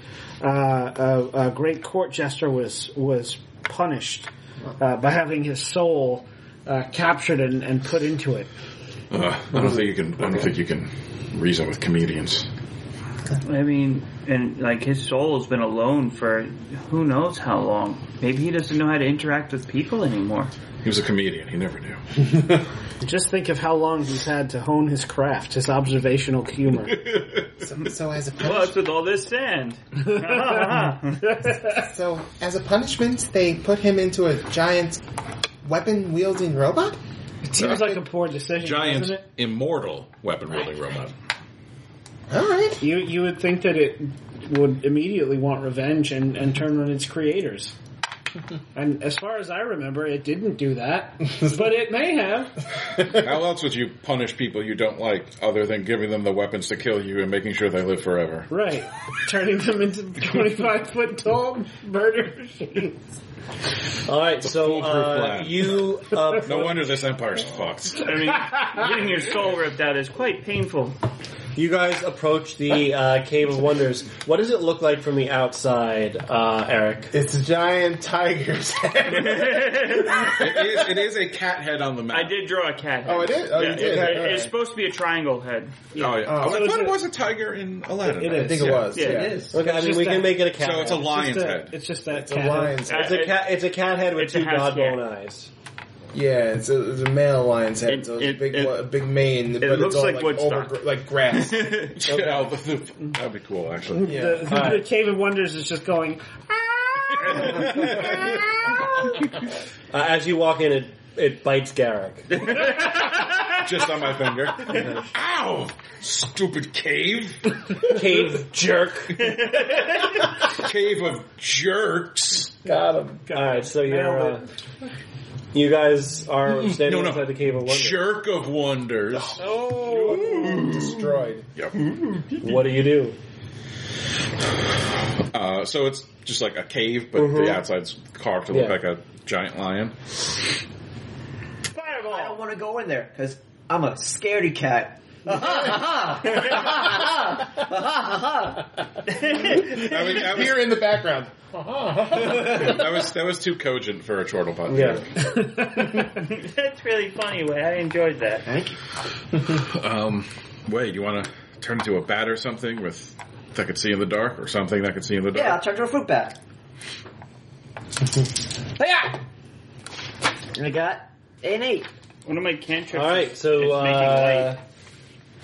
Speaker 4: uh, a, a great court jester was was punished uh, by having his soul uh, captured and, and put into it.
Speaker 10: Uh, I don't think you can. I don't think you can reason with comedians.
Speaker 3: I mean, and like his soul has been alone for who knows how long. Maybe he doesn't know how to interact with people anymore.
Speaker 10: He was a comedian. He never knew.
Speaker 4: Just think of how long he's had to hone his craft, his observational humor.
Speaker 9: So, so as a punish-
Speaker 3: Plus, with all this sand,
Speaker 9: so as a punishment, they put him into a giant weapon wielding robot?
Speaker 11: It seems like a poor decision,
Speaker 10: Giant
Speaker 11: doesn't it?
Speaker 10: immortal weapon wielding robot.
Speaker 9: All right.
Speaker 4: You you would think that it would immediately want revenge and, and turn on its creators. and as far as I remember, it didn't do that, but it may have.
Speaker 10: How else would you punish people you don't like other than giving them the weapons to kill you and making sure they live forever?
Speaker 4: Right, turning them into twenty five foot tall murder machines.
Speaker 5: All right, so
Speaker 10: foolproof
Speaker 5: uh,
Speaker 10: plan.
Speaker 5: you uh,
Speaker 10: No wonder this empire's fucked.
Speaker 3: I mean, getting your soul ripped out is quite painful.
Speaker 5: you guys approach the uh, Cave of Wonders. What does it look like from the outside, uh, Eric?
Speaker 9: It's a giant tiger's head.
Speaker 2: It is, it is a cat head on the map.
Speaker 3: I did draw a cat.
Speaker 9: Oh, it is? Oh, you
Speaker 3: Yeah, it-
Speaker 9: did. All right.
Speaker 3: It's supposed to be a triangle head.
Speaker 2: Oh, yeah.
Speaker 9: Oh.
Speaker 2: Oh, I thought it was a tiger in Aladdin.
Speaker 5: It
Speaker 9: I
Speaker 5: is.
Speaker 9: think it was.
Speaker 3: Yeah,
Speaker 9: Yeah,
Speaker 3: it
Speaker 7: is.
Speaker 5: Okay, I mean
Speaker 4: just
Speaker 5: we
Speaker 4: that-
Speaker 5: can make it a cat.
Speaker 2: So it's a
Speaker 5: head.
Speaker 2: lion's
Speaker 4: Just a-
Speaker 2: head.
Speaker 4: It's just that
Speaker 9: It's a
Speaker 4: cat.
Speaker 9: lion's head.
Speaker 5: It's a cat. It's a cat head with
Speaker 3: It's a
Speaker 5: two
Speaker 3: house
Speaker 5: god
Speaker 3: cat.
Speaker 5: bone eyes.
Speaker 9: Yeah, it's a, it's a male lion's head.
Speaker 3: It-
Speaker 9: so it's
Speaker 3: it-
Speaker 9: a big,
Speaker 3: it-
Speaker 9: a big mane, but
Speaker 3: looks
Speaker 9: it's all
Speaker 3: like
Speaker 9: like,
Speaker 3: Woodstock.
Speaker 9: overgr- like grass.
Speaker 10: Yeah, that'd be cool, actually.
Speaker 9: Yeah.
Speaker 4: The, the Cave of Wonders is just going.
Speaker 5: Uh, as you walk in, it it bites Garrick.
Speaker 10: Just on my finger. Ow! Stupid cave!
Speaker 5: Cave jerk.
Speaker 10: Cave of jerks!
Speaker 9: Got him.
Speaker 5: All right, so you're uh, you guys
Speaker 3: Mm-hmm.
Speaker 5: are standing
Speaker 10: no.
Speaker 5: inside the Cave of Wonders.
Speaker 10: Jerk of wonders.
Speaker 9: Destroyed.
Speaker 5: Mm-hmm. What do you do?
Speaker 10: Uh, so it's just like a cave, but
Speaker 2: Mm-hmm.
Speaker 5: Mhm.
Speaker 10: the outside's carved to look
Speaker 5: Yeah.
Speaker 10: like a giant lion.
Speaker 7: I don't want to go in there because I'm a scaredy cat. Aha, aha, aha, aha, aha, aha.
Speaker 10: I mean, that was, Uh-huh.
Speaker 9: Here in the background.
Speaker 10: that was that was too cogent for a chortle pot.
Speaker 5: Yeah.
Speaker 3: That's really funny. Way I enjoyed that.
Speaker 7: Thank you.
Speaker 10: Um, wait, you want to turn into a bat or something with that could see in the dark, or something that could see in the
Speaker 7: Yeah, I'll
Speaker 10: dark?
Speaker 7: turn to a fruit bat. Hiya! And I got an eight.
Speaker 3: One of my cantrips.
Speaker 5: All right,
Speaker 3: is-
Speaker 5: so
Speaker 3: is making light.
Speaker 5: uh,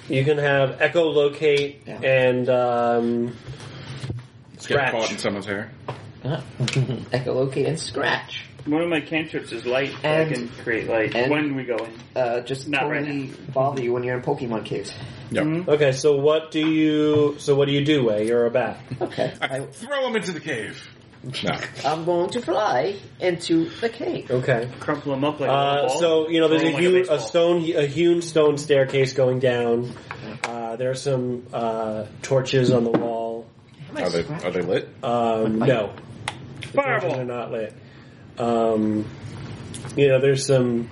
Speaker 5: you can have echolocate
Speaker 7: Yeah.
Speaker 5: and um,
Speaker 10: Get caught in
Speaker 5: scratch.
Speaker 10: someone's hair.
Speaker 7: Echolocate and scratch.
Speaker 3: One of my cantrips is light. so I
Speaker 7: And-
Speaker 3: can create light.
Speaker 7: and-
Speaker 3: when we go in.
Speaker 7: Uh, just
Speaker 3: Not right
Speaker 7: totally bother you when you're in Pokemon caves.
Speaker 10: Yep.
Speaker 5: Okay, so what do you? So what do you do? Way you're a bat.
Speaker 7: Okay. I,
Speaker 10: Throw him into the cave. No.
Speaker 7: I'm going to fly into the cave.
Speaker 5: Okay.
Speaker 3: Crumple them up like a
Speaker 5: Uh,
Speaker 3: little ball.
Speaker 5: so you know, there's
Speaker 3: Throw
Speaker 5: a,
Speaker 3: 'em
Speaker 5: hewn,
Speaker 3: baseball.
Speaker 5: a stone, a hewn stone staircase going down. Uh, there are some uh, torches on the wall.
Speaker 10: Are they are they lit?
Speaker 5: Um, no, the torches are
Speaker 3: Fireball.
Speaker 5: not lit. Um, you know, there's some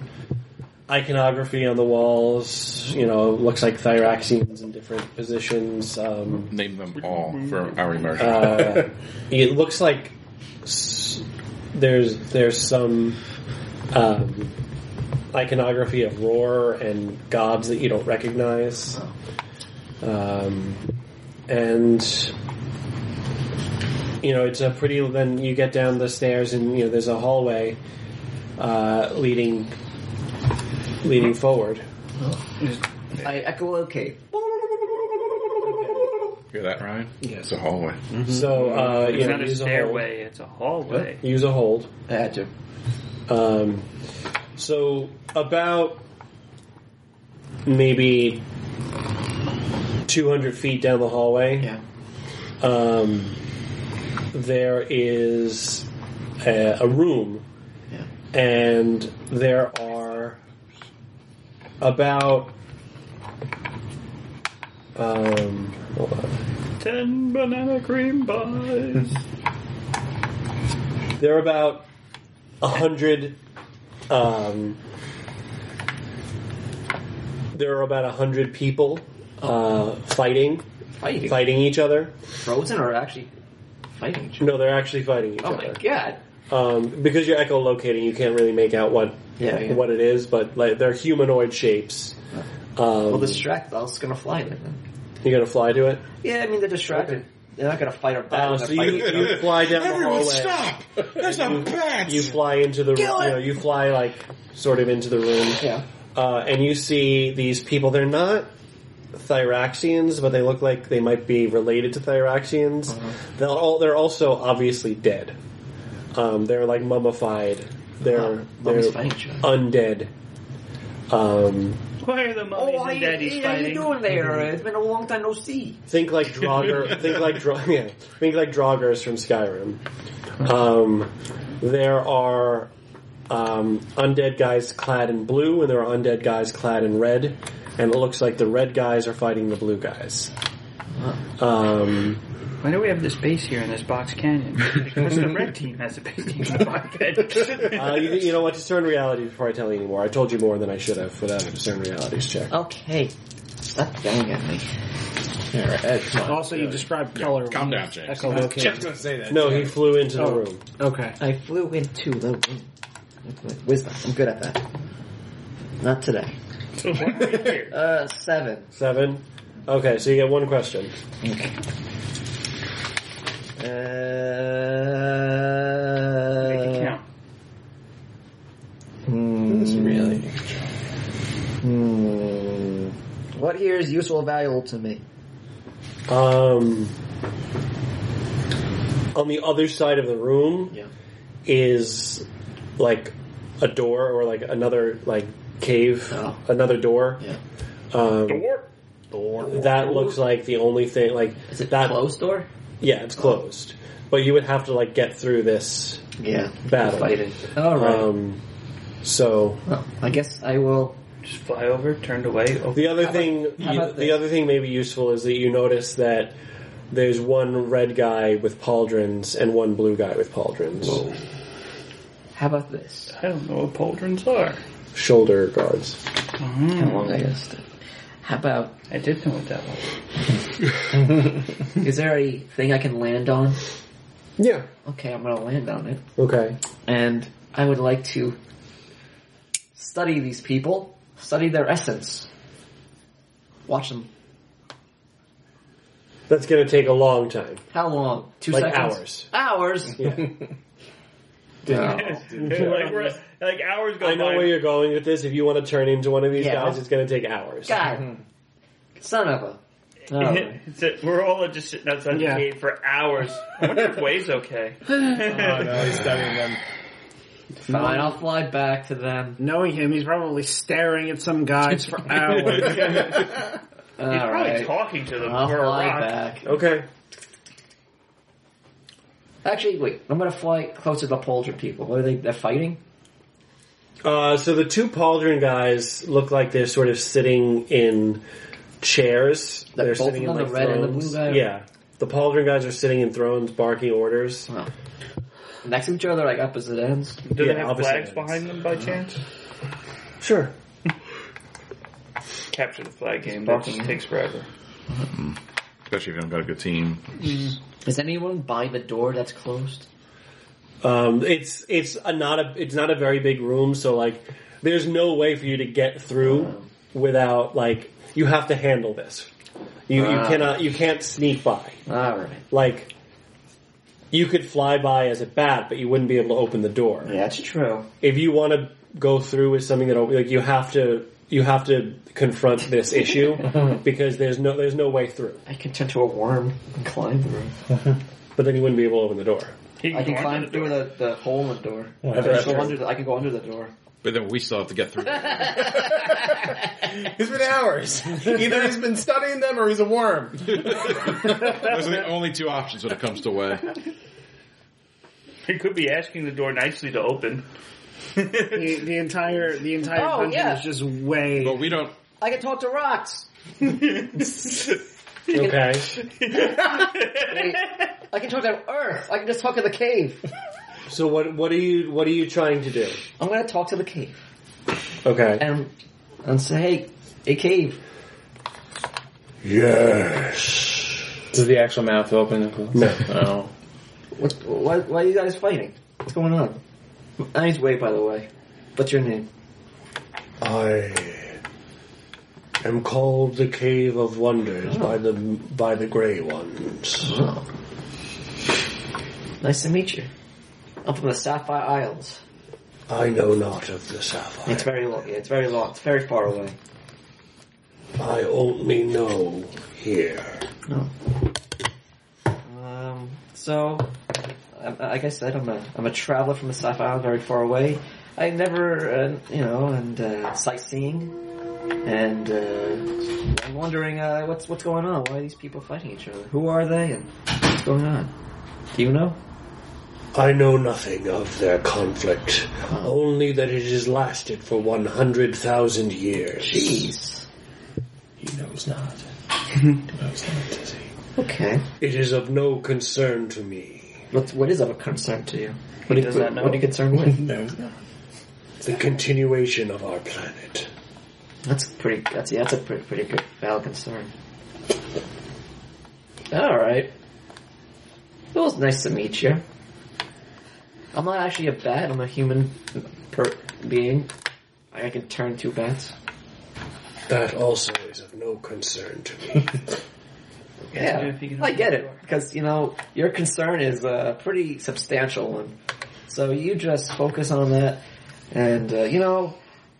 Speaker 5: iconography on the walls. You know, looks like thyraxines in different positions. Um,
Speaker 10: Name them all for our immersion.
Speaker 5: uh, it looks like s- there's there's some um, iconography of roar and gods that you don't recognize, um, and you know it's a pretty. Then you get down the stairs and you know there's a hallway uh, leading leading forward.
Speaker 7: I echolocate.
Speaker 10: Hear that, Ryan?
Speaker 5: Yes.
Speaker 10: It's a hallway.
Speaker 5: So uh,
Speaker 3: It's
Speaker 5: you
Speaker 3: not
Speaker 5: know,
Speaker 3: Mm-hmm. a
Speaker 5: use
Speaker 3: stairway. it's a hallway.
Speaker 5: A hold, use a hold.
Speaker 7: I had to.
Speaker 5: Um, so about maybe 200 feet down the hallway,
Speaker 7: Yeah.
Speaker 5: um, there is a, a room,
Speaker 7: Yeah.
Speaker 5: and there are about um, hold on.
Speaker 3: Ten banana cream pies.
Speaker 5: There are about a hundred. Um, there are about a hundred people uh, fighting,
Speaker 7: Fighting.
Speaker 5: fighting each other.
Speaker 7: Frozen or actually fighting? each other?
Speaker 5: No, they're actually fighting each
Speaker 7: Oh my
Speaker 5: other.
Speaker 7: god.
Speaker 5: Um, because you're echolocating, you can't really make out what
Speaker 7: Yeah, yeah.
Speaker 5: what it is, but like they're humanoid shapes. Um,
Speaker 7: Well, distract. I was gonna fly there then.
Speaker 5: you're gonna fly to it.
Speaker 7: Yeah, I mean they're distracted. They're not gonna fight or battle.
Speaker 5: Uh,
Speaker 7: they're
Speaker 5: so you,
Speaker 7: fighting.
Speaker 5: you fly down the
Speaker 10: Everyone,
Speaker 5: hallway.
Speaker 10: stop! There's a bat.
Speaker 5: You fly into the
Speaker 7: Kill
Speaker 5: room. You, know,
Speaker 7: it!
Speaker 5: you fly like sort of into the room.
Speaker 7: yeah.
Speaker 5: uh, and you see these people. They're not Thyraxians, but they look like they might be related to
Speaker 7: Uh-huh.
Speaker 5: Thyraxians. They're all they're also obviously dead. Um, they're like mummified They're they're
Speaker 7: Always fight each other.
Speaker 5: undead. Um,
Speaker 3: Why are the mummies
Speaker 7: Oh, hey,
Speaker 3: and daddies
Speaker 7: hey, how
Speaker 3: fighting?
Speaker 7: you doing there? It's been a long time no see.
Speaker 5: think like Draugr. think like Dra- yeah, Think like Draugrs from Skyrim. Um, there are um, undead guys clad in blue, and there are undead guys clad in red. And it looks like the red guys are fighting the blue guys. Um,
Speaker 3: Why do we have this base here in this box canyon? Because the red team has a base team Oh in the box canyon.
Speaker 5: uh, you, you know what? Discern reality before I tell you any more. I told you more than I should have without a discern realities check.
Speaker 7: Okay. Stop yelling at me.
Speaker 9: Yeah, right, Ed, come on.
Speaker 4: Also, you described color.
Speaker 1: Calm down, James.
Speaker 4: Echo location.
Speaker 9: I was gonna say that.
Speaker 5: No, he flew into the
Speaker 4: Oh.
Speaker 5: room.
Speaker 4: Okay.
Speaker 7: I flew into the wind. With my wisdom. I'm good at that. Not today. Uh, seven.
Speaker 5: Seven. Okay, so you get one question.
Speaker 7: Okay. Uh,
Speaker 3: Count.
Speaker 7: hmm,
Speaker 9: Really?
Speaker 7: hmm. What here is useful and valuable to me?
Speaker 5: Um, on the other side of the room
Speaker 7: Yeah.
Speaker 5: is like a door or like another like cave,
Speaker 7: Oh.
Speaker 5: another door.
Speaker 7: Yeah.
Speaker 5: Um,
Speaker 7: Door.
Speaker 5: That looks like the only thing. Like
Speaker 7: Is it
Speaker 5: that.
Speaker 7: closed door?
Speaker 5: Yeah, it's closed. But you would have to like get through this
Speaker 7: Yeah.
Speaker 5: battle.
Speaker 7: All right.
Speaker 5: Um, so
Speaker 7: well, I guess I will.
Speaker 3: Just fly over, turned away. Oh,
Speaker 5: The other thing,
Speaker 7: how
Speaker 5: you-
Speaker 7: about
Speaker 5: the
Speaker 7: this?
Speaker 5: other thing may be useful is that you notice that there's one red guy with pauldrons and one blue guy with pauldrons,
Speaker 7: How about this?
Speaker 3: I don't know what pauldrons are.
Speaker 5: shoulder guards.
Speaker 7: How long I guess. How about?
Speaker 3: I did know what that was.
Speaker 7: Is there a thing I can land on?
Speaker 5: Yeah.
Speaker 7: Okay, I'm gonna land on it.
Speaker 5: Okay.
Speaker 7: and I would like to study these people, study their essence, watch them.
Speaker 5: That's going to take a long time.
Speaker 7: How long? Two
Speaker 5: Like
Speaker 7: seconds. Hours. Hours.
Speaker 3: like, we're, like hours go
Speaker 5: I know
Speaker 3: by.
Speaker 5: where you're going with this. If you want to turn into one of these
Speaker 7: Yeah.
Speaker 5: guys, it's going to take hours.
Speaker 7: God, son of a. Oh.
Speaker 3: It's a- we're all just sitting outside
Speaker 4: Yeah.
Speaker 3: the cave for hours. I wonder if Wade's okay.
Speaker 9: Oh, no, he's studying them.
Speaker 7: Fine, I'll fly back to them.
Speaker 4: Knowing him, he's probably staring at some guys for hours.
Speaker 7: All
Speaker 3: He's probably
Speaker 7: right,
Speaker 3: talking to them
Speaker 7: I'll
Speaker 3: for a
Speaker 7: fly
Speaker 3: rock.
Speaker 7: back.
Speaker 5: Okay.
Speaker 7: Actually, wait. I'm gonna fly closer to the Polger people. What are they? They're fighting.
Speaker 5: Uh, so the two pauldron guys look like they're sort of sitting in chairs.
Speaker 7: Like
Speaker 5: they're
Speaker 7: both
Speaker 5: sitting in
Speaker 7: of them,
Speaker 5: like
Speaker 7: the red and the
Speaker 5: thrones.
Speaker 7: blue guy?
Speaker 5: Yeah. The pauldron guys are sitting in thrones, barking orders.
Speaker 7: Oh. Next to each other, like opposite ends.
Speaker 3: Do
Speaker 5: Yeah,
Speaker 3: they have
Speaker 5: opposite
Speaker 3: flags behind
Speaker 5: ends.
Speaker 3: them by chance?
Speaker 5: Sure.
Speaker 3: Capture the flag game. That just takes forever.
Speaker 10: Especially if you don't got a good team.
Speaker 7: Is anyone by the door that's closed?
Speaker 5: Um, it's it's a not a it's not a very big room, so like there's no way for you to get through without like you have to handle this. You you
Speaker 7: Ah.
Speaker 5: cannot you can't sneak by.
Speaker 7: All Ah, right.
Speaker 5: Like you could fly by as a bat, but you wouldn't be able to open the door.
Speaker 7: That's true.
Speaker 5: If you want to go through with something that op- like you have to you have to confront this issue because there's no there's no way through.
Speaker 7: I can turn to a worm and climb through.
Speaker 5: But then you wouldn't be able to open the door.
Speaker 3: He
Speaker 7: I can
Speaker 3: go
Speaker 7: climb
Speaker 3: under the
Speaker 7: through the, the hole in the door. I,
Speaker 5: that's
Speaker 7: can
Speaker 5: true.
Speaker 7: go under the, I can go under the door.
Speaker 10: But then we still have to get through.
Speaker 9: It's been hours. Either he's been studying them or he's a worm.
Speaker 10: Those are the only two options when it comes to way.
Speaker 3: door. He could be asking the door nicely to open.
Speaker 4: the, the entire the entire
Speaker 7: Oh,
Speaker 4: dungeon
Speaker 7: yeah.
Speaker 4: is just way.
Speaker 10: But we don't.
Speaker 7: I can talk to rocks.
Speaker 5: Okay.
Speaker 7: I can talk to earth. I can just talk to the cave.
Speaker 5: So what what are you what are you trying to do?
Speaker 7: I'm gonna talk to the cave
Speaker 5: Okay.
Speaker 7: and and say, hey, hey cave.
Speaker 9: Does the actual mouth open and close?
Speaker 5: No.
Speaker 9: Oh.
Speaker 7: What, why, why are you guys fighting? What's going on? My name's Wade, by the way. What's your name?
Speaker 5: I am called the Cave of Wonders by the by the Grey Ones.
Speaker 7: Oh. Nice to meet you. I'm from the Sapphire Isles.
Speaker 5: I know not of the Sapphire.
Speaker 7: It's very long. Yeah, it's very long. It's very far away.
Speaker 5: I only know here.
Speaker 7: Um, so, um, uh, like I said, I'm a I'm a traveler from a Sapphire Island, very far away. I never, uh, you know, and uh, sightseeing, and uh, I'm wondering uh, what's what's going on. Why are these people fighting each other? Who are they, and what's going on? Do you know?
Speaker 12: I know nothing of their conflict, only that it has lasted for 100,000 years.
Speaker 7: Jeez.
Speaker 12: He knows not. knows not, does he?
Speaker 7: Okay.
Speaker 12: It is of no concern to me.
Speaker 7: What's what is of a concern to you?
Speaker 3: He
Speaker 7: What are you,
Speaker 3: does not know.
Speaker 7: what are you concerned with?
Speaker 12: The continuation of our planet.
Speaker 7: That's pretty. That's yeah, that's a pretty, pretty good valid concern. All right. Well, it's nice to meet you. I'm not actually a bat. I'm a human per- being. I can turn two bats.
Speaker 12: That also is of no concern to me.
Speaker 7: Yeah, I get it because you know your concern is a pretty substantial one. So you just focus on that, and uh, you know,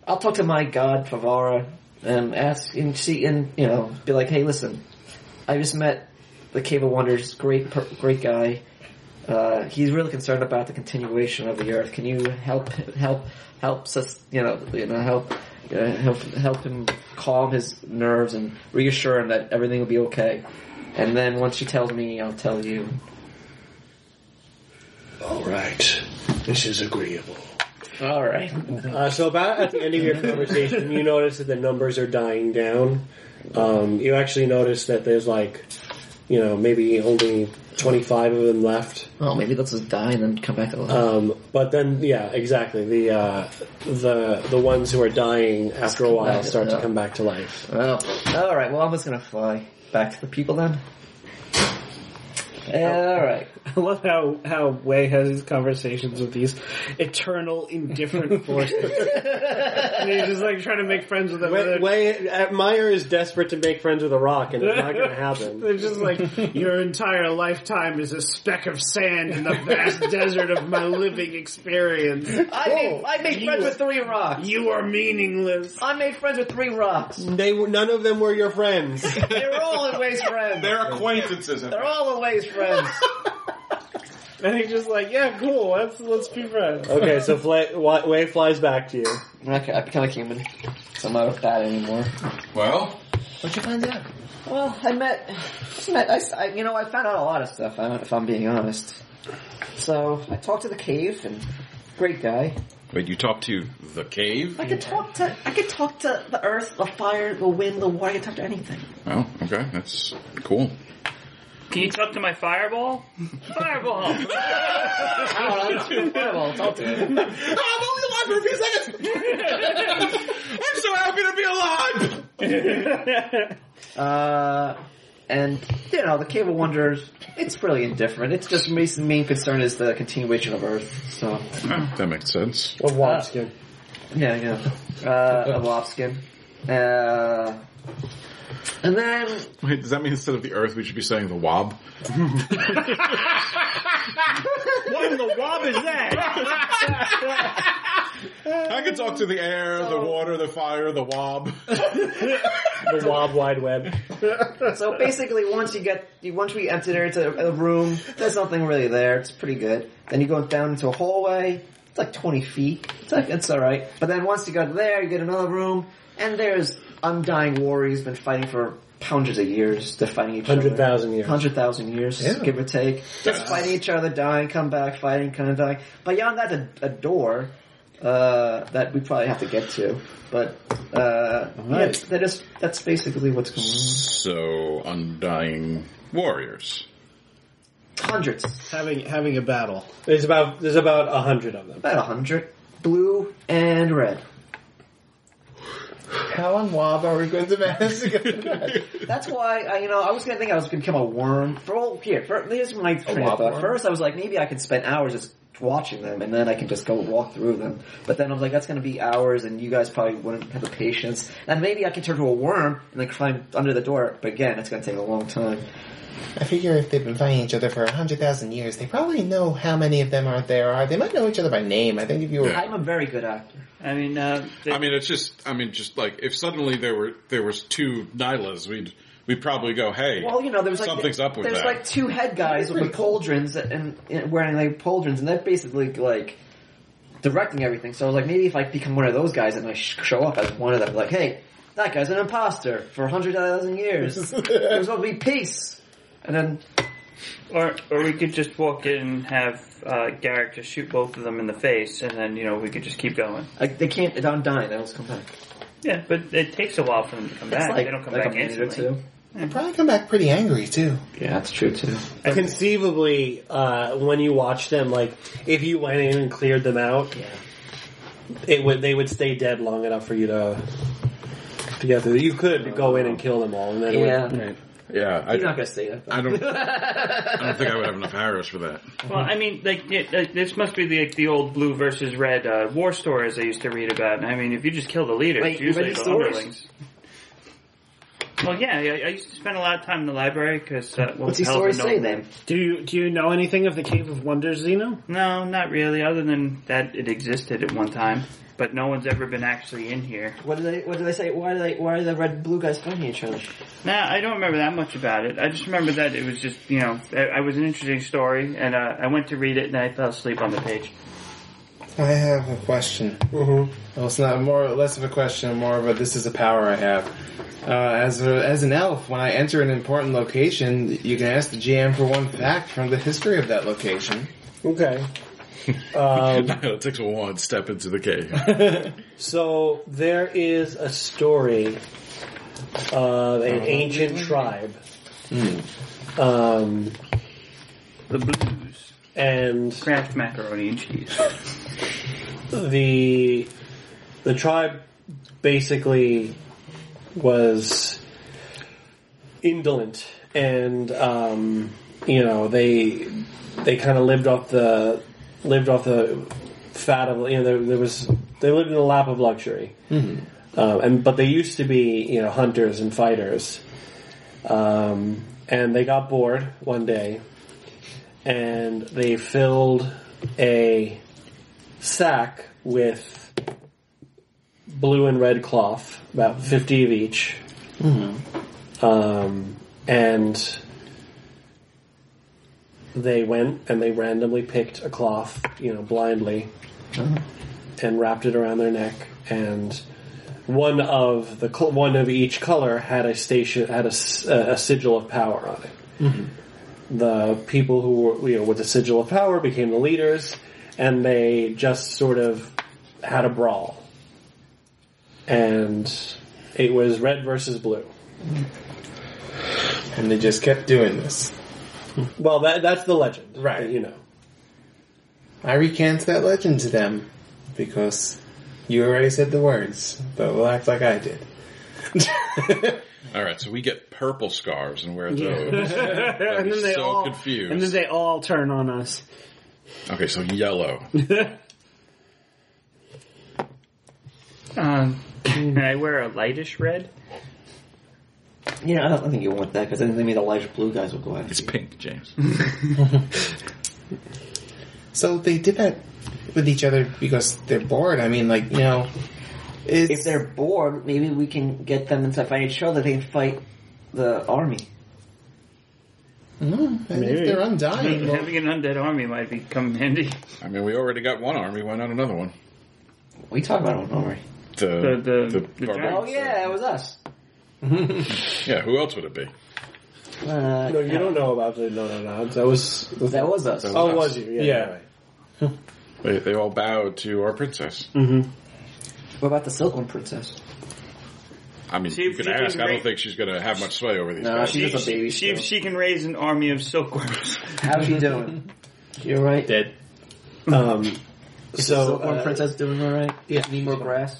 Speaker 7: I'll talk to my god Favara and ask and see and you know be like, hey, listen, I just met the Cave of Wonders, great per- great guy. Uh, he's really concerned about the continuation of the Earth. Can you help help help sus, you know you know help uh, help help him calm his nerves and reassure him that everything will be okay. And then once you tell me, I'll tell you.
Speaker 12: All right. This is agreeable.
Speaker 7: All right.
Speaker 5: Uh, so about at the end of your conversation, you notice that the numbers are dying down. Um, you actually notice that there's like, you know, maybe only 25 of them left.
Speaker 7: Oh, maybe let's just die and then come back to life.
Speaker 5: Um, but then, yeah, exactly. The uh, the the ones who are dying after a while
Speaker 7: back,
Speaker 5: start
Speaker 7: yeah.
Speaker 5: to come back to life.
Speaker 7: well, all right. Well, I'm just gonna fly back to the people then. all right.
Speaker 4: I love how how Wei has these conversations with these eternal indifferent forces. and he's just like trying to make friends with them.
Speaker 5: Way,
Speaker 4: and they're-
Speaker 5: Way- uh, Meyer is desperate to make friends with a rock, and it's not going to happen.
Speaker 4: They're just like, your entire lifetime is a speck of sand in the vast desert of my living experience.
Speaker 7: I made, I made friends with three rocks.
Speaker 4: You are meaningless.
Speaker 7: I made friends with three rocks.
Speaker 5: They were- none of them were your friends.
Speaker 7: They're all always friends. They're,
Speaker 2: They're acquaintances. in fact.
Speaker 7: all always friends.
Speaker 4: And he's just like, yeah, cool, let's, let's be friends.
Speaker 5: okay, so Fla- Wa- Way flies back to you.
Speaker 7: okay, I become a human. So I'm not a bat anymore.
Speaker 2: Well,
Speaker 7: What'd you find out? Well, I met, met I, I- you know, I found out a lot of stuff, I- if I'm being honest. So, I talked to the cave, and great guy.
Speaker 10: Wait, you talk to the cave?
Speaker 7: I could talk to, I could talk to the earth, the fire, the wind, the water, I could talk to anything.
Speaker 10: Oh, okay, that's cool.
Speaker 3: Can you talk to my fireball? Fireball!
Speaker 7: I don't know, I'll talk to him.
Speaker 2: I'm so happy to be alive.
Speaker 7: Uh, and you know, the Cave of Wonders, it's really indifferent. It's just my main concern is the continuation of Earth. So
Speaker 10: Oh, that makes sense.
Speaker 5: Or
Speaker 4: Uh,
Speaker 5: Wobskin.
Speaker 7: yeah, yeah, uh, a lobskin. Uh, and then
Speaker 10: Wait, does that mean instead of the Earth, we should be saying the Wob?
Speaker 5: what in the wob is that?
Speaker 10: I can talk to the air, the water, the fire, the Wob.
Speaker 5: the wob wide web.
Speaker 7: so basically, once you get, you, once we enter into a room, there's nothing really there. It's pretty good. Then you go down into a hallway. It's like 20 feet. It's like it's all right. But then once you go there, you get another room, and there's undying warriors been fighting for hundreds of years. They're fighting each other.
Speaker 5: 100,000 years.
Speaker 7: Hundred thousand years, give or take. Just fighting each other, dying, come back, fighting, kind of dying. Beyond that, a, a door uh, that we probably have to get to. But uh, yeah, that is that's basically what's going on.
Speaker 10: So, undying warriors.
Speaker 7: Hundreds,
Speaker 4: Having, having a battle.
Speaker 5: There's about there's about a hundred of them.
Speaker 7: about a hundred. Blue and red.
Speaker 9: How on Wob are we going to manage to get to that?
Speaker 7: That's why I, you know, I was gonna think I was gonna become a worm. For all here, for, here's my train of
Speaker 9: wild
Speaker 7: thought.
Speaker 9: worm?
Speaker 7: First, I was like, maybe I can spend hours just watching them, and then I can just go walk through them. But then I was like, that's gonna be hours, and you guys probably wouldn't have the patience. And maybe I can turn to a worm and then climb under the door. But again, it's gonna take a long time.
Speaker 9: I figure if they've been fighting each other for a hundred thousand years, they probably know how many of them are there are. They might know each other by name. I think if you were
Speaker 7: I'm a very good actor.
Speaker 3: I mean, uh, the,
Speaker 10: I mean, it's just, I mean, just like, if suddenly there were, there was two Nylas, we'd, we probably go, hey,
Speaker 7: Well, you know, there's like
Speaker 10: something's up with
Speaker 7: there's
Speaker 10: that.
Speaker 7: like two head guys with the pauldrons and, and wearing like pauldrons, and they're basically like directing everything. So I was like, maybe if I become one of those guys and I sh- show up as one of them, like, hey, that guy's an imposter for a hundred thousand years. There's going to be peace, and then
Speaker 3: Or, or we could just walk in and have uh, Garrick just shoot both of them in the face, and then you know we could just keep going.
Speaker 7: like they can't. They don't die. They always come back.
Speaker 3: Yeah, but it takes a while for them to come
Speaker 7: It's
Speaker 3: back.
Speaker 7: like-
Speaker 3: they don't come
Speaker 7: like a
Speaker 3: back
Speaker 7: minute or
Speaker 3: instantly.
Speaker 7: two.
Speaker 9: They probably come back pretty angry too.
Speaker 7: Yeah, that's true too.
Speaker 5: Conceivably, uh, when you watch them, like if you went in and cleared them out,
Speaker 7: Yeah.
Speaker 5: it would they would stay dead long enough for you to to get through. You could go in and kill them all, and then it would-
Speaker 7: Yeah.
Speaker 10: yeah, I,
Speaker 7: You're not gonna say that.
Speaker 10: I don't. I don't think I would have enough arrows for that.
Speaker 3: Well, I mean, like it, like, this must be the, like the old blue versus red uh, war stories I used to read about. I mean, if you just kill the leader,
Speaker 7: Wait,
Speaker 3: it's
Speaker 7: you
Speaker 3: usually
Speaker 7: read
Speaker 3: the
Speaker 7: stories?
Speaker 3: underlings. Well, yeah, I, I used to spend a lot of time in the library because uh, well,
Speaker 7: What's he
Speaker 3: hell,
Speaker 7: story
Speaker 3: no-
Speaker 7: say then?
Speaker 4: Do you do you know anything of the Cave of Wonders, Zeno?
Speaker 3: No, not really. Other than that, it existed at one time, but no one's ever been actually in here.
Speaker 7: What do they? What do they say? Why do they? Why are the red and blue guys fighting each other?
Speaker 3: Nah, I don't remember that much about it. I just remember that it was just, you know, it, it was an interesting story, and uh, I went to read it, and I fell asleep on the page.
Speaker 9: I have a question. Well, it's not more less of a question, more of a this is a power I have. Uh, as a, as an elf, when I enter an important location, you can ask the GM for one fact from the history of that location.
Speaker 5: okay. Um,
Speaker 10: it takes one step into the cave.
Speaker 5: So there is a story of an ancient tribe, um,
Speaker 3: The Blues.
Speaker 5: and
Speaker 3: Kraft macaroni and cheese.
Speaker 5: the the tribe basically was indolent, and um, you know they they kind of lived off the lived off the fat of you know there, there was they lived in the lap of luxury, um, and but they used to be you know hunters and fighters, um, and they got bored one day, and they filled a sack with blue and red cloth, about 50 of each. Um, and they went and they randomly picked a cloth, you know, blindly, and wrapped it around their neck. And one of the col- one of each color had a station had a, s- a sigil of power on it the people who were you know with the sigil of power became the leaders, and they just sort of had a brawl, and it was red versus blue.
Speaker 9: And they just kept doing this.
Speaker 5: Well, that that's the legend,
Speaker 9: Right.
Speaker 5: You know,
Speaker 9: I recant that legend to them because you already said the words, but we'll act like I did.
Speaker 10: All right, so we get purple scarves and wear
Speaker 4: and
Speaker 10: those.
Speaker 4: then they
Speaker 10: so
Speaker 4: all
Speaker 10: confused.
Speaker 4: and then they all turn on us.
Speaker 10: Okay, so yellow.
Speaker 7: Uh,
Speaker 3: Um, and I wear a lightish red.
Speaker 7: Yeah, I don't think you want that because then they made the lighter blue guys will go out.
Speaker 10: It's pink, James.
Speaker 9: So they did that with each other because they're bored. I mean, like you know, it's,
Speaker 7: If they're bored, maybe we can get them into a fight. Show that they can fight the army.
Speaker 9: no, I think
Speaker 4: Maybe.
Speaker 9: they're undying. Well,
Speaker 3: Having an undead army might be come handy.
Speaker 10: I mean, we already got one army. Why not another one?
Speaker 7: We talk about it, don't worry.
Speaker 10: The
Speaker 3: The- the- the
Speaker 10: barbarians.
Speaker 7: Oh yeah, it was us.
Speaker 10: yeah. Who else would it be?
Speaker 7: Uh,
Speaker 5: no, you don't know about the no, no, no. That was
Speaker 7: that was us.
Speaker 10: That
Speaker 5: oh,
Speaker 10: us.
Speaker 5: was you? Yeah,
Speaker 9: Yeah.
Speaker 5: right.
Speaker 10: They, they all bowed to our princess.
Speaker 7: Mm. What about the Silkworm Princess?
Speaker 10: I mean,
Speaker 3: See,
Speaker 10: you could
Speaker 3: you can
Speaker 10: ask. I
Speaker 3: rate-
Speaker 10: don't think she's going to have much sway over these
Speaker 7: No,
Speaker 10: guys.
Speaker 7: she's just a baby.
Speaker 3: She,
Speaker 7: still.
Speaker 3: she can raise an army of silkworms.
Speaker 7: How's she doing? You're right.
Speaker 9: dead.
Speaker 5: Um, so
Speaker 7: Silkworm
Speaker 5: uh,
Speaker 7: Princess doing all right.
Speaker 5: yeah.
Speaker 7: Need more grass.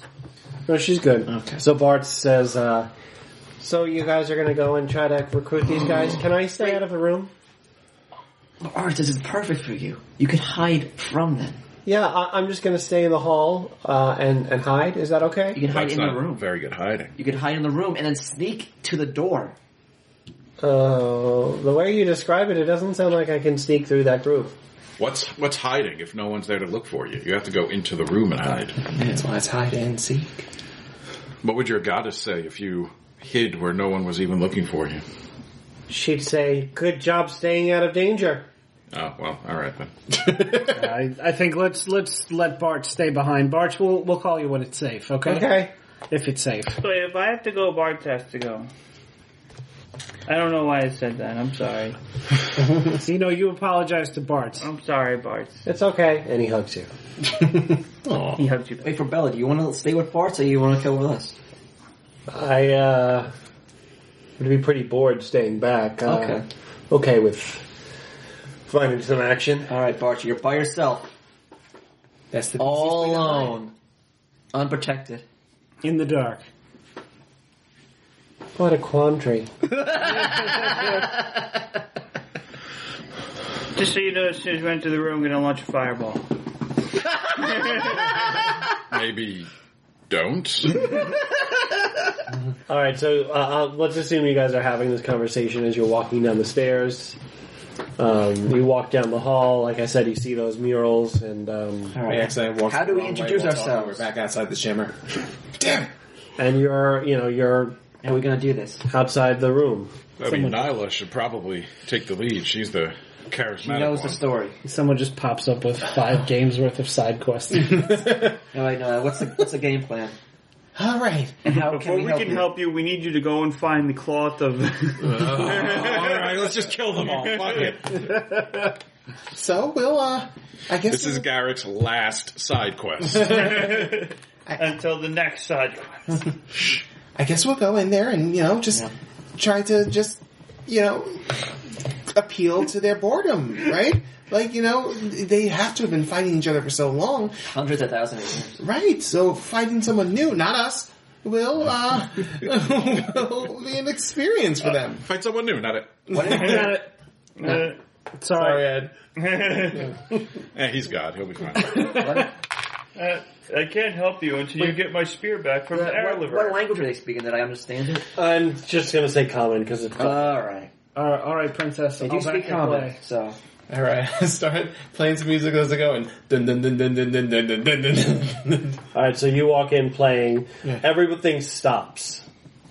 Speaker 5: No, she's good.
Speaker 7: Okay.
Speaker 5: So Bart says, uh, "So you guys are going to go and try to recruit these guys? Can I stay out of the room?"
Speaker 7: Art, this is perfect for you. You can hide from them.
Speaker 5: Yeah, I, I'm just going to stay in the hall uh, and and hide. Is that
Speaker 7: You
Speaker 5: okay?
Speaker 7: can hide
Speaker 10: That's
Speaker 7: in
Speaker 10: not
Speaker 7: the room.
Speaker 10: very good hiding.
Speaker 7: You can hide in the room and then sneak to the door.
Speaker 5: Uh, the way you describe it, it doesn't sound like I can sneak through that group.
Speaker 10: What's what's hiding if no one's there to look for you? You have to go into the room and hide.
Speaker 9: That's why it's hide and seek.
Speaker 10: What would your goddess say if you
Speaker 1: hid where no one was even looking for you.
Speaker 5: She'd say, "Good job staying out of danger."
Speaker 1: Oh well, all right then.
Speaker 4: I, I think let's let's let Bart stay behind. Bart, we'll we'll call you when it's safe. Okay.
Speaker 5: Okay.
Speaker 4: If it's safe.
Speaker 3: So if I have to go, Bart has to go. I don't know why I said that. I'm sorry.
Speaker 4: you know, you apologize to Bart.
Speaker 3: I'm sorry, Bart.
Speaker 5: It's okay. And he hugs you.
Speaker 3: He hugged you.
Speaker 7: Wait for Bella. Do you want to stay with Bart or you want to go with us?
Speaker 5: I uh, would be pretty bored staying back. Uh,
Speaker 7: Okay.
Speaker 5: Okay with finding some action.
Speaker 7: All right, Bart. You're by yourself,
Speaker 4: That's the
Speaker 7: all alone, unprotected.
Speaker 4: in the dark.
Speaker 5: What a quandary.
Speaker 3: Just so you know, as soon as we enter the room, I'm gonna launch a fireball.
Speaker 1: Maybe don't.
Speaker 5: All right, so uh, uh, let's assume you guys are having this conversation as you're walking down the stairs. Um, you walk down the hall. Like I said, you see those murals, and um,
Speaker 7: All
Speaker 9: I
Speaker 7: right.
Speaker 9: accidentally walked
Speaker 7: How do we
Speaker 9: the wrong way
Speaker 7: introduce
Speaker 9: while talking.
Speaker 7: ourselves?
Speaker 9: We're back outside the shimmer.
Speaker 5: and you're you know you're
Speaker 7: How are we gonna do this?
Speaker 5: outside the room.
Speaker 1: I mean, Nyla should probably take the lead. She's the charismatic
Speaker 7: She knows
Speaker 1: one.
Speaker 7: the story.
Speaker 4: Someone just pops up with five games worth of side quests.
Speaker 7: No, I know. What's the what's the game plan?
Speaker 9: All right.
Speaker 7: How
Speaker 3: Before we can
Speaker 7: you?
Speaker 3: help you, we need you to go and find the cloth of.
Speaker 1: all right, let's just kill them all. Fuck it.
Speaker 9: So we'll. uh I guess
Speaker 10: This is
Speaker 9: we'll-
Speaker 10: Garrett's last side quest.
Speaker 3: until the next side quest.
Speaker 9: I guess we'll go in there and you know just
Speaker 7: Yeah.
Speaker 9: try to just you know appeal to their boredom, right? Like you know they have to have been fighting each other for so long,
Speaker 7: Hundreds of thousands of years.
Speaker 9: right? So fighting someone new, not us. Will uh, will be an experience for them.
Speaker 10: Find someone new, not it.
Speaker 3: Uh,
Speaker 9: Sorry, Ed.
Speaker 10: Eh, he's God. He'll be fine.
Speaker 3: Uh, I can't help you until you get my spear back from the air
Speaker 7: What, what,
Speaker 3: liver.
Speaker 7: language are they speaking that I understand it?
Speaker 5: I'm just gonna say common because it's
Speaker 7: All right.
Speaker 4: all, right, all right, princess.
Speaker 7: They
Speaker 4: I'll
Speaker 7: do
Speaker 4: back
Speaker 7: speak
Speaker 4: your
Speaker 7: common,
Speaker 4: play.
Speaker 7: so
Speaker 9: All right, start playing some music as I go and dun dun dun dun dun dun dun dun dun dun. dun.
Speaker 4: Oh.
Speaker 5: All right, so you walk in playing.
Speaker 9: Yeah.
Speaker 5: Everything stops,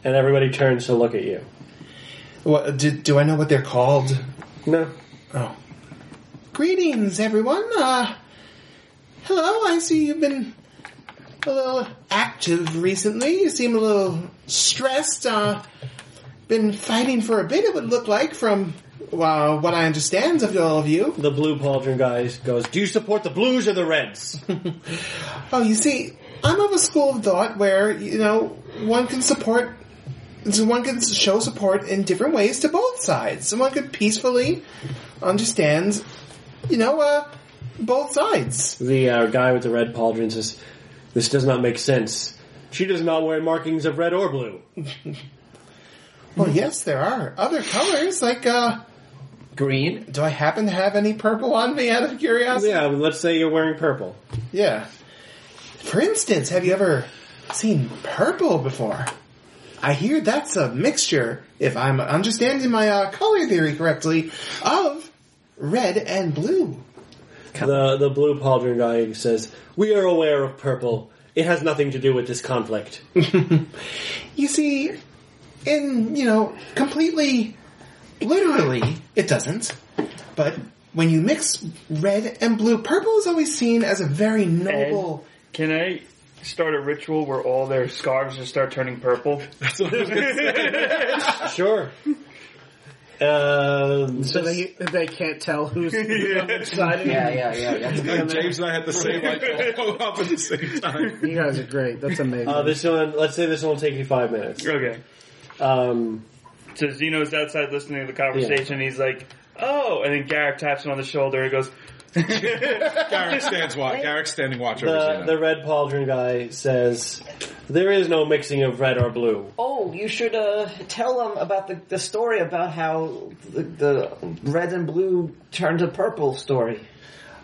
Speaker 5: and everybody turns to look at you.
Speaker 9: What do, do I know what they're called?
Speaker 5: No,
Speaker 9: Oh. Greetings, everyone. Uh, hello. I see you've been a little active recently. You seem a little stressed. Uh, been fighting for a bit. It would look like from uh, what I understand of all of you.
Speaker 5: the blue pauldron guy goes. Do you support the blues or the reds?
Speaker 9: Oh, you see, I'm of a school of thought where you know one can support, so one can show support in different ways to both sides. Someone could peacefully understand, you know, uh, both sides.
Speaker 5: the uh, guy with the red pauldron says, "This does not make sense. She does not wear markings of red or blue."
Speaker 9: Well, yes, there are other colors. Like, uh,
Speaker 7: green.
Speaker 9: do I happen to have any purple on me? Out of curiosity,
Speaker 5: Yeah, well, let's say you're wearing purple.
Speaker 9: yeah. For instance, have you ever seen purple before? I hear that's a mixture, if I'm understanding my uh, color theory correctly, of red and blue.
Speaker 5: The the blue pauldron guy says, "We are aware of purple. It has nothing to do with this conflict."
Speaker 9: You see, in, you know, completely, literally, it doesn't. But when you mix red and blue, purple is always seen as a very noble.
Speaker 3: Can I start a ritual where all their scarves just start turning purple?
Speaker 5: sure. Um,
Speaker 4: So they they can't tell who's on which side.
Speaker 7: Yeah, yeah, yeah. That's
Speaker 10: Like, James and I had the same light bulb go off at the same time.
Speaker 4: You guys are great. That's amazing.
Speaker 5: uh, this one, let's say this one will take you five minutes.
Speaker 3: Okay.
Speaker 5: Um,
Speaker 3: So Zeno's outside listening to the conversation. He's like, "Oh," and then Garrick taps him on the shoulder and goes,
Speaker 10: Garrick stands watch. Garrick's standing watch over
Speaker 5: the,
Speaker 10: Zeno.
Speaker 5: the red pauldron guy says, "There is no mixing of red or blue."
Speaker 7: Oh, you should uh, tell them about the, the story about how the, the red and blue turned to purple story.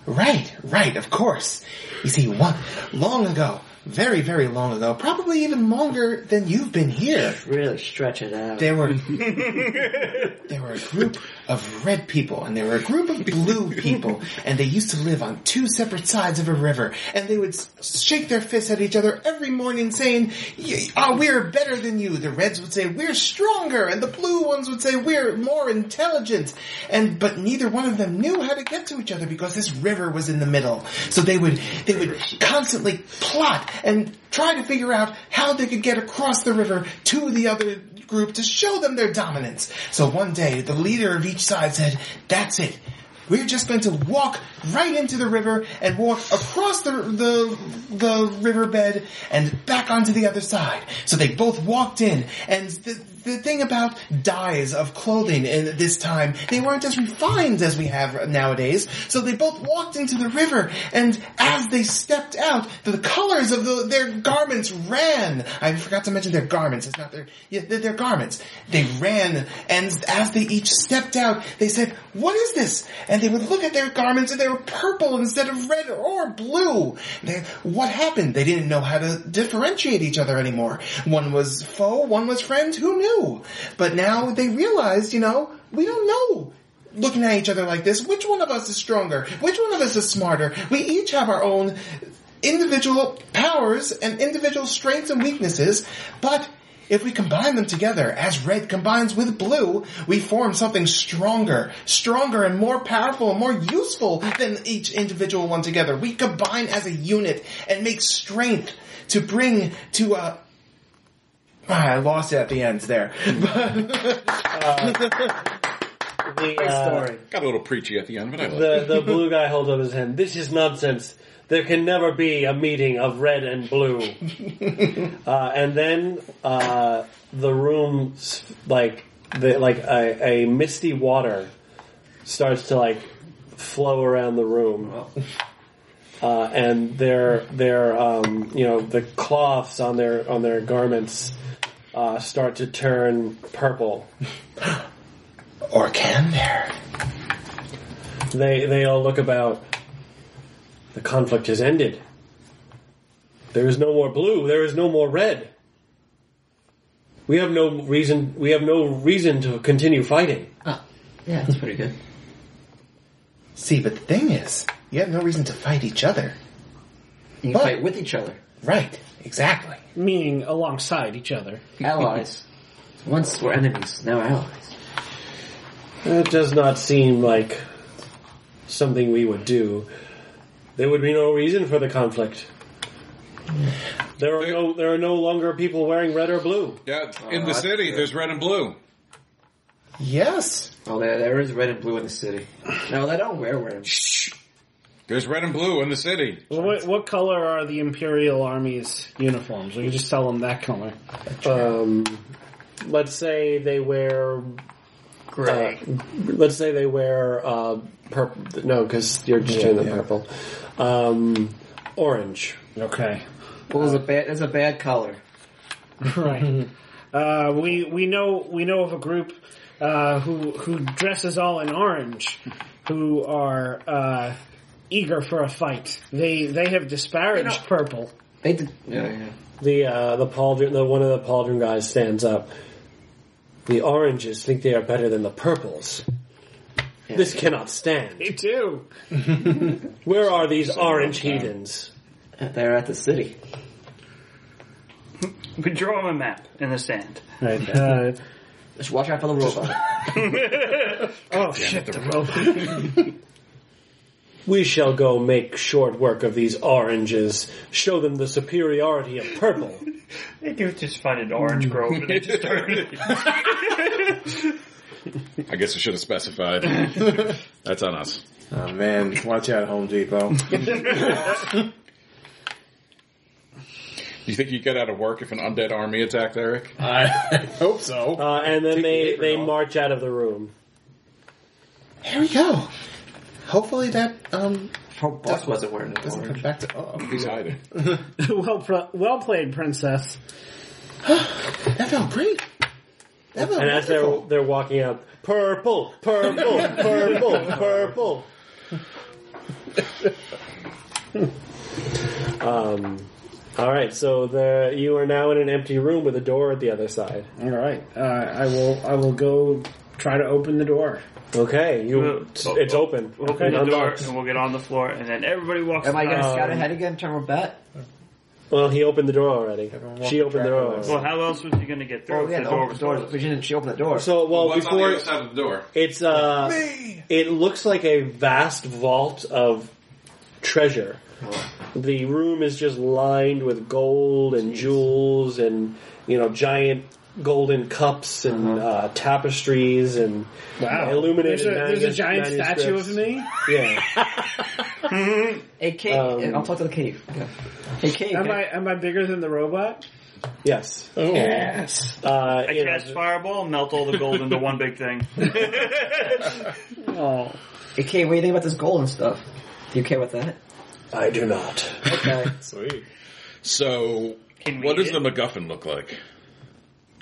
Speaker 9: Right, right, of course. You see, one, long ago, very, very long ago, probably even longer than you've been here.
Speaker 7: Really stretch it out.
Speaker 9: They were they were a group of red people, and they were a group of blue people, and they used to live on two separate sides of a river, and they would s- shake their fists at each other every morning saying, "Y- ah, we're better than you. The reds would say, we're stronger, and the blue ones would say, we're more intelligent. And, but neither one of them knew how to get to each other because this river was in the middle. So they would, they would constantly plot and try to figure out how they could get across the river to the other group to show them their dominance. So one day, the leader of each side said, that's it. We're just going to walk right into the river and walk across the, the, the riverbed and back onto the other side. So they both walked in and the, the thing about dyes of clothing in this time, they weren't as refined as we have nowadays. So they both walked into the river and as they stepped out, the colors of the, their garments ran. I forgot to mention their garments. It's not their, yeah, their, their garments. They ran and as they each stepped out, they said, what is this? And they would look at their garments and they were purple instead of red or blue. They, what happened? They didn't know how to differentiate each other anymore. One was foe, one was friend, who knew? But now they realized, you know, we don't know looking at each other like this, which one of us is stronger? Which one of us is smarter? We each have our own individual powers and individual strengths and weaknesses, but if we combine them together, as red combines with blue, we form something stronger, stronger and more powerful and more useful than each individual one together. We combine as a unit and make strength to bring to uh, a Ah, I lost it at the end there.
Speaker 5: The, uh,
Speaker 10: Got a little preachy at the end, but I like
Speaker 5: the
Speaker 10: it.
Speaker 5: the blue guy holds up his hand. This is nonsense. There can never be a meeting of red and blue. uh, and then uh, the room, s- like the, like a, a misty water, starts to like flow around the room. Uh, and their their um, you know the cloths on their on their garments uh, start to turn purple.
Speaker 9: or can there?
Speaker 5: They they all look about. The conflict has ended. There is no more blue. There is no more red. We have no reason. We have no reason to continue fighting.
Speaker 7: Yeah, that's pretty good.
Speaker 9: See, but the thing is, you have no reason to fight each other.
Speaker 7: You can
Speaker 9: But-
Speaker 7: fight with each other.
Speaker 9: Right, exactly.
Speaker 4: meaning alongside each other.
Speaker 7: Allies. Once were enemies, now allies.
Speaker 5: That does not seem like something we would do. There would be no reason for the conflict. There are no. There are no longer people wearing red or blue.
Speaker 10: Yeah, in the city, there's red and blue.
Speaker 9: Yes.
Speaker 7: Oh, there, there is red and blue in the city. No, they don't wear red.
Speaker 10: There's red and blue in the city.
Speaker 4: Well, what, what color are the Imperial Army's uniforms? We can just tell them that color.
Speaker 5: Um, let's say they wear
Speaker 7: Gray.
Speaker 5: Uh, let's say they wear uh, purple. No, because you're just doing the purple. Um, orange.
Speaker 4: Okay.
Speaker 7: Well, it's a bad, it's a bad color.
Speaker 4: Right. uh, we we know we know of a group uh, who who dresses all in orange, who are uh, eager for a fight. They they have disparaged purple.
Speaker 7: They did. Yeah, yeah.
Speaker 5: The uh, the pauldron. The one of the pauldron guys stands up. The oranges think they are better than the purples. This cannot stand.
Speaker 4: Me too.
Speaker 5: Where are these orange heathens?
Speaker 7: Uh, They're at the city.
Speaker 3: We draw him a map in the sand.
Speaker 4: Right. Uh,
Speaker 7: Just watch out for the robot.
Speaker 4: oh shit! The rope.
Speaker 5: We shall go make short work of these oranges. Show them the superiority of purple.
Speaker 3: They do just find an orange grove and they just turn it.
Speaker 10: I guess I should have specified. That's on us.
Speaker 9: Oh man, watch out, Home Depot.
Speaker 10: You think you get out of work if an undead army attacked Eric?
Speaker 9: I hope so.
Speaker 5: Uh, and then they, they march out of the room.
Speaker 9: Here we go. Hopefully that um
Speaker 7: Hope Boss wasn't wearing it.
Speaker 9: doesn't come back to. Oh,
Speaker 10: He's hiding.
Speaker 4: well, pro- well played, princess.
Speaker 9: that felt great. That felt
Speaker 5: And as they're
Speaker 9: wonderful.
Speaker 5: they're walking out, purple, purple, purple, purple. um, all right, so the you are now in an empty room with a door at the other side.
Speaker 4: All right. Uh, I will I will go try to open the door.
Speaker 5: Okay, you.
Speaker 3: Uh,
Speaker 5: it's, it's open.
Speaker 3: Open the door,
Speaker 5: Unlocked.
Speaker 3: and we'll get on the floor, and then everybody walks.
Speaker 7: Am I going to
Speaker 3: uh,
Speaker 7: scout ahead again? Turn a bet?
Speaker 5: Well, he opened the door already. She opened the door.
Speaker 3: Well,
Speaker 5: Already.
Speaker 3: how else was he going to get through?
Speaker 7: Oh,
Speaker 3: if
Speaker 7: yeah,
Speaker 3: the
Speaker 7: the
Speaker 3: door
Speaker 7: open
Speaker 3: was
Speaker 7: doors.
Speaker 3: closed?
Speaker 7: But she didn't. She opened the door.
Speaker 5: So, well,
Speaker 10: What's on the
Speaker 5: before
Speaker 10: other side of the door?
Speaker 5: it's uh, it looks like a vast vault of treasure. The room is just lined with gold and jewels, and you know, giant golden cups and uh, tapestries and
Speaker 4: Wow.
Speaker 5: illuminated.
Speaker 4: There's a, there's a
Speaker 5: manus-
Speaker 4: giant statue of
Speaker 5: manuscripts.
Speaker 4: me.
Speaker 5: Yeah.
Speaker 7: Hey, Kate,
Speaker 5: Um,
Speaker 7: I'll talk to the cave. Okay. Hey, Kate.
Speaker 4: Am I am I bigger than the robot?
Speaker 5: Yes.
Speaker 9: Oh.
Speaker 4: Yes.
Speaker 5: Uh,
Speaker 3: I
Speaker 5: you know,
Speaker 3: cast fireball, melt all the gold into one big thing.
Speaker 4: Oh.
Speaker 7: Hey, Kate, what do you think about this gold and stuff? Do you care about that?
Speaker 12: I do not.
Speaker 7: Okay.
Speaker 9: Sweet.
Speaker 10: So,
Speaker 3: Can we
Speaker 10: what does
Speaker 3: eat
Speaker 10: the
Speaker 3: it?
Speaker 10: MacGuffin look like?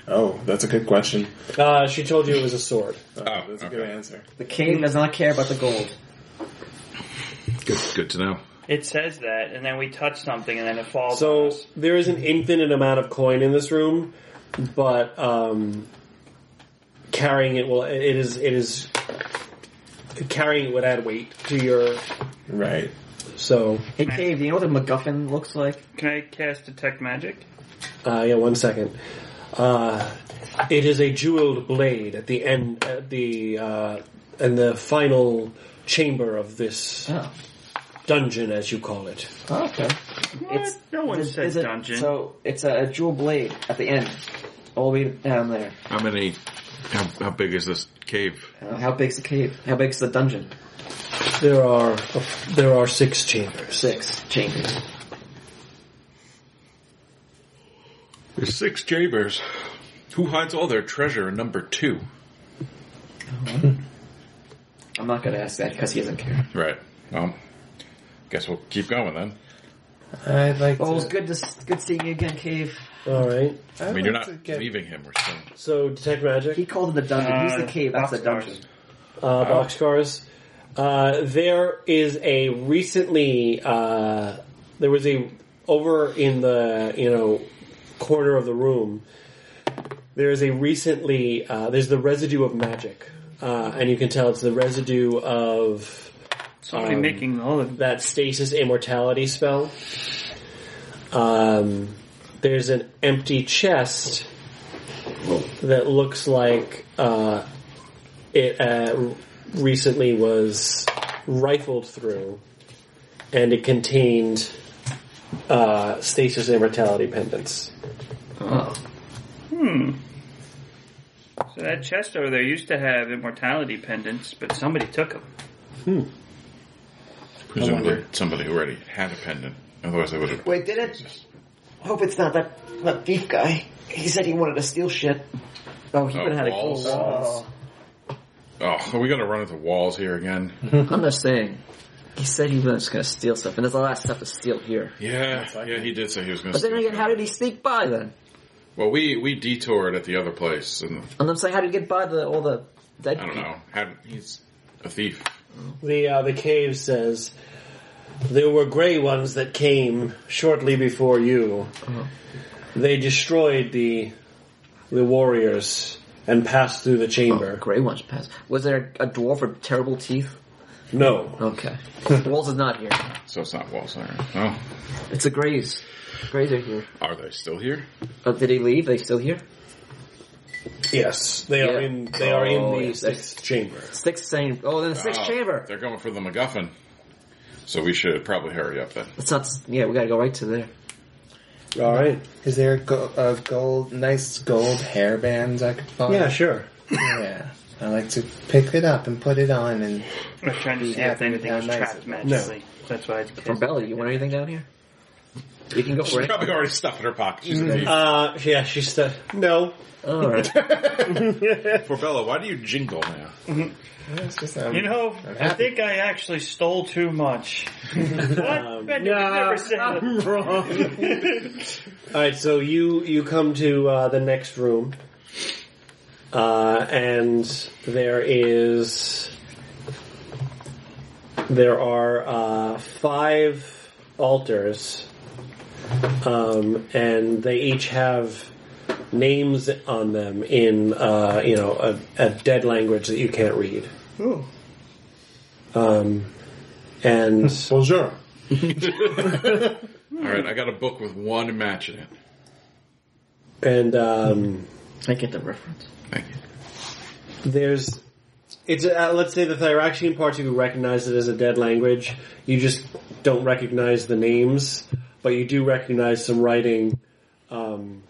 Speaker 9: Oh, that's a good question.
Speaker 5: uh, she told you it was a sword.
Speaker 10: Oh,
Speaker 9: Oh, that's a
Speaker 10: okay.
Speaker 9: good answer.
Speaker 7: the cave does not care about the gold.
Speaker 10: Good, good to know.
Speaker 3: it says that, and then we touch something, and then it falls. on
Speaker 5: So
Speaker 3: us.
Speaker 5: there is an infinite amount of coin in this room, but um, carrying it will it is it is carrying it would add weight to your
Speaker 9: Right.
Speaker 5: so
Speaker 7: Hey, Cave, do you know what the MacGuffin looks like?
Speaker 3: can I cast detect magic?
Speaker 5: uh, yeah one second. Uh, it is a jeweled blade at the end at the uh, and the final chamber of this
Speaker 7: Oh.
Speaker 5: dungeon as you call it.
Speaker 7: oh okay.
Speaker 3: It's, no one
Speaker 7: Is-
Speaker 3: said
Speaker 7: is it-
Speaker 3: dungeon.
Speaker 7: So it's a, jewel blade at the end. All the way down there.
Speaker 10: How many? How, how big is this cave?
Speaker 7: Uh, how big's the cave? How big's the dungeon?
Speaker 5: There are there are six chambers.
Speaker 7: Six chambers.
Speaker 10: There's six chambers. Who hides all their treasure in number two?
Speaker 7: I'm not going to ask that because he doesn't care.
Speaker 10: Right. Well, guess we'll keep going then.
Speaker 9: I'd like
Speaker 7: Well, it was
Speaker 9: to.
Speaker 7: good to s- good seeing you again, Cave.
Speaker 5: All right.
Speaker 9: I'd
Speaker 10: I mean,
Speaker 9: like
Speaker 10: you're not
Speaker 9: to get-
Speaker 10: leaving him. We're still.
Speaker 5: So detect magic.
Speaker 7: He called it the dungeon. He's the
Speaker 3: Uh,
Speaker 7: cave. That's the
Speaker 3: boxcars.
Speaker 7: dungeon.
Speaker 5: uh, boxcars. Uh, there is a recently uh, there was a over in the you know corner of the room. There is a recently uh, there's the residue of magic, uh, and you can tell it's the residue of
Speaker 3: Somebody
Speaker 5: um,
Speaker 3: making all of
Speaker 5: that stasis immortality spell. Um, there's an empty chest that looks like uh, it uh, recently was rifled through, and it contained uh, stasis immortality pendants.
Speaker 3: So that chest over there used to have immortality pendants, but somebody took them.
Speaker 10: Presumably, somebody already had a pendant. Otherwise, they would have.
Speaker 7: Wait, did it? Hope it's not that that thief guy. He said he wanted to steal shit. Oh, he
Speaker 10: Oh,
Speaker 7: would have had
Speaker 10: walls.
Speaker 7: a gold walls.
Speaker 10: Oh, are we gonna run at the walls here again?
Speaker 7: I'm just saying. He said he was going to steal stuff, and there's a lot of stuff to steal here.
Speaker 10: Yeah, yeah, he did say he was gonna.
Speaker 7: But then
Speaker 10: steal
Speaker 7: again, how
Speaker 10: something.
Speaker 7: did he sneak by then?
Speaker 10: Well, we we detoured at the other place, and
Speaker 7: And I'm saying, how did he get by the all the dead?
Speaker 10: I don't know. How he's a thief.
Speaker 5: The uh, the cave says there were gray ones that came shortly before you.
Speaker 7: Uh-huh.
Speaker 5: They destroyed the the warriors and passed through the chamber.
Speaker 7: Gray ones passed. Was there a dwarf with terrible teeth?
Speaker 5: No,
Speaker 7: Okay. Walls is not here.
Speaker 10: So it's not walls iron. Oh,
Speaker 7: It's the Greys. Greys are here.
Speaker 10: are they still here?
Speaker 7: Oh, did he leave? They still here?
Speaker 5: yes, they are
Speaker 7: Yeah.
Speaker 5: in they are in
Speaker 7: Oh,
Speaker 5: the
Speaker 7: yes, that's-
Speaker 5: sixth chamber.
Speaker 7: Sixth same. Oh, then the sixth
Speaker 10: Oh,
Speaker 7: chamber.
Speaker 10: They're going for the MacGuffin. So we should probably hurry up then.
Speaker 7: It's not. Yeah, we gotta go right to there.
Speaker 5: All right,
Speaker 9: Is there a, go- a gold, nice gold hairbands I could buy?
Speaker 5: yeah, sure.
Speaker 9: Yeah. I like to pick it up and put it on and
Speaker 3: I was trying to see if
Speaker 9: happy
Speaker 3: anything
Speaker 9: with
Speaker 3: was
Speaker 9: how nice
Speaker 3: trapped
Speaker 9: it was.
Speaker 3: magically. That's why I
Speaker 7: From
Speaker 3: cast.
Speaker 7: Bella, you want anything down here? You can go for
Speaker 10: She's
Speaker 7: it.
Speaker 10: probably already stuffed in her pocket. She's a thief.
Speaker 5: Uh, yeah, she said no.
Speaker 7: All right.
Speaker 10: For Bella, why do you jingle now?
Speaker 9: it's just um,
Speaker 3: You know, I think I actually stole too much.
Speaker 7: Um,
Speaker 3: what? Ben, you could never say that.
Speaker 5: All right, so you you come to uh, the next room, uh, and there is there are uh, five altars, um, and they each have names on them in uh, you know a, a dead language that you can't read.
Speaker 9: Ooh.
Speaker 5: Um, and
Speaker 9: bonjour.
Speaker 10: All right, I got a book with one match in it.
Speaker 5: And um,
Speaker 7: I get the reference.
Speaker 10: Thank you.
Speaker 5: there's it's uh, let's say the Thyraxian part you recognize it as a dead language. You just don't recognize the names, but you do recognize some writing um,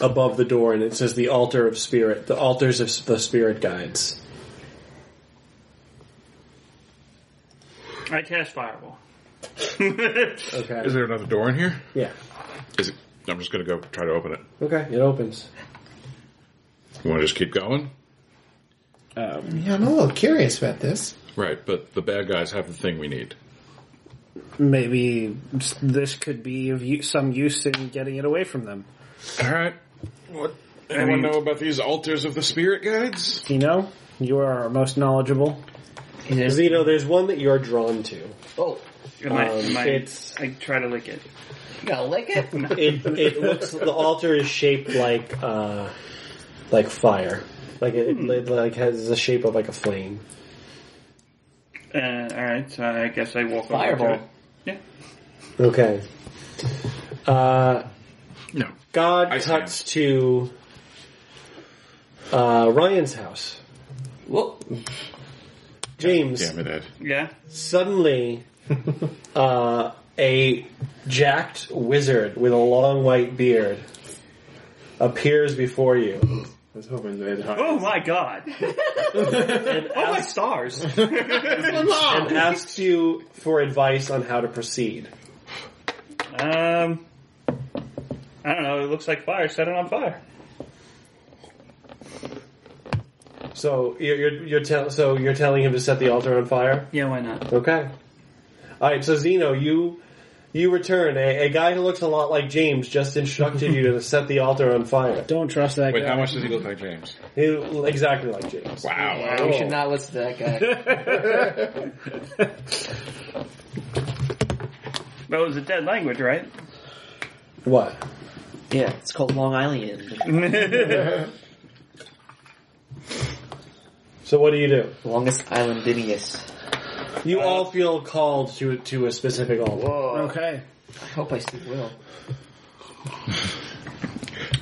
Speaker 5: above the door, and it says the altar of spirit, the altars of s- the spirit guides.
Speaker 3: I cast fireball.
Speaker 5: Okay.
Speaker 10: Is there another door in here?
Speaker 5: Yeah.
Speaker 10: Is it? I'm just gonna go try to open it.
Speaker 5: Okay. It opens.
Speaker 10: You want to just keep going?
Speaker 9: Yeah, I'm a little curious about this.
Speaker 10: Right, but the bad guys have the thing we need.
Speaker 4: Maybe s- this could be of u- some use in getting it away from them.
Speaker 10: All right. What? Anyone know about these altars of the spirit guides?
Speaker 4: You know, you are our most knowledgeable.
Speaker 5: Zeno, there's one that you're drawn to.
Speaker 7: Oh,
Speaker 3: Am I, am I,
Speaker 5: it's-
Speaker 3: I try to lick it.
Speaker 7: you gotta lick it.
Speaker 5: It, it looks the altar is shaped like uh, like fire, like it, it like has the shape of like a flame.
Speaker 3: Uh, all right, so I guess I walk over
Speaker 7: Fireball.
Speaker 3: to it. Yeah.
Speaker 5: Okay. Uh,
Speaker 10: No.
Speaker 5: God
Speaker 10: I stand.
Speaker 5: cuts to uh, Ryan's house.
Speaker 7: Whoa.
Speaker 5: James,
Speaker 10: Damn it, Ed.
Speaker 3: Yeah.
Speaker 5: suddenly uh, a jacked wizard with a long white beard appears before you.
Speaker 9: I was hoping they had
Speaker 3: Oh my god. oh my stars.
Speaker 5: and asks you for advice on how to proceed.
Speaker 3: Um, I don't know. It looks like fire. Set it on fire.
Speaker 5: So you're you're, you're tell, so you're telling him to set the altar on fire.
Speaker 3: Yeah, why not?
Speaker 5: Okay. All right. So Zeno, you you return a, a guy who looks a lot like James just instructed you to set the altar on fire.
Speaker 4: Don't trust that
Speaker 10: Wait,
Speaker 4: guy.
Speaker 10: how much does he look like James?
Speaker 5: He, exactly like James.
Speaker 10: Wow.
Speaker 7: We should not listen to that guy.
Speaker 3: That was a dead language, right?
Speaker 5: What?
Speaker 7: yeah, it's called Long Island.
Speaker 5: So what do you do?
Speaker 7: Longest Island Didius.
Speaker 5: You all feel called to to a specific altar.
Speaker 7: Whoa.
Speaker 4: Okay.
Speaker 7: I hope I see Will.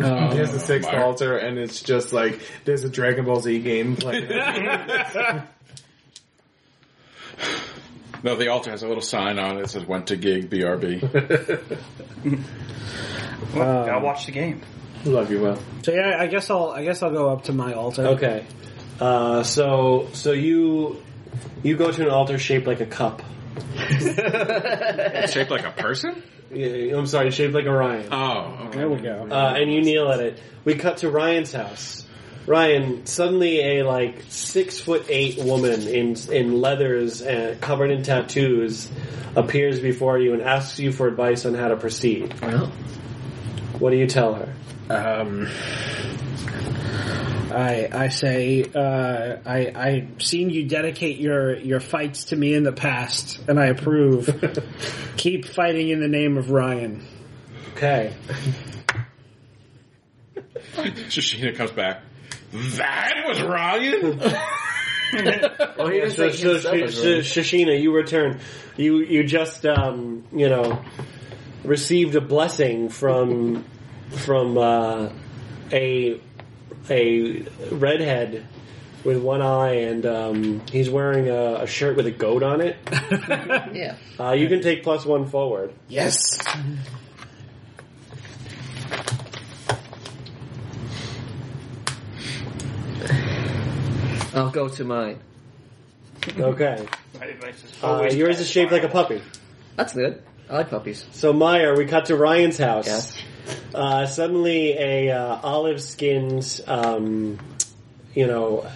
Speaker 5: Um,
Speaker 9: He has the sixth
Speaker 10: Meyer.
Speaker 9: altar, and it's just like there's a Dragon Ball Z game. Like,
Speaker 10: No, the altar has a little sign on it that says "Went to gig, BRB."
Speaker 3: Well, gotta watch the game.
Speaker 9: love you, Will.
Speaker 4: So yeah, I guess I'll I guess I'll go up to my altar.
Speaker 5: Okay. Uh, so so you you go to an altar shaped like a cup.
Speaker 10: Shaped like a person?
Speaker 5: Yeah, I'm sorry, shaped like Orion.
Speaker 10: Oh, okay.
Speaker 4: There we go.
Speaker 5: Uh, and you kneel at it. We cut to Ryan's house. Ryan, suddenly a like six foot eight woman in in leathers and covered in tattoos appears before you and asks you for advice on how to proceed.
Speaker 7: Well,
Speaker 5: What do you tell her?
Speaker 4: Um, I I say uh, I I've seen you dedicate your your fights to me in the past, and I approve. Keep fighting in the name of Ryan.
Speaker 5: Okay.
Speaker 10: Shashina comes back. That was Ryan.
Speaker 7: oh, he was
Speaker 5: So,
Speaker 7: like
Speaker 5: so,
Speaker 7: himself as well.
Speaker 5: Sh- Sh- Shashina, you return. You you just um, you know received a blessing from from uh, a a redhead with one eye, and um, he's wearing a, a shirt with a goat on it.
Speaker 7: Yeah.
Speaker 5: Uh, you can take plus one forward.
Speaker 9: Yes.
Speaker 7: I'll go to mine.
Speaker 5: Okay,
Speaker 3: My advice is
Speaker 5: uh,
Speaker 3: always
Speaker 5: yours is
Speaker 3: cast
Speaker 5: shaped like a
Speaker 3: fireball.
Speaker 5: puppy.
Speaker 7: That's good. I like puppies.
Speaker 5: So Meyer, we cut to Ryan's house.
Speaker 7: Yes.
Speaker 5: Uh, suddenly, a uh, olive-skinned, um, you know,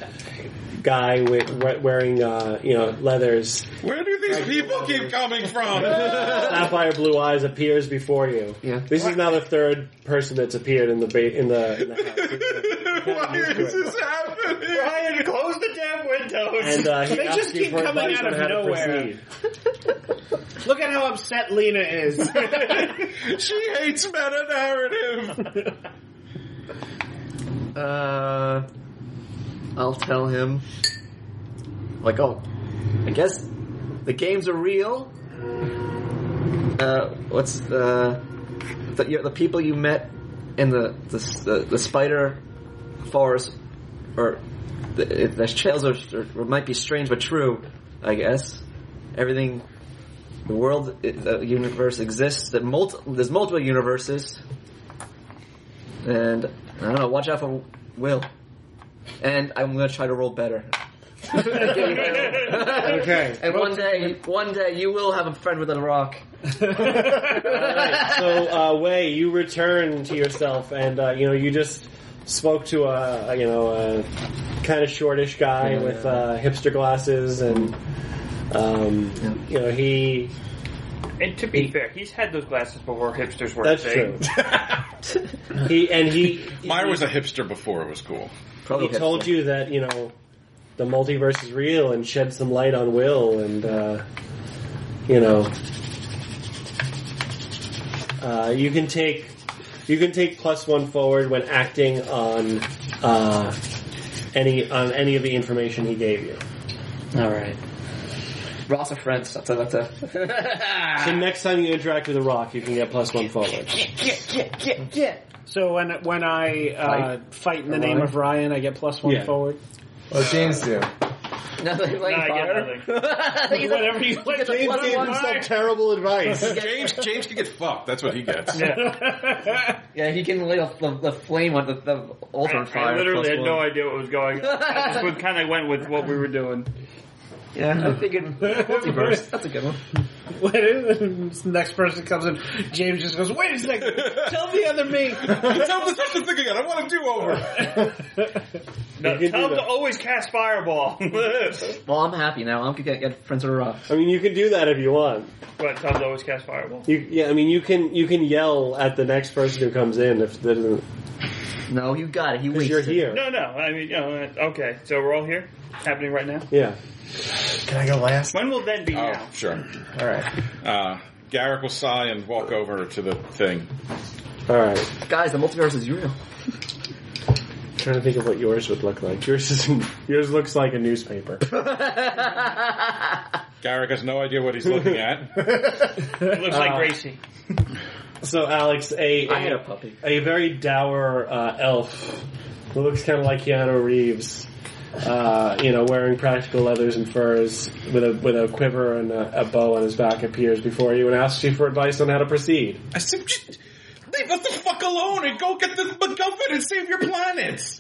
Speaker 5: guy with, we- wearing, uh, you know, leathers,
Speaker 10: Where do these people keep coming from?
Speaker 5: sapphire blue eyes appears before you.
Speaker 7: Yeah.
Speaker 5: This is now the third person that's appeared in the ba- in the, in the house.
Speaker 10: Why is this happening?
Speaker 7: Ryan, close the damn windows.
Speaker 5: And uh, he
Speaker 4: They
Speaker 5: asks
Speaker 4: just
Speaker 5: you
Speaker 4: keep
Speaker 5: for
Speaker 4: coming
Speaker 5: advice
Speaker 4: out
Speaker 5: on
Speaker 4: of
Speaker 5: how to
Speaker 4: nowhere.
Speaker 5: proceed.
Speaker 4: Look at how upset Lena is.
Speaker 10: She hates meta narrative.
Speaker 7: Uh, I'll tell him. Like, oh, I guess the games are real. Uh, what's the the, you the people you met in the the, the, the spider forest, or the, the trails are, are might be strange but true. I guess everything, the world, the universe exists. That multi, there's multiple universes, and I don't know. Watch out for Will, and I'm gonna try to roll better. okay. And one day, one day you will have a friend with a rock.
Speaker 5: so uh, Wei, you return to yourself, and uh, you know you just spoke to a you know a kind of shortish guy with uh, hipster glasses, and um, you know he.
Speaker 3: And to be fair, he's had those glasses before hipsters were.
Speaker 5: That's
Speaker 3: a
Speaker 5: true.
Speaker 3: thing.
Speaker 5: he and he.
Speaker 2: Mine was a hipster before it was cool.
Speaker 5: He told you that you know the multiverse is real and shed some light on Will, and uh, you know uh, you can take you can take plus one forward when acting on uh, any on any of the information he gave you.
Speaker 7: All right. Ross of friends. That's a, that's a.
Speaker 3: Ah.
Speaker 5: So next time you interact with a rock, you can get plus one forward.
Speaker 7: yeah, yeah, yeah, yeah.
Speaker 4: So when when I uh, fight, in the
Speaker 5: Or
Speaker 4: name
Speaker 5: Ryan?
Speaker 4: of Ryan, I get plus one
Speaker 5: Yeah.
Speaker 4: forward.
Speaker 9: What James do?
Speaker 7: Nothing like
Speaker 3: I get
Speaker 7: fire. He's like-
Speaker 4: Whatever you like.
Speaker 7: gets a plus one.
Speaker 5: terrible advice.
Speaker 2: James, James can get fucked. That's what he gets.
Speaker 7: Yeah, he can lay the, the, the flame on the, the altar on
Speaker 3: I
Speaker 7: fire.
Speaker 3: literally
Speaker 7: plus
Speaker 3: had
Speaker 7: one.
Speaker 3: no idea what was going on. I just was kind of went with what we were doing.
Speaker 7: Yeah, I figured multiverse. That's a good one.
Speaker 4: When the next person comes in, James just goes, "Wait a second, tell the other me."
Speaker 2: Tell the second thing again. I want to do over.
Speaker 3: No,
Speaker 5: can
Speaker 3: tell
Speaker 5: do
Speaker 3: him to always cast fireball. but
Speaker 7: Well, I'm happy now. I'm gonna get friends with a rock.
Speaker 5: I mean, you can do that if you want.
Speaker 3: tell him to always cast fireball.
Speaker 5: You, yeah, I mean, you can you can yell at the next person who comes in if that doesn't
Speaker 7: No, you got it. He
Speaker 5: because
Speaker 7: waits.
Speaker 5: you're
Speaker 7: it.
Speaker 5: here.
Speaker 3: No, no. I mean, you know, uh, okay. So we're all here, happening right now.
Speaker 5: Yeah.
Speaker 9: Can I go last?
Speaker 3: When will then be now?
Speaker 2: Oh, sure.
Speaker 9: All right.
Speaker 2: Uh, Garrick will sigh and walk over to the thing.
Speaker 5: All right.
Speaker 7: Guys, the multiverse is real.
Speaker 5: trying to think of what yours would look like. Yours is yours looks like a newspaper.
Speaker 2: Garrick has no idea what he's looking at.
Speaker 3: It looks like Gracie.
Speaker 5: So Alex, a
Speaker 7: I had a puppy.
Speaker 5: a very dour uh, elf who looks kind of like Keanu Reeves, uh, you know, wearing practical leathers and furs with a with a quiver and a, a bow on his back, appears before you and asks you for advice on how to proceed.
Speaker 2: I said, "Just leave us the fuck alone and go get this MacGuffin and save your planets.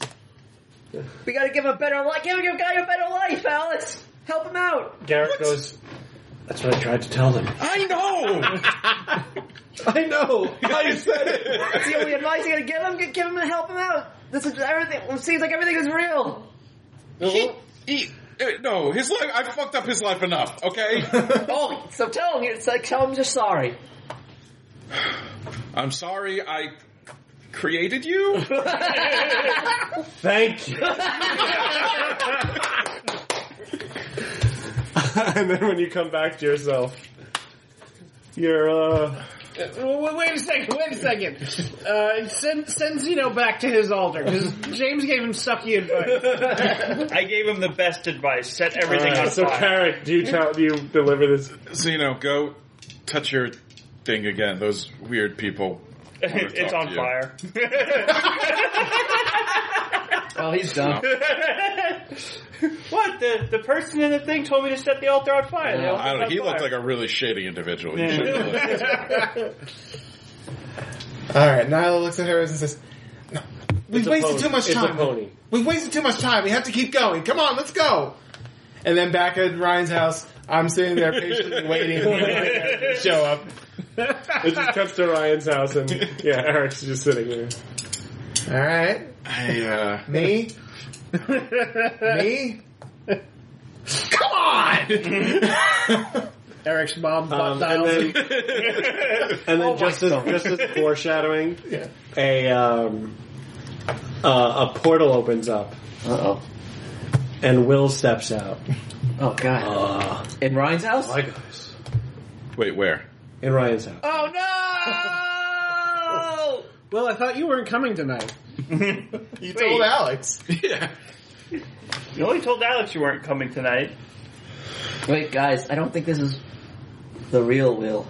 Speaker 7: We gotta give him a better life. Give your guy a better life, Alice. Help him out.
Speaker 5: Garrett goes. That's what I tried to tell them.
Speaker 2: I know.
Speaker 5: I know. I said it.
Speaker 7: That's the only advice you gotta give him. Give him and help him out. This is everything. It seems like everything is real.
Speaker 2: he, he, uh, no, his life. I fucked up his life enough. Okay.
Speaker 7: Oh, so tell him. It's like tell him you're sorry.
Speaker 2: I'm sorry. I created you.
Speaker 5: Thank you. and then when you come back to yourself, you're, uh,
Speaker 4: Wait, wait a second, wait a second. Uh, send send Zeno back to his altar because James gave him sucky advice.
Speaker 3: I gave him the best advice: set everything
Speaker 5: uh,
Speaker 3: on
Speaker 5: so
Speaker 3: fire.
Speaker 5: Carrick, do you tell, do you deliver this?
Speaker 2: So you know, go touch your thing again. Those weird people. wanna
Speaker 3: it's
Speaker 2: talk to
Speaker 3: on
Speaker 2: you.
Speaker 3: fire.
Speaker 7: Oh, he's done.
Speaker 3: what the the person in the thing told me to set the altar on fire. The
Speaker 2: I don't know.
Speaker 3: altar's
Speaker 2: He
Speaker 3: on
Speaker 2: looked
Speaker 3: fire.
Speaker 2: like a really shady individual. You shouldn't look.
Speaker 9: All right. Nyla looks at her and says, "No, we've
Speaker 5: It's a
Speaker 9: wasted
Speaker 5: pony.
Speaker 9: too much
Speaker 5: It's a
Speaker 9: time.
Speaker 5: pony.
Speaker 9: We've wasted too much time. We have to keep going. Come on, let's go." And then back at Ryan's house, I'm sitting there patiently waiting for Ryan to show up.
Speaker 5: It just cuts to Ryan's house, and yeah, Eric's just sitting there.
Speaker 9: All right,
Speaker 2: I, uh,
Speaker 9: me, me. Come on.
Speaker 4: Eric's mom
Speaker 5: Um,
Speaker 4: um,
Speaker 5: and then, and then just as just as foreshadowing,
Speaker 9: Yeah.
Speaker 5: a um, uh, a portal opens up,
Speaker 7: Uh oh.
Speaker 5: and Will steps out.
Speaker 7: Oh god.
Speaker 5: Uh,
Speaker 7: In Ryan's house.
Speaker 5: my guys,
Speaker 2: wait, where?
Speaker 5: in Ryan's house.
Speaker 7: Oh no!
Speaker 4: Well, I thought you weren't coming tonight.
Speaker 9: You
Speaker 13: Wait.
Speaker 9: told Alex.
Speaker 13: Yeah. You only told Alex you weren't coming tonight.
Speaker 7: Wait, guys, I don't think this is the real Will.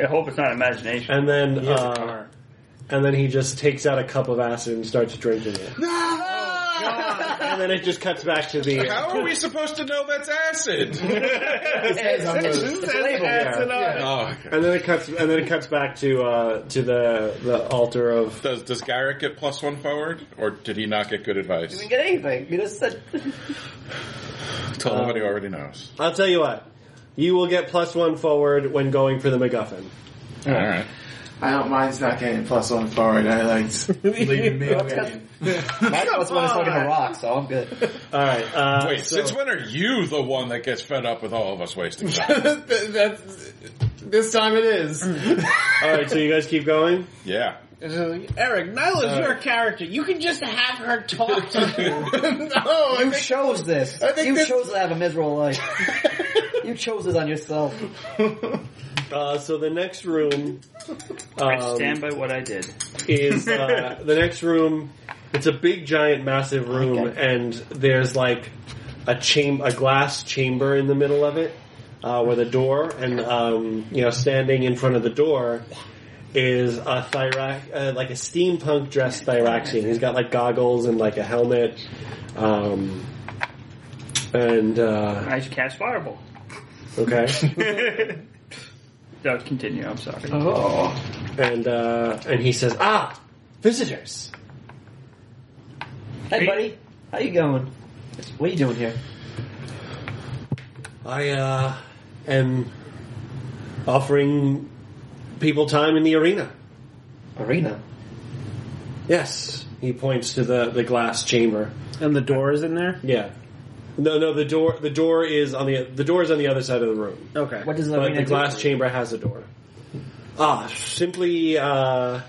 Speaker 13: I hope it's not imagination.
Speaker 5: And then,
Speaker 13: has a
Speaker 5: uh, and then he just takes out a cup of acid and starts drinking it. and then it just cuts back to the.
Speaker 2: How are we supposed to know that's acid? Oh,
Speaker 5: And then it cuts, and then it cuts back to uh, to the the altar of.
Speaker 10: Does does Garrick get plus one forward, or did he not get good advice?
Speaker 7: Didn't get anything. You just said
Speaker 10: Tell him what he already knows.
Speaker 5: I'll tell you what, you will get plus one forward when going for the MacGuffin.
Speaker 10: All right.
Speaker 9: I don't mind not getting plus one forward. I liked leaving me hanging.
Speaker 7: my plus one is fucking a rock, so I'm good.
Speaker 5: All right. Uh,
Speaker 10: Wait,
Speaker 5: so-
Speaker 10: since when are you the one that gets fed up with all of us wasting time?
Speaker 9: That- that's- this time it is.
Speaker 5: all right, so you guys keep going.
Speaker 10: yeah.
Speaker 4: Eric, Nyla's your character. You can just have her talk to you.
Speaker 9: no, Oh, I
Speaker 7: You
Speaker 9: think,
Speaker 7: chose this.
Speaker 9: I think
Speaker 7: You
Speaker 9: this-
Speaker 7: chose to have a miserable life. you chose this on yourself.
Speaker 5: Uh, so the next room
Speaker 13: I stand
Speaker 5: um,
Speaker 13: by what I did.
Speaker 5: is uh, the next room. It's a big, giant, massive room,
Speaker 7: Okay.
Speaker 5: and there's like a cham- a glass chamber in the middle of it, uh, with a door, and um, you know, standing in front of the door is a thyrax, uh, like a steampunk dressed thyraxian. He's got like goggles and like a helmet, um, and uh,
Speaker 13: I just cast fireball.
Speaker 5: okay.
Speaker 13: no, continue. I'm sorry.
Speaker 5: and uh, and he says, "Ah, visitors."
Speaker 7: Hey, buddy, how you going? What are you doing here?
Speaker 5: I uh, am offering people time in the arena.
Speaker 7: Arena.
Speaker 5: Yes, he points to the the glass chamber.
Speaker 4: and the door is in there?
Speaker 5: Yeah. No, no. The door the door is on the the door is on the other side of the room,
Speaker 4: Okay.
Speaker 7: What does
Speaker 5: but
Speaker 7: arena
Speaker 5: the
Speaker 7: do
Speaker 5: glass
Speaker 7: for you?
Speaker 5: chamber has a door. Ah, simply uh,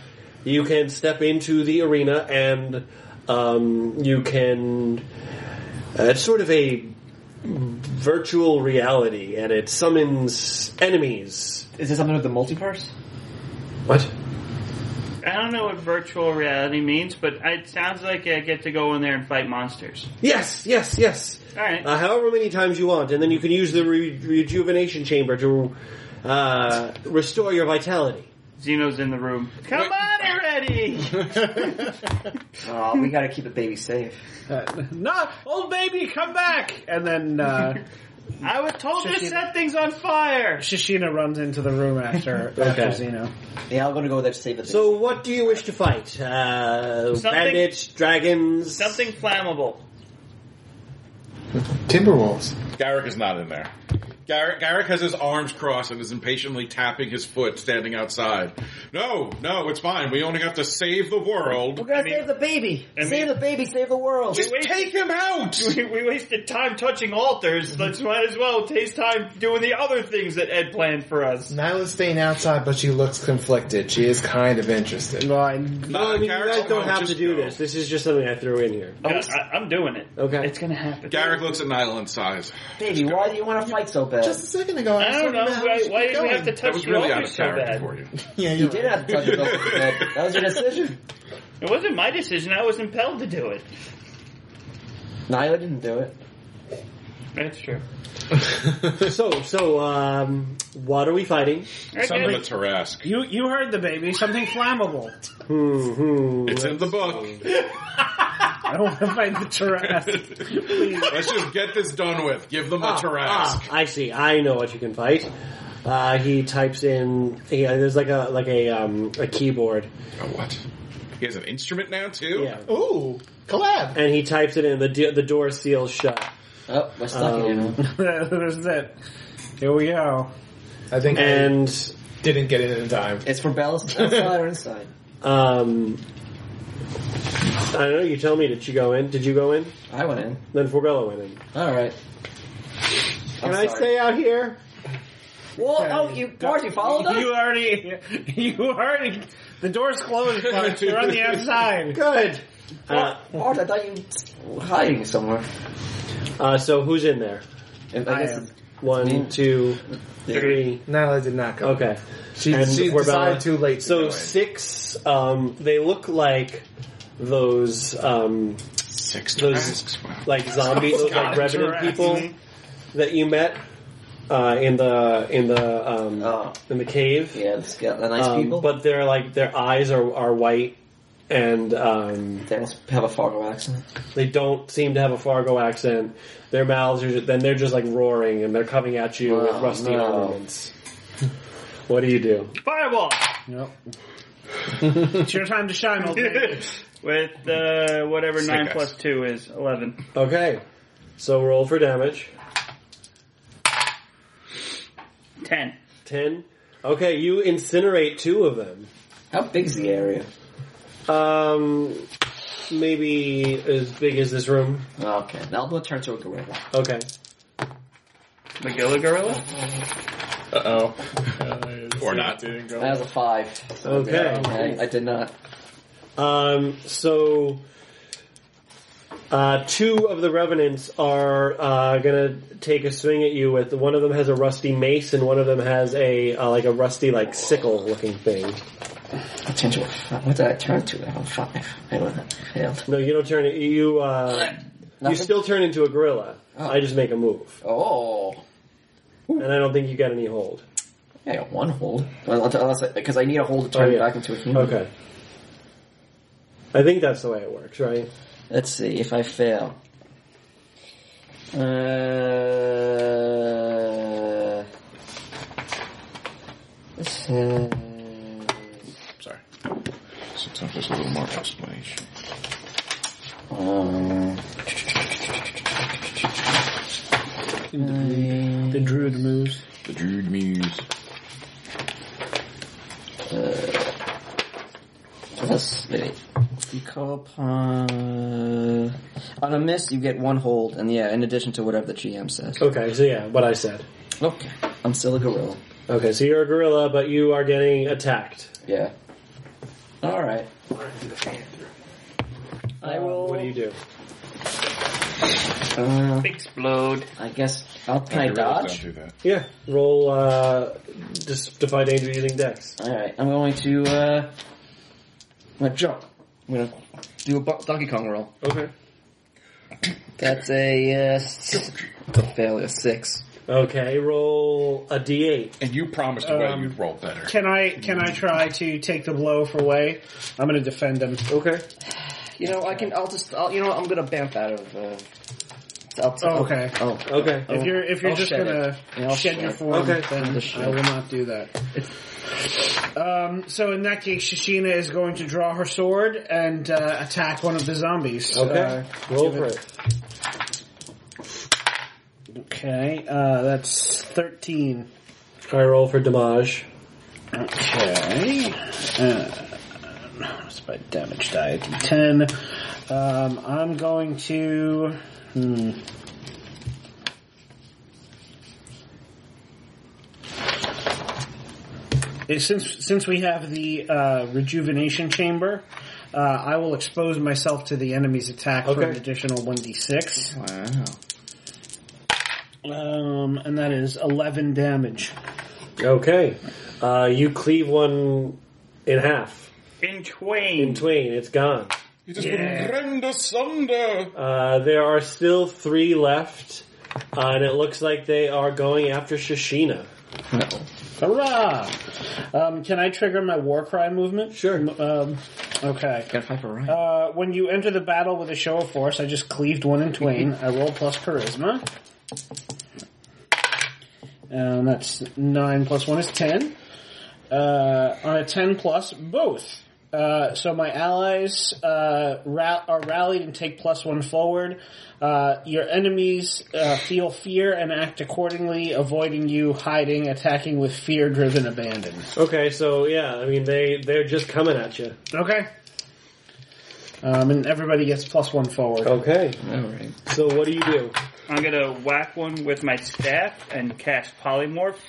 Speaker 5: you can step into the arena and um, you can. Uh, it's sort of a virtual reality, and it summons enemies.
Speaker 7: Is this something with the multiverse?
Speaker 5: What?
Speaker 13: I don't know what virtual reality means, but it sounds like I get to go in there and fight monsters.
Speaker 5: Yes, yes, yes.
Speaker 13: All right.
Speaker 5: Uh, however many times you want, and then you can use the re- rejuvenation chamber to uh, restore your vitality.
Speaker 13: Zeno's in the room. Come on already!
Speaker 7: Oh, we gotta keep the baby safe.
Speaker 4: Uh, no, old baby, come back! And then uh,
Speaker 13: I was told to set things on fire!
Speaker 4: Shishina runs into the room after
Speaker 5: Okay.
Speaker 4: after Zeno.
Speaker 7: Yeah, I'm gonna go there to save the baby.
Speaker 5: So, what do you wish to fight? Uh,
Speaker 13: Something-
Speaker 5: bandits, dragons,
Speaker 13: Something flammable.
Speaker 9: Timberwolves.
Speaker 10: Garrick is not in there. Garrick, Garrick has his arms crossed and is impatiently tapping his foot, standing outside. No, no, it's fine. We only have to save the
Speaker 7: We're
Speaker 10: world.
Speaker 7: gonna
Speaker 13: I mean-
Speaker 7: save the baby!
Speaker 13: I
Speaker 7: save
Speaker 13: mean-
Speaker 7: the baby, save the world!
Speaker 10: Just take him out.
Speaker 13: We, we wasted time touching altars. Let's might as well taste time doing the other things that Ed planned for us.
Speaker 9: Nyla's staying outside, but she looks conflicted. She is kind of interested.
Speaker 4: Well,
Speaker 5: No, I
Speaker 4: I-
Speaker 5: mean, you
Speaker 10: Garrick,
Speaker 5: guys don't
Speaker 10: no,
Speaker 5: have to
Speaker 10: just
Speaker 5: do
Speaker 10: go.
Speaker 5: this. This is just something I threw in here.
Speaker 13: Yeah, I, I'm doing it.
Speaker 5: Okay.
Speaker 13: It's gonna happen.
Speaker 10: Garrick looks at Nyla and sighs.
Speaker 7: baby, why do you wanna fight so bad?
Speaker 9: Just a second ago, I,
Speaker 13: I
Speaker 9: was
Speaker 13: don't know.
Speaker 9: talking about how
Speaker 13: Why,
Speaker 9: she
Speaker 13: why
Speaker 9: kept
Speaker 13: did we have to
Speaker 9: going.
Speaker 10: That
Speaker 13: touch
Speaker 10: was
Speaker 13: the
Speaker 10: really out
Speaker 13: altar
Speaker 10: of
Speaker 13: so
Speaker 10: character
Speaker 13: bad?
Speaker 10: for you.
Speaker 9: Yeah,
Speaker 7: you
Speaker 9: you're
Speaker 7: did
Speaker 9: right.
Speaker 7: have to touch yourself with the bed. That was your decision.
Speaker 13: It wasn't my decision. I was impelled to do it.
Speaker 7: Nyla didn't do it.
Speaker 13: That's true.
Speaker 5: so, so, um, what are we fighting?
Speaker 10: Son of a Tarrasque.
Speaker 4: you you heard the baby, something flammable.
Speaker 5: Hmm, hmm.
Speaker 10: It's in the book.
Speaker 4: I don't want to fight the Tarrasque.
Speaker 10: Let's just get this done with. Give them a Tarrasque.
Speaker 5: Ah, I see. I know what you can fight. Uh, he types in. He, uh, there's like a like a um, a keyboard,
Speaker 10: Oh, what? He has an instrument now too.
Speaker 5: yeah.
Speaker 9: Ooh, collab.
Speaker 5: and he types it in. The do- the door seals shut,
Speaker 7: Oh, we're stuck in
Speaker 5: Um,
Speaker 7: it. huh?
Speaker 4: There's that. Here we go.
Speaker 9: I think I
Speaker 5: and
Speaker 9: didn't get it in time.
Speaker 7: It's for Bella's outside or inside.
Speaker 5: um, I don't know. You tell me. Did you go in? Did you go in?
Speaker 7: I went in.
Speaker 5: Then Forbella went in.
Speaker 7: Alright.
Speaker 5: Can I stay out here?
Speaker 7: Well, oh, you, of course you followed us?
Speaker 4: You already, you already. The door's closed, folks. You're on the outside.
Speaker 5: Good. Uh,
Speaker 7: Art, I thought you were hiding somewhere.
Speaker 5: uh, so who's in there?
Speaker 7: And
Speaker 4: I
Speaker 7: I guess
Speaker 4: am.
Speaker 5: One, two, three.
Speaker 9: Nyla did not go.
Speaker 5: Okay.
Speaker 9: She,
Speaker 5: And
Speaker 9: she
Speaker 5: we're
Speaker 9: decided
Speaker 5: about-
Speaker 9: too late. to go
Speaker 5: So
Speaker 9: in.
Speaker 5: six. Um, they look like those um,
Speaker 1: Six
Speaker 5: those like zombie, those like revenant people that you met uh, in the in the um,
Speaker 7: Oh.
Speaker 5: in the cave.
Speaker 7: Yeah, the, scale, the nice
Speaker 5: Um,
Speaker 7: people.
Speaker 5: but they're like their eyes are are white, and um,
Speaker 7: they must have a Fargo accent.
Speaker 5: they don't seem to have a Fargo accent. Their mouths are just, then they're just like roaring, and they're coming at you with
Speaker 7: Oh,
Speaker 5: rusty
Speaker 7: no.
Speaker 5: ornaments. What do you do?
Speaker 3: Fireball
Speaker 4: It's your time to shine, old man.
Speaker 3: with uh, whatever nine
Speaker 1: guys.
Speaker 3: plus two is eleven.
Speaker 5: Okay, so roll for damage.
Speaker 3: Ten.
Speaker 5: Ten. Okay, you incinerate two of them.
Speaker 7: How big's the area?
Speaker 5: Um, maybe as big as this room.
Speaker 7: Okay, Melba turns to a gorilla.
Speaker 5: Okay.
Speaker 3: McGilla Gorilla?
Speaker 9: Uh-oh.
Speaker 1: Or not.
Speaker 9: Didn't
Speaker 7: That was a five. So
Speaker 5: Okay.
Speaker 7: I, I did not.
Speaker 5: Um, so, uh, two of the revenants are uh, gonna take a swing at you. With one of them has a rusty mace, and one of them has a uh, like a rusty like sickle looking thing.
Speaker 7: I turned to a five. What did I turn to? I have a five. I would have failed.
Speaker 5: No, you don't turn it. You uh, you
Speaker 7: Nothing?
Speaker 5: still turn into a gorilla.
Speaker 7: Oh.
Speaker 5: I just make a move,
Speaker 7: Oh.
Speaker 5: and I don't think you got any hold.
Speaker 7: I got one hold. Because I need a hold to turn
Speaker 5: Oh, yeah.
Speaker 7: it back into a human.
Speaker 5: Okay. I think that's the way it works, right?
Speaker 7: Let's see if I fail. Uh, this is-
Speaker 1: Sorry. Sometimes there's a little more explanation.
Speaker 7: um,
Speaker 11: The druid moves.
Speaker 1: The Druid Muse.
Speaker 7: so that's wait, You call upon uh, on a miss, you get one hold, and yeah, in addition to whatever the GM says.
Speaker 5: Okay, so yeah, what I said.
Speaker 7: Okay, I'm still a gorilla.
Speaker 5: Okay, so you're a gorilla, but you are getting attacked.
Speaker 7: Yeah. All right. I will.
Speaker 5: What do you do?
Speaker 7: Uh,
Speaker 3: Explode.
Speaker 7: I guess I'll Oh, can I dodge.
Speaker 1: Don't do that.
Speaker 5: Yeah, roll uh, dis- defy danger using dex.
Speaker 7: All right, I'm going to uh, I'm gonna jump. I'm gonna do a bu- Donkey Kong roll.
Speaker 5: Okay.
Speaker 7: That's a uh, s- it's a failure. Six.
Speaker 5: Okay, roll a d8.
Speaker 1: And you promised a way you'd roll better.
Speaker 4: Can I can I try to take the blow for way? I'm going to defend him.
Speaker 5: Okay.
Speaker 7: You know, I can. I'll just. I'll, you know, what, I'm gonna bamf out of. Uh, I'll t-
Speaker 4: Oh, okay.
Speaker 7: Oh,
Speaker 5: Okay.
Speaker 4: If you're if you're
Speaker 7: I'll
Speaker 4: just
Speaker 7: shed
Speaker 4: gonna
Speaker 7: Yeah, I'll
Speaker 4: shed
Speaker 7: shed
Speaker 4: your
Speaker 7: it.
Speaker 4: form,
Speaker 5: Okay.
Speaker 4: then
Speaker 7: Just shed
Speaker 4: I will not do that. Um, so in that case, Shashina is going to draw her sword and uh, attack one of the zombies.
Speaker 5: Okay.
Speaker 4: Uh,
Speaker 5: roll
Speaker 4: give
Speaker 5: for
Speaker 4: it-
Speaker 5: it.
Speaker 4: Okay, uh, that's thirteen.
Speaker 5: I roll for damage.
Speaker 4: Okay. Uh, it's by damage die D10. Um, I'm going to. Hmm. Eh, Since since we have the uh, rejuvenation chamber, uh, I will expose myself to the enemy's attack for an
Speaker 5: Okay.
Speaker 4: additional one d six,
Speaker 9: Wow.
Speaker 4: um, and that is eleven damage.
Speaker 5: Okay. Uh, you cleave one in half.
Speaker 3: In twain.
Speaker 5: In twain, it's gone.
Speaker 1: You just been rend asunder.
Speaker 5: Uh, there are still three left, uh, and it looks like they are going after Shashina.
Speaker 4: Hurrah! Um, can I trigger my war cry movement?
Speaker 5: Sure.
Speaker 4: M- Um, okay.
Speaker 7: got five for right.
Speaker 4: Uh, when you enter the battle with a show of force, I just cleaved one in twain. I roll plus charisma. And that's 9 plus 1 is 10. Uh, on a 10 plus, both. Uh, so my allies uh, ra- are rallied and take plus 1 forward. Uh, your enemies uh, feel fear and act accordingly, avoiding you, hiding, attacking with fear driven abandon.
Speaker 5: Okay, so yeah, I mean they they're just coming at you.
Speaker 4: Okay. Um, and everybody gets plus 1 forward.
Speaker 7: Oh.
Speaker 5: Okay.
Speaker 7: All right.
Speaker 5: So what do you do?
Speaker 3: I'm gonna whack one with my staff and cast polymorph,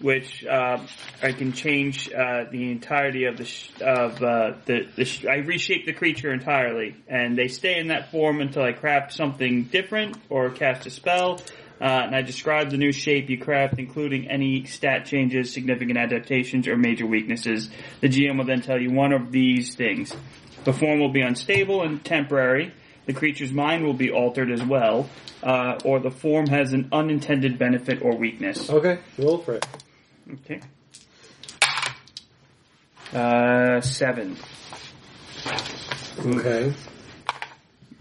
Speaker 3: which uh, I can change uh, the entirety of the sh- of uh, the, the sh- I reshape the creature entirely, and they stay in that form until I craft something different or cast a spell. Uh, and I describe the new shape you craft, including any stat changes, significant adaptations, or major weaknesses. The GM will then tell you one of these things. The form will be unstable and temporary. The creature's mind will be altered as well, uh, or the form has an unintended benefit or weakness.
Speaker 4: Oh.
Speaker 5: Okay, roll for it.
Speaker 3: Okay. Uh, seven.
Speaker 5: Okay.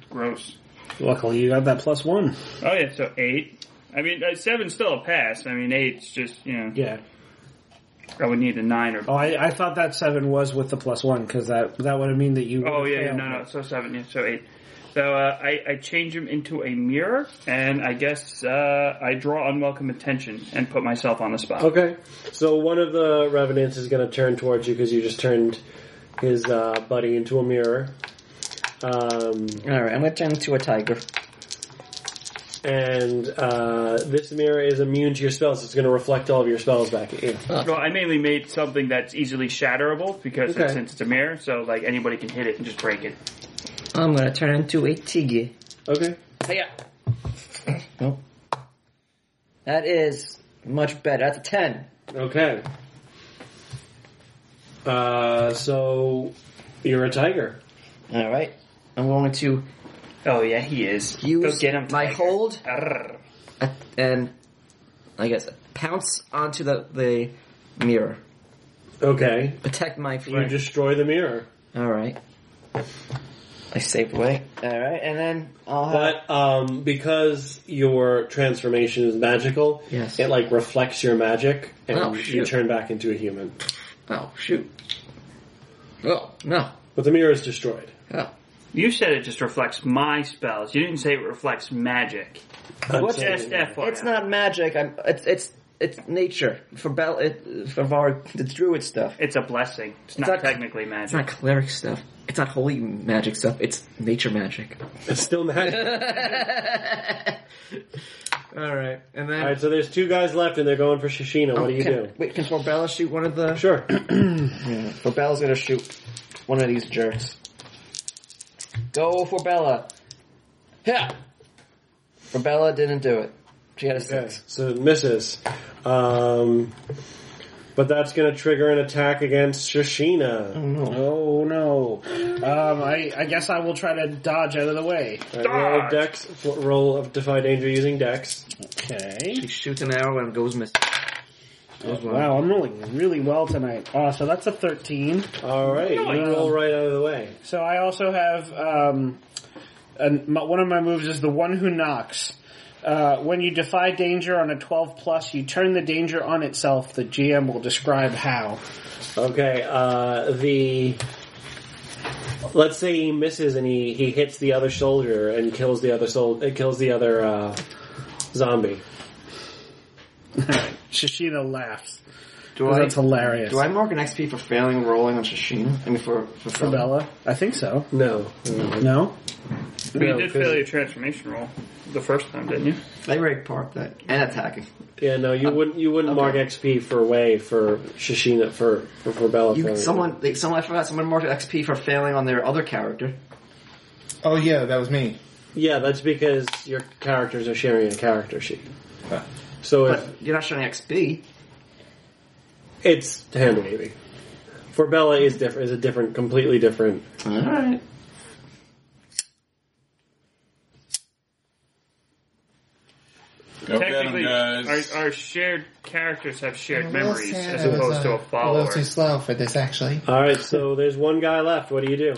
Speaker 3: Gross.
Speaker 4: Luckily, you got that plus one.
Speaker 3: Oh yeah, so eight. I mean, uh, seven's still a pass. I mean, eight's just you know.
Speaker 4: Yeah.
Speaker 3: I would need a nine or.
Speaker 4: Oh, I, I thought that seven was with the plus one because that that would mean that you.
Speaker 3: Oh yeah,
Speaker 4: failed.
Speaker 3: no, no. So seven, yeah, so eight. So uh, I, I change him into a mirror, and I guess uh, I draw unwelcome attention and put myself on the spot.
Speaker 5: Okay. So one of the revenants is going to turn towards you because you just turned his uh, buddy into a mirror. Um,
Speaker 7: Alright, I'm gonna turn into a tiger.
Speaker 5: and uh, this mirror is immune to your spells. It's going to reflect all of your spells back at you.
Speaker 3: Well, I mainly made something that's easily shatterable because
Speaker 5: Okay.
Speaker 3: since it's a mirror, so like anybody can hit it and just break it.
Speaker 7: I'm gonna turn into a tiggy.
Speaker 5: Okay.
Speaker 7: Hiya! That is much better. That's a 10.
Speaker 5: Okay. Uh, so you're a tiger.
Speaker 7: Alright. I'm going to
Speaker 3: Oh yeah, he is.
Speaker 7: use
Speaker 3: Go get him.
Speaker 7: my
Speaker 3: tiger.
Speaker 7: hold
Speaker 3: Arrgh.
Speaker 7: and, I guess, pounce onto the, the mirror.
Speaker 5: Okay.
Speaker 7: Protect my
Speaker 5: You
Speaker 7: friend.
Speaker 5: destroy the mirror.
Speaker 7: Alright. I saved away. Alright, and then I'll have...
Speaker 5: But um, because your transformation is magical,
Speaker 7: Yes.
Speaker 5: it like reflects your magic, and
Speaker 7: Oh,
Speaker 5: you
Speaker 7: shoot.
Speaker 5: turn back into a human.
Speaker 7: Oh, shoot. Oh, no.
Speaker 5: But the mirror is destroyed.
Speaker 7: Oh.
Speaker 3: You said it just reflects my spells. You didn't say it reflects magic.
Speaker 5: I'm
Speaker 7: What's
Speaker 5: saying-
Speaker 3: Just FYI.
Speaker 7: It's not magic. I'm, it's it's it's nature for Bel it, for Var, the druid stuff.
Speaker 3: It's a blessing. It's, not,
Speaker 7: not-
Speaker 3: technically
Speaker 7: It's
Speaker 3: magic.
Speaker 7: not cleric stuff. It's not holy magic stuff. It's nature magic.
Speaker 5: It's still magic.
Speaker 7: All right, and then
Speaker 5: All right, so there's two guys left, and they're going for Shishina. What do you
Speaker 7: can,
Speaker 5: do?
Speaker 7: Wait, can Forbella shoot one of the?
Speaker 5: Sure.
Speaker 7: Yeah, Forbella's gonna shoot one of these jerks. Go Forbella! Yeah. Forbella didn't do it. She had a
Speaker 5: Okay,
Speaker 7: six.
Speaker 5: so it misses. Um, but that's going to trigger an attack against Shishina.
Speaker 4: Oh no. Um, I I guess I will try to dodge out of the way.
Speaker 5: All right, roll Dex. fl- Roll of Defy Danger using Dex.
Speaker 4: Okay.
Speaker 7: She shoots an arrow and goes miss.
Speaker 4: Wow, I'm rolling really well tonight. Uh, so that's a thirteen.
Speaker 5: All right, you roll right out of the way.
Speaker 4: So I also have um, an, my, one of my moves is the one who knocks. Uh, when you defy danger on a 12 plus, you turn the danger on itself. The GM will describe how.
Speaker 5: Okay, uh, the. Let's say he misses and he, he hits the other soldier and kills the other sol- it kills the other uh, zombie.
Speaker 4: Shishina laughs.
Speaker 7: Do
Speaker 4: 'Cause
Speaker 7: I?
Speaker 4: That's hilarious.
Speaker 7: Do I mark an XP for failing rolling on Shashina? I mean, for for,
Speaker 4: For Bella? I think so.
Speaker 5: No,
Speaker 7: Mm-hmm.
Speaker 4: No?
Speaker 3: But you did fail your transformation roll the first time, didn't you?
Speaker 7: I already parked that and attacking.
Speaker 5: yeah, no,
Speaker 7: Uh,
Speaker 5: you wouldn't you wouldn't mark XP for way for Shishina for for, for Bella.
Speaker 7: You
Speaker 5: for-
Speaker 7: someone they, someone I forgot someone marked XP for failing on their other character.
Speaker 9: Oh yeah, that was me.
Speaker 5: Yeah, that's because your characters are sharing a character sheet. So
Speaker 7: But
Speaker 5: if
Speaker 7: you're not showing XP.
Speaker 5: it's hand wavy. For Bella is different is a different completely different
Speaker 7: All right.
Speaker 10: Go uh, get 'em,
Speaker 3: Technically, our,
Speaker 10: guys.
Speaker 3: our shared characters have shared
Speaker 9: Well,
Speaker 3: memories
Speaker 9: Sarah
Speaker 3: as
Speaker 9: was,
Speaker 3: opposed
Speaker 9: uh,
Speaker 3: to a
Speaker 9: A
Speaker 3: follower.
Speaker 9: little too slow for this, actually.
Speaker 5: Alright, so there's one guy left. What do you do?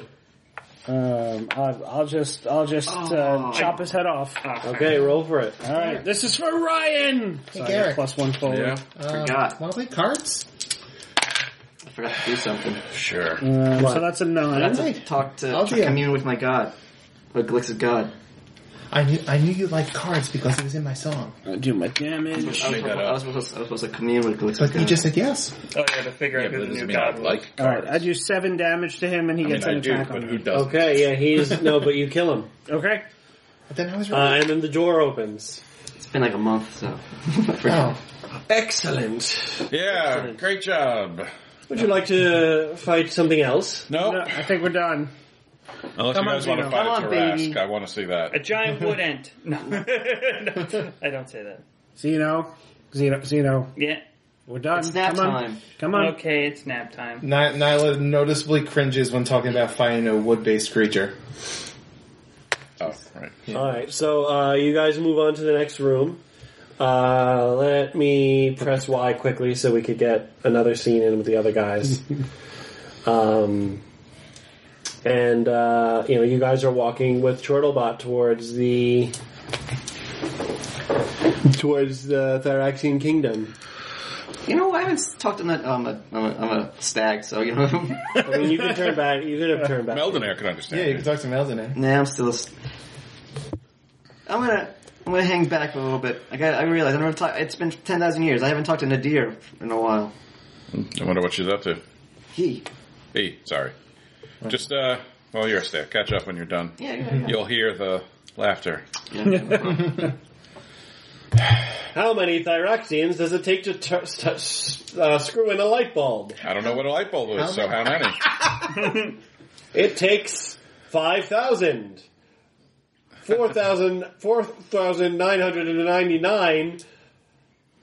Speaker 4: Um, I'll, I'll just, I'll just uh, chop his head off.
Speaker 3: Ah,
Speaker 5: Okay, roll for it.
Speaker 4: All right, this is for Ryan. So I get
Speaker 9: Garrett.
Speaker 4: plus one forward.
Speaker 9: Uh,
Speaker 7: Forgot.
Speaker 9: Want to play cards?
Speaker 7: I forgot to do something.
Speaker 10: Sure.
Speaker 4: Um,
Speaker 7: What?
Speaker 4: so that's a nine.
Speaker 7: I had to talk to,
Speaker 9: I'll
Speaker 7: to
Speaker 9: DM.
Speaker 7: commune with my god, with Glix's god.
Speaker 9: I knew I knew you liked cards because it was in my song,
Speaker 4: I'll do my
Speaker 7: I was,
Speaker 4: damage.
Speaker 7: supposed, I, was supposed, I was supposed to commune with Glix's
Speaker 9: but
Speaker 7: god.
Speaker 9: you just said yes.
Speaker 3: Oh yeah, to figure
Speaker 10: Yeah,
Speaker 3: out
Speaker 10: but
Speaker 3: who
Speaker 10: it
Speaker 3: the
Speaker 10: doesn't
Speaker 3: new
Speaker 10: mean I
Speaker 3: god was.
Speaker 10: like
Speaker 4: All right,
Speaker 10: cards.
Speaker 4: I do seven damage to him, and he
Speaker 10: I mean,
Speaker 4: gets
Speaker 10: I
Speaker 4: an
Speaker 10: do,
Speaker 4: attack
Speaker 10: but
Speaker 4: on
Speaker 10: who
Speaker 4: me.
Speaker 10: doesn't?
Speaker 5: Okay, yeah, he's no, but you kill him.
Speaker 4: Okay.
Speaker 9: But then I was
Speaker 5: Uh,
Speaker 9: right.
Speaker 5: and then the door opens.
Speaker 7: It's been like a month, so.
Speaker 9: oh,
Speaker 5: Excellent.
Speaker 10: Yeah, great job.
Speaker 5: Would you like to fight something else?
Speaker 10: Nope.
Speaker 4: No, I think we're done.
Speaker 1: Unless
Speaker 11: Come
Speaker 1: you
Speaker 11: on,
Speaker 1: guys want
Speaker 11: Gino.
Speaker 1: to fight
Speaker 11: Come
Speaker 1: a
Speaker 11: on,
Speaker 1: Tarask,
Speaker 11: baby.
Speaker 1: I want to see that.
Speaker 11: A giant wood ant. No. No, I don't say that.
Speaker 4: Zeno, Zeno, Zeno.
Speaker 11: Yeah.
Speaker 4: We're done.
Speaker 11: It's nap
Speaker 4: Come
Speaker 11: time.
Speaker 4: on. Come on.
Speaker 11: Okay, it's nap time.
Speaker 9: Ny- Nyla noticeably cringes when talking about fighting a wood-based creature.
Speaker 1: Oh, right.
Speaker 5: All right, so uh, you guys move on to the next room. Uh, let me press Y quickly so we could get another scene in with the other guys. um, and uh, you know, you guys are walking with Chortlebot towards the towards the Thyraxian Kingdom.
Speaker 7: You know, I haven't talked to that. um, I'm a, I'm a, I'm a stag, so you know.
Speaker 5: I mean, you can turn back. You could have turned back.
Speaker 1: Meldenair can understand.
Speaker 9: Yeah, you can talk to Meldenair.
Speaker 7: Nah, I'm still. A, s- I'm gonna I'm gonna hang back a little bit. I got I realize I never talk, It's been ten thousand years. I haven't talked to Nadir in a while.
Speaker 1: I wonder what she's up to.
Speaker 7: He.
Speaker 1: Hey, sorry. Just, uh, well, you're a stick. Catch up when you're done.
Speaker 7: Yeah, yeah, yeah.
Speaker 1: You'll hear the laughter.
Speaker 5: How many Thyraxians does it take to tur- st- s- uh, screw in a light bulb?
Speaker 1: I don't know what a light bulb is, so how many?
Speaker 5: It takes 5,000. 4,000 4,999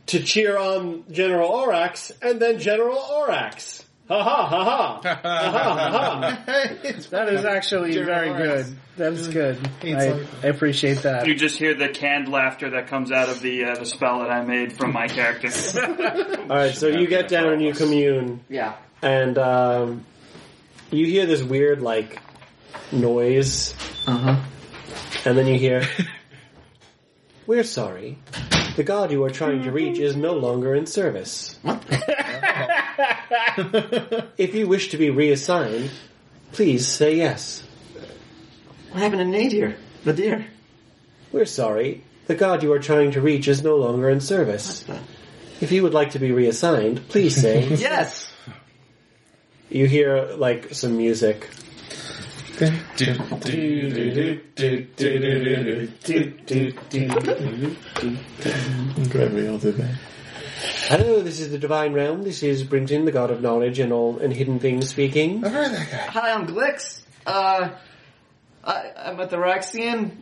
Speaker 5: to cheer on General Orax and then General Orax. Ha ha ha ha. ha ha ha ha.
Speaker 4: That is actually very good. That's good. I, I appreciate that.
Speaker 3: You just hear the canned laughter that comes out of the uh, the spell that I made from my character.
Speaker 5: Alright, so you get down and you commune
Speaker 7: Yeah.
Speaker 5: and um, you hear this weird like noise
Speaker 7: Uh huh.
Speaker 5: and then you hear, We're sorry. The god you are trying to reach is no longer in service. if you wish to be reassigned, please say yes.
Speaker 7: What happened to Nadir? Nadir.
Speaker 5: We're sorry. The god you are trying to reach is no longer in service. If you would like to be reassigned, please say.
Speaker 7: Yes.
Speaker 5: you hear like some music.
Speaker 9: Glad we all did that.
Speaker 5: Hello, this is the Divine Realm. This is Brinton, the god of knowledge and all and hidden things speaking.
Speaker 9: I've heard that guy.
Speaker 7: Hi, I'm Glix. Uh, I, I'm a Theraxian.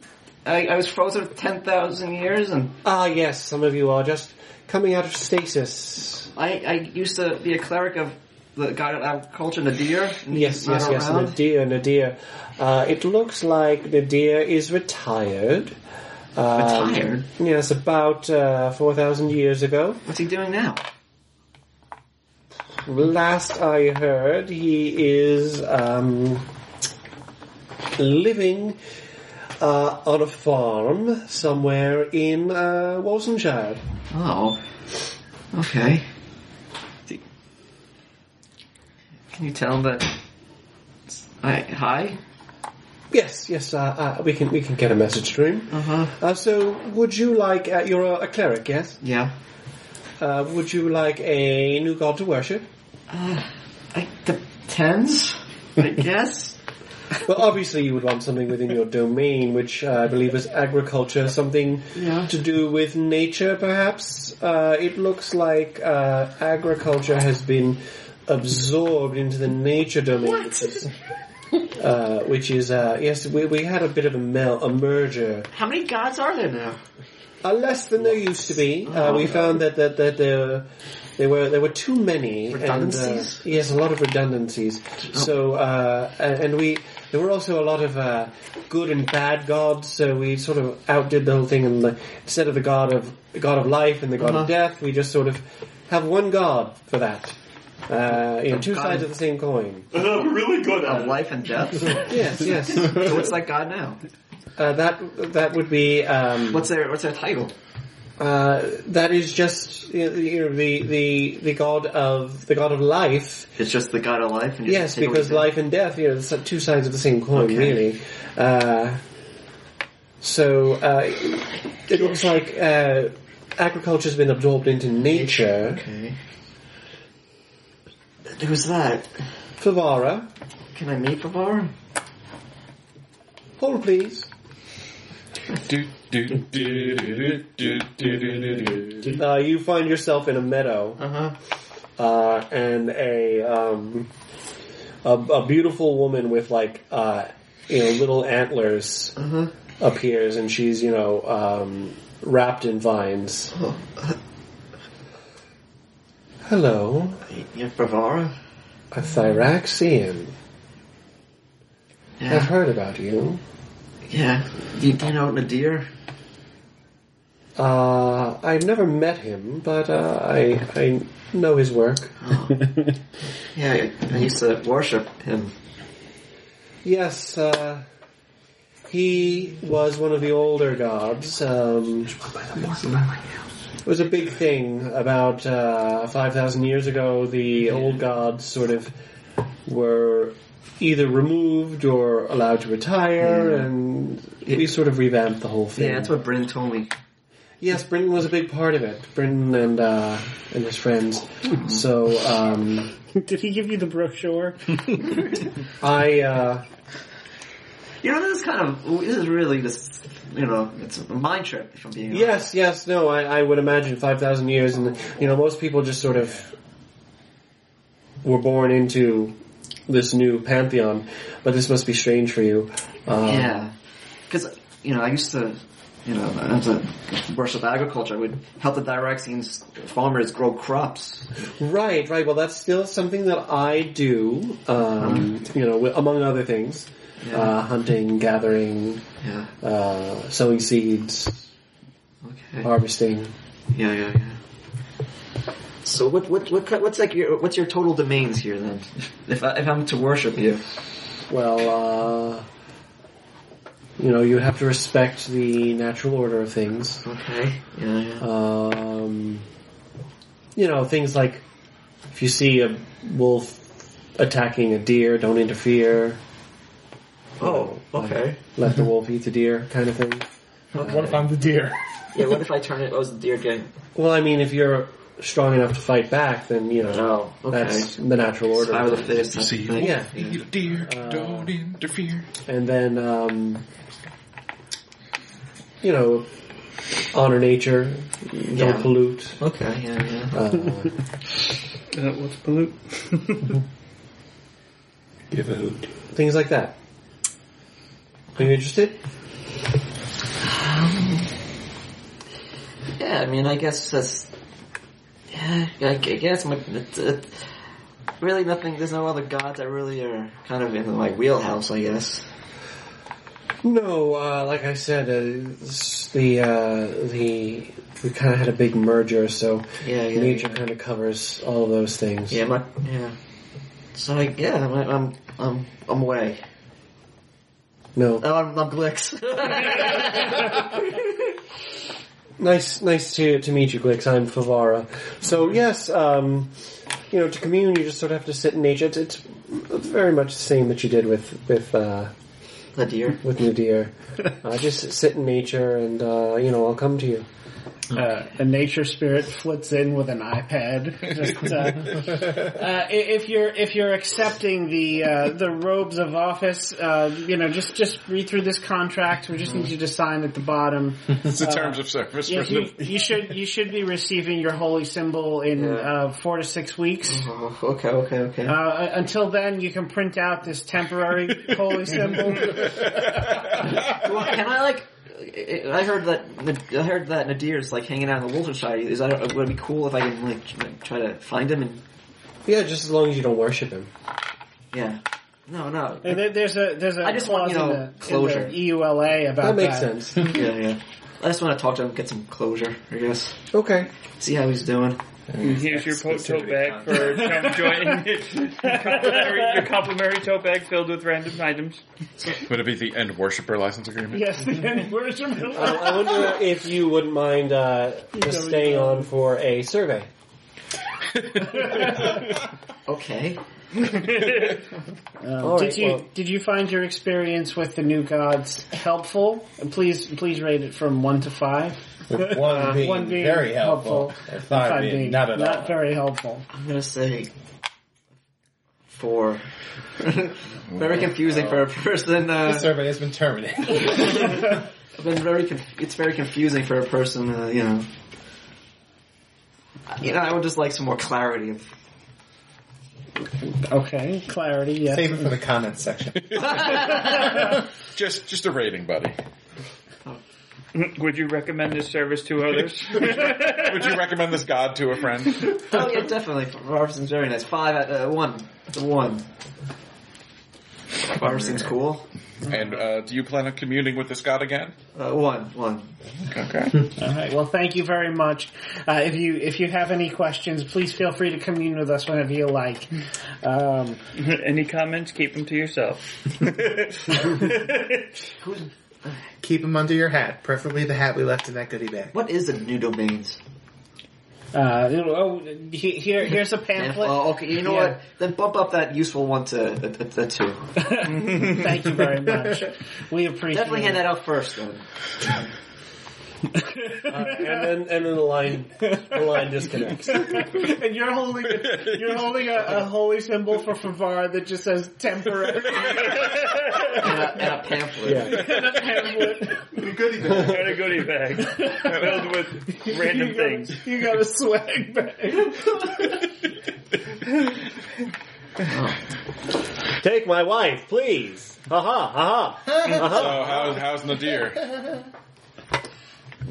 Speaker 7: I, I was frozen for 10,000 years and
Speaker 5: Ah, yes, some of you are just coming out of stasis.
Speaker 7: I, I used to be a cleric of the god of agriculture, Nadir. and he's
Speaker 5: Yes,
Speaker 7: not
Speaker 5: yes, yes.
Speaker 7: around.
Speaker 5: Nadir, Nadir. Uh, it looks like Nadir is retired. Um,
Speaker 7: Retired?
Speaker 5: Yes, about uh, 4,000 years ago.
Speaker 7: What's he doing now?
Speaker 5: Last I heard, he is um, living uh, on a farm somewhere in uh, Walsonshire.
Speaker 7: Oh. Okay. Do- Can you tell him that? I, hi?
Speaker 5: Yes, yes, uh, uh, we can we can get a message to him.
Speaker 7: Uh huh.
Speaker 5: Uh, so, would you like? Uh, you're a, a cleric, yes.
Speaker 7: Yeah.
Speaker 5: Uh, would you like a new god to worship?
Speaker 7: I, the tens? I guess?
Speaker 5: Well, obviously, you would want something within your domain, which uh, I believe is agriculture, something
Speaker 7: Yeah.
Speaker 5: to do with nature, perhaps. Uh, it looks like uh, agriculture has been absorbed into the nature domain, which is, uh, which is uh, yes, we, we had a bit of a mel- a merger
Speaker 7: How many gods are there now? Oh,
Speaker 5: uh, less than there used to be. Uh, we found that that that there. There were there were too many
Speaker 7: Redundancies? Oh.
Speaker 5: And, uh, yes, a lot of redundancies. So uh, and and we there were also a lot of uh, good and bad gods. So we sort of outdid the whole thing. And the, instead of the god of the god of life and the
Speaker 7: Uh-huh.
Speaker 5: god of death, we just sort of have one god for that. Uh, you know, two
Speaker 7: God
Speaker 5: sides
Speaker 7: of-
Speaker 5: of the same coin.
Speaker 3: really good
Speaker 7: Of life and death? so
Speaker 5: Yes, yes.
Speaker 7: what's that god now?
Speaker 5: Uh, that that would be. Um,
Speaker 7: What's their, what's their title?
Speaker 5: Uh, that is just you know, you know, the the the god of the god of life.
Speaker 7: It's just the god of life? And you
Speaker 5: Yes,
Speaker 7: take what
Speaker 5: because
Speaker 7: you think?
Speaker 5: life and death, you know, it's two sides of the same coin,
Speaker 7: Okay.
Speaker 5: really. Uh, so uh, it looks like uh, agriculture's been absorbed into nature.
Speaker 7: Okay. Who's that?
Speaker 5: Favara,
Speaker 7: Can I meet Bavar?
Speaker 5: hold please. Uh, you find yourself in a meadow.
Speaker 7: Uh-huh.
Speaker 5: uh, and a um, a, a beautiful woman with like uh, you know, little antlers appears, and she's, you know, um, wrapped in vines.
Speaker 7: Oh,
Speaker 5: Hello,
Speaker 7: You're Bravara?
Speaker 5: a Thyraxian.
Speaker 7: Yeah.
Speaker 5: I've heard about you.
Speaker 7: Yeah. You, you know Nadir?
Speaker 5: Uh, I've never met him, but uh, I I know his work.
Speaker 7: Yeah, I, I used to worship him.
Speaker 5: Yes, uh, he was one of the older gods. Um, it was a big thing about uh, 5,000 years ago. The old gods sort of were either removed or allowed to retire, and we sort of revamped the whole thing.
Speaker 7: Hmm. Yeah, that's what Bryn told me.
Speaker 5: Yes, Britain was a big part of it. Britain and uh, and his friends.
Speaker 7: Hmm.
Speaker 5: So um,
Speaker 4: Did he give you the brochure?
Speaker 5: I. Uh,
Speaker 7: You know, this is kind of, this is really just, you know, it's a mind trip, if I'm being
Speaker 5: Yes,
Speaker 7: honest.
Speaker 5: yes, no, I, I would imagine 5,000 years, and, you know, most people just sort of were born into this new pantheon, but this must be strange for you. Um,
Speaker 7: Yeah, because you know I used to, you know, I used to worship agriculture. I would help the Diraxians farmers grow crops.
Speaker 5: Right, right, well, that's still something that I do, um, you know, wi- among other things.
Speaker 7: Yeah.
Speaker 5: Uh, hunting, gathering,
Speaker 7: Yeah.
Speaker 5: uh, sowing seeds,
Speaker 7: Okay.
Speaker 5: Uh, harvesting.
Speaker 7: Yeah, yeah, yeah. So what, what, what, ki- what's like your, what's your total domains here then? If I, if I'm to worship you,
Speaker 5: Well, uh, you know, you have to respect the natural order of things.
Speaker 7: okay, yeah, yeah,
Speaker 5: Um, you know, things like if you see a wolf attacking a deer, don't interfere.
Speaker 7: Oh,
Speaker 5: Let
Speaker 7: okay. Mm-hmm.
Speaker 5: the wolf eat the deer, kind of thing. Uh,
Speaker 9: What if I'm the deer?
Speaker 7: yeah. What if I turn it? Oh, it's the deer game.
Speaker 5: Well, I mean, if you're strong enough to fight back, then you know
Speaker 7: Oh, okay.
Speaker 5: that's the natural order.
Speaker 7: Survival of the fittest. that's the thing.
Speaker 5: yeah, Uh,
Speaker 10: Dear, don't interfere.
Speaker 5: and then um, you know, honor nature, don't
Speaker 7: Yeah.
Speaker 5: pollute.
Speaker 7: Okay, yeah, yeah.
Speaker 5: Uh,
Speaker 8: Uh, what's pollute?
Speaker 12: Give a hoot.
Speaker 5: things like that. Are you interested?
Speaker 7: Yeah, I mean, I guess that's. Yeah, I, I guess my. It, it, really, nothing. There's no other gods that really are kind of in my wheelhouse. I guess.
Speaker 5: No, uh, like I said, uh, s- the uh, the we kind of had a big merger, so
Speaker 7: Yeah, yeah.
Speaker 5: nature kind of covers all of those things.
Speaker 7: Yeah, my, yeah. So I, yeah, I'm, I'm, I'm, I'm away.
Speaker 5: No,
Speaker 7: Oh, I'm, I'm Glix.
Speaker 5: nice, nice to to meet you, Glix. I'm Favara. So yes, um, you know, to commune, you just sort of have to sit in nature. It's, it's very much the same that you did with with uh,
Speaker 7: the deer.
Speaker 5: with Nadir. uh, just sit in nature, and uh, you know, I'll come to you.
Speaker 4: Uh, a nature spirit flits in with an iPad. Just, uh, uh, i- if you're if you're accepting the uh, the robes of office, uh, you know, just just read through this contract. We just need you to sign at the bottom.
Speaker 10: It's the terms of service.
Speaker 4: Yes,
Speaker 10: for
Speaker 4: you, you should you should be receiving your holy symbol in uh, four to six weeks.
Speaker 7: Oh, okay, okay, okay.
Speaker 4: Uh, until then, you can print out this temporary holy symbol.
Speaker 7: well, can I like? I heard that I heard that Nadir's like hanging out in the Wolfenstein. Is that would it be cool if I can like try to find him and
Speaker 5: Yeah, just as long as you don't worship him.
Speaker 7: yeah? No, no.
Speaker 4: And there- there's a there's a
Speaker 7: I just want,
Speaker 4: clause
Speaker 7: you know,
Speaker 4: in, the, E
Speaker 7: closure.
Speaker 4: in the EULA about
Speaker 5: That makes
Speaker 4: that.
Speaker 5: sense.
Speaker 7: yeah, yeah. I just want to talk to him, get some closure. I guess.
Speaker 5: Okay.
Speaker 7: See how he's doing.
Speaker 3: Here's your po- tote bag for come join complimentary, your complimentary tote bag filled with random items.
Speaker 10: Would it be the end worshiper license agreement?
Speaker 4: Yes, then where's your middle?
Speaker 5: Um, I wonder if you wouldn't mind uh, just staying on for a survey.
Speaker 7: Okay.
Speaker 5: All
Speaker 4: Um, did
Speaker 5: right,
Speaker 4: you
Speaker 5: well-
Speaker 4: did you find your experience with the new gods helpful? Please please rate it from one to five.
Speaker 9: With Uh, one, being
Speaker 4: one being
Speaker 9: very helpful,
Speaker 4: helpful,
Speaker 9: and five,
Speaker 4: Five
Speaker 9: being,
Speaker 4: being
Speaker 9: not at all.
Speaker 4: very helpful.
Speaker 7: I'm gonna say four. very confusing for a person.
Speaker 9: This
Speaker 7: Uh,
Speaker 9: survey has been terminated.
Speaker 7: I've been very. Conf- it's very confusing for a person. Uh, you know. You know, I would just like some more clarity of
Speaker 4: Okay, clarity. Yes.
Speaker 9: Save it for the comments section.
Speaker 2: Just just a rating, buddy.
Speaker 3: Would you recommend this service to others?
Speaker 2: Would you recommend this god to a friend?
Speaker 7: Oh yeah, definitely. Robertson's very nice. Five out uh, one. The one. Robertson's cool.
Speaker 2: And uh, do you plan on communing with this god again?
Speaker 7: Uh, one, one.
Speaker 2: Okay.
Speaker 4: All right. Well, thank you very much. Uh, if you if you have any questions, please feel free to commune with us whenever you like. Um,
Speaker 3: Any comments? Keep them to yourself.
Speaker 9: Keep them under your hat, preferably the hat we left in that goodie bag.
Speaker 7: What is the new domains?
Speaker 4: uh, oh, he- here here's a pamphlet.
Speaker 7: Oh, okay. You know
Speaker 4: Yeah.
Speaker 7: what? Then bump up that useful one to a, a, a two.
Speaker 4: Thank you very much. We appreciate
Speaker 7: Definitely hand
Speaker 4: it.
Speaker 7: that out first. Though.
Speaker 5: and then and then the line the line disconnects.
Speaker 4: and you're holding you're holding a, a holy symbol for Favar that just says temporary
Speaker 7: And a, and a pamphlet.
Speaker 4: and a pamphlet.
Speaker 3: Got a goodie bag filled with random
Speaker 4: you got,
Speaker 3: things.
Speaker 4: You got a swag bag.
Speaker 5: Take my wife, please. Ha ha ha ha.
Speaker 10: oh,
Speaker 2: So how's how's Nadir?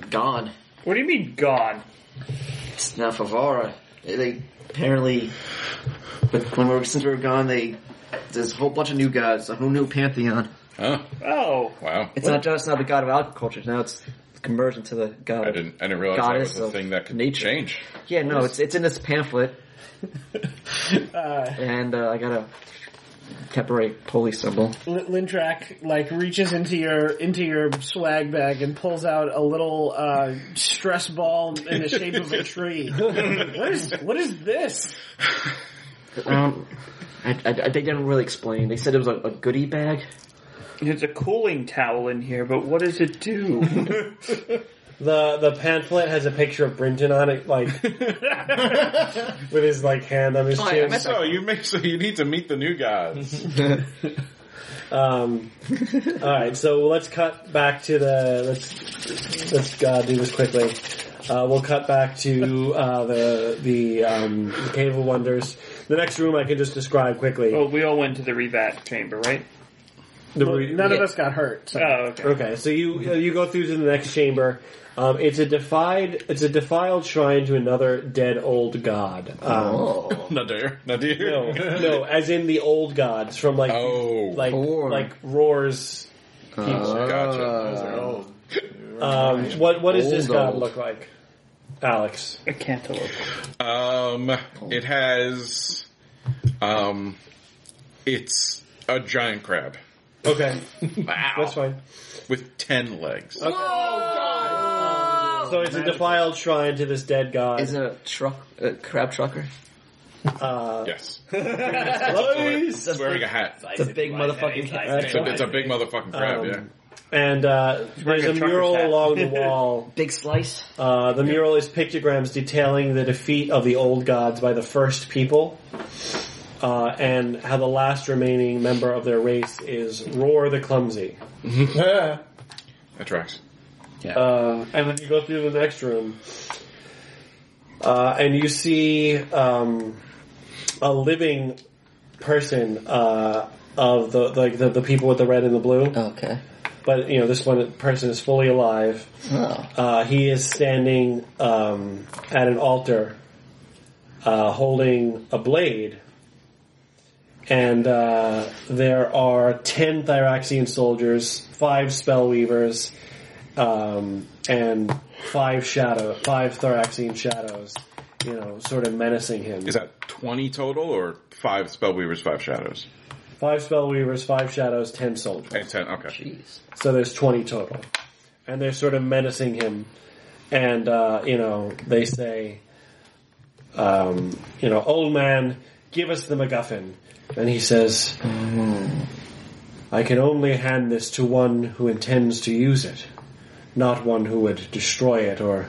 Speaker 7: Gone.
Speaker 3: What do you mean gone?
Speaker 7: It's not Favara. They apparently, but when we were, since we were gone, they there's a whole bunch of new gods, a whole new pantheon.
Speaker 2: Oh,
Speaker 3: Oh,
Speaker 2: wow.
Speaker 7: It's not just now the god of agriculture. Now it's converged into the god.
Speaker 2: I didn't I didn't realize
Speaker 7: Goddess
Speaker 2: that was
Speaker 7: of
Speaker 2: a thing that could
Speaker 7: nature.
Speaker 2: change.
Speaker 7: Yeah, no, it's it's in this pamphlet,
Speaker 4: uh,
Speaker 7: and uh, I got a temporary holy symbol.
Speaker 4: L- Lindrak like reaches into your into your swag bag and pulls out a little uh, stress ball in the shape of a tree. what is what is this?
Speaker 7: Um, I, I, I- they didn't really explain. They said it was a, a goodie bag.
Speaker 3: there's a cooling towel in here, but what does it do?
Speaker 5: The the pamphlet has a picture of Brinton on it, like with his like hand on his chin.
Speaker 2: So you make so you need to meet the new gods.
Speaker 5: Um, all right, so let's cut back to the let's let's uh, do this quickly. Uh, we'll cut back to uh, the the, um, the Cave of Wonders. The next room I can just describe quickly.
Speaker 3: well, we all went to the revat chamber, right?
Speaker 5: The
Speaker 4: Well,
Speaker 5: re-
Speaker 4: none of us got hurt. So.
Speaker 3: Oh, okay.
Speaker 5: Okay, so you uh, you go through to the next chamber. Um, it's a defied it's a defiled shrine to another dead old god. Um,
Speaker 7: Oh.
Speaker 2: Nadir. Nadir.
Speaker 5: No, no, as in the old gods from like
Speaker 2: Oh.
Speaker 5: like
Speaker 7: Or-
Speaker 5: like roars.
Speaker 2: Gotcha.
Speaker 7: Oh.
Speaker 5: Um, what what does this
Speaker 7: Old,
Speaker 5: god
Speaker 7: old.
Speaker 5: look like, Alex?
Speaker 3: A cantaloupe.
Speaker 2: Um, it has, um, it's a giant crab
Speaker 5: Okay, that's fine.
Speaker 2: with ten legs.
Speaker 5: So it's a defiled shrine to this dead god.
Speaker 7: Is it a truck, a crab trucker?
Speaker 5: uh,
Speaker 2: Yes,
Speaker 5: nice.
Speaker 2: it's wearing a hat.
Speaker 7: It's a big motherfucking cat.
Speaker 5: That's
Speaker 2: It's a,
Speaker 5: fine.
Speaker 2: it's a big motherfucking crab.
Speaker 5: Um,
Speaker 2: yeah.
Speaker 5: And uh, there's
Speaker 3: a
Speaker 5: a
Speaker 3: trucker's
Speaker 5: mural
Speaker 3: hat.
Speaker 5: along the wall.
Speaker 7: Big slice.
Speaker 5: Uh, the mural is pictograms detailing the defeat of the old gods by the first people, uh, and how the last remaining member of their race is Roar the Clumsy.
Speaker 2: That tracks.
Speaker 5: Uh, and then you go through the next room, uh, and you see um, a living person uh, of the like the, the people with the red and the blue.
Speaker 7: Okay.
Speaker 5: But you know, this one person is fully alive.
Speaker 7: Oh.
Speaker 5: Uh, he is standing um, at an altar, uh, holding a blade, and uh, there are ten Thyraxian soldiers, five spellweavers, um, and five shadow, five Thyraxian shadows. You know, sort of menacing him.
Speaker 2: Is that twenty total or five spellweavers, five shadows,
Speaker 5: Five spellweavers, five shadows, ten soldiers.
Speaker 2: and ten? Okay.
Speaker 7: Jeez.
Speaker 5: So there's 20 total. And they're sort of menacing him. And, uh, you know, they say, um, you know, old man, give us the MacGuffin. And he says, I can only hand this to one who intends to use it, not one who would destroy it or,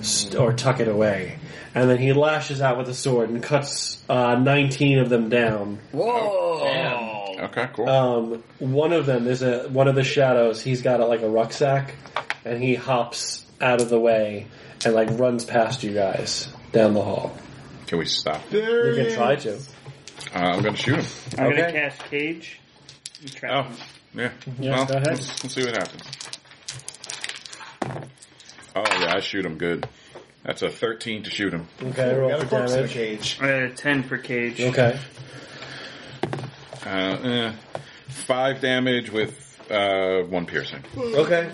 Speaker 5: st- or tuck it away. And then he lashes out with a sword and cuts uh, 19 of them down.
Speaker 2: Okay. Cool.
Speaker 5: Um, one of them is a one of the shadows. He's got a, like a rucksack, and he hops out of the way and like runs past you guys down the hall.
Speaker 2: Can we stop? Uh,
Speaker 5: You can try to.
Speaker 10: Uh, I'm going to shoot him.
Speaker 13: I'm gonna cast cage. and trap
Speaker 10: Oh,
Speaker 13: him.
Speaker 10: yeah.
Speaker 4: Yes,
Speaker 10: well,
Speaker 4: go ahead.
Speaker 10: Let's, let's see what happens. Oh yeah, I shoot him good. That's a 13 to shoot him.
Speaker 5: Okay, roll for damage.
Speaker 9: cage.
Speaker 13: I got a Uh, ten for cage.
Speaker 5: Okay.
Speaker 10: Uh, eh, five damage with uh, one piercing.
Speaker 5: Okay.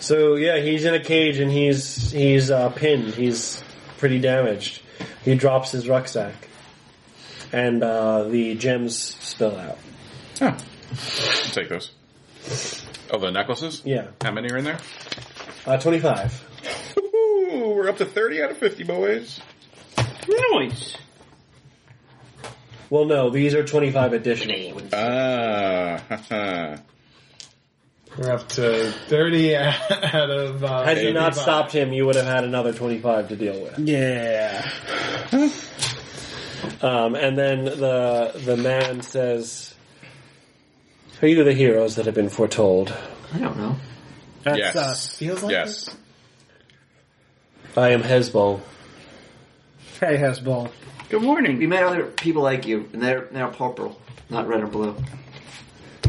Speaker 5: So yeah, he's in a cage and he's he's uh, pinned. He's pretty damaged. He drops his rucksack, and uh, the gems spill out.
Speaker 10: Oh, I'll take those. Oh, the necklaces.
Speaker 5: Yeah,
Speaker 10: How many are in there?
Speaker 5: uh, twenty-five.
Speaker 10: Ooh, we're up to 30 out of 50, boys.
Speaker 13: Nice.
Speaker 5: Well, no, these are twenty-five additional.
Speaker 10: Ah, ha, ha.
Speaker 9: We're up to 30 out of. Uh,
Speaker 5: Had you not
Speaker 9: 85.
Speaker 5: stopped him, you would have had another twenty-five to deal with.
Speaker 4: Yeah.
Speaker 5: Um, and then the the man says, "Are you the heroes that have been foretold?
Speaker 7: I don't know.
Speaker 4: That's uh,
Speaker 10: yes,
Speaker 4: us.
Speaker 9: Feels like
Speaker 10: yes.
Speaker 5: I am Hezbollah."
Speaker 4: Hey, Hezbollah.
Speaker 13: Good
Speaker 7: We
Speaker 13: morning.
Speaker 7: met other people like you, and they're now purple, not red or blue.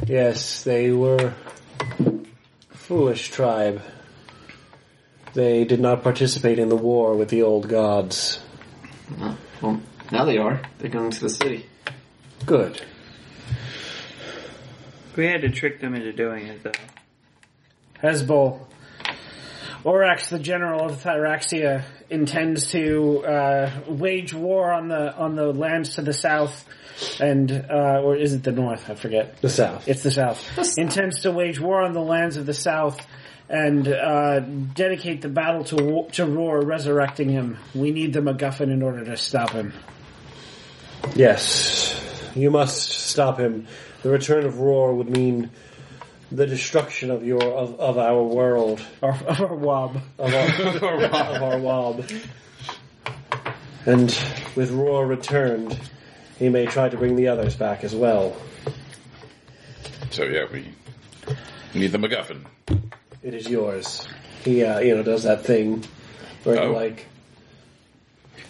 Speaker 5: Yes, they were a foolish tribe. They did not participate in the war with the old gods.
Speaker 7: Uh, Well, now they are. They're going to the city.
Speaker 5: Good.
Speaker 13: We had to trick them into doing it, though.
Speaker 4: Hezbollah. Orax, the general of Thyraxia, intends to uh, wage war on the on the lands to the south, and uh, or is it the north? I forget.
Speaker 5: The South.
Speaker 4: It's the South. Intends to wage war on the lands of the South and uh, dedicate the battle to Ro- to Roar, resurrecting him. We need the MacGuffin in order to stop him.
Speaker 5: Yes, you must stop him. The return of Roar would mean the destruction of your of, of our world
Speaker 4: Or, or Wob.
Speaker 5: of our, of our wob. And with Roar returned, he may try to bring the others back as well.
Speaker 10: So yeah, we need the MacGuffin.
Speaker 5: it is yours. He, uh, you know, does that thing where
Speaker 10: Oh.
Speaker 5: he, like,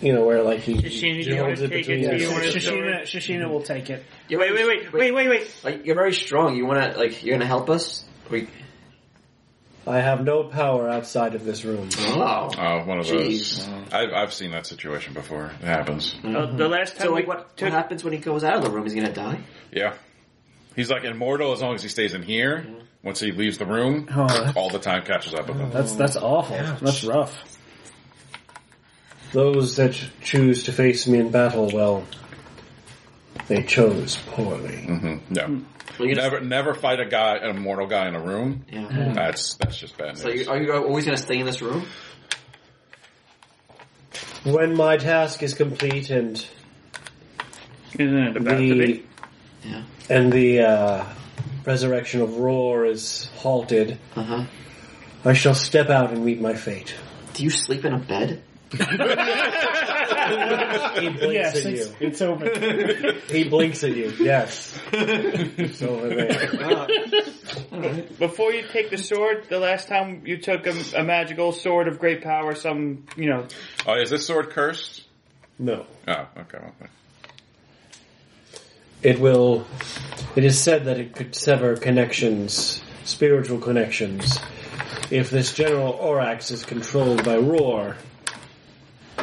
Speaker 5: you know, where like he,
Speaker 13: Shashina, do you want
Speaker 5: holds
Speaker 13: to
Speaker 5: it
Speaker 13: take
Speaker 5: between
Speaker 13: it? Do
Speaker 5: his
Speaker 13: you want to throw
Speaker 4: Shashina,
Speaker 13: it?
Speaker 4: Shashina will take it.
Speaker 7: You're
Speaker 13: Wait, wait, wait, wait, wait, wait.
Speaker 7: Like you're very strong. You want to like you're going to help us. We
Speaker 5: I have no power outside of this room.
Speaker 7: oh.
Speaker 10: Uh, one of those.
Speaker 7: Jeez.
Speaker 10: I've, I've seen that situation before. It happens.
Speaker 13: Uh, the last time
Speaker 7: So
Speaker 13: we
Speaker 7: like, what,
Speaker 13: took
Speaker 7: what happens when he goes out of the room? He's going to die.
Speaker 10: Yeah. He's like immortal as long as he stays in here. Once he leaves the room,
Speaker 4: Mm-hmm. Oh, that's-
Speaker 10: all the time catches up with him.
Speaker 4: That's that's awful. That's rough.
Speaker 5: Those that choose to face me in battle, well, they chose poorly.
Speaker 10: Mm-hmm. No.
Speaker 7: Well, you're gonna-
Speaker 10: Never never fight a guy, an immortal guy in a room.
Speaker 7: Yeah.
Speaker 10: That's that's just bad news.
Speaker 7: So you, are you always going to stay in this room?
Speaker 5: When my task is complete and
Speaker 13: isn't it about to
Speaker 5: the
Speaker 13: be?
Speaker 7: Yeah.
Speaker 5: and the uh, resurrection of Roar is halted,
Speaker 7: Uh huh.
Speaker 5: I shall step out and meet my fate.
Speaker 7: Do you sleep in a bed?
Speaker 5: He blinks at
Speaker 4: Yes,
Speaker 5: you.
Speaker 4: it's, it's open.
Speaker 5: He blinks at you. Yes. It's over there.
Speaker 13: Before you take the sword, the last time you took a, a magical sword of great power, some you know.
Speaker 10: oh, is this sword cursed?
Speaker 5: No.
Speaker 10: Oh, okay. well, then.
Speaker 5: It will. It is said that it could sever connections, spiritual connections. If this general Orax is controlled by Roar,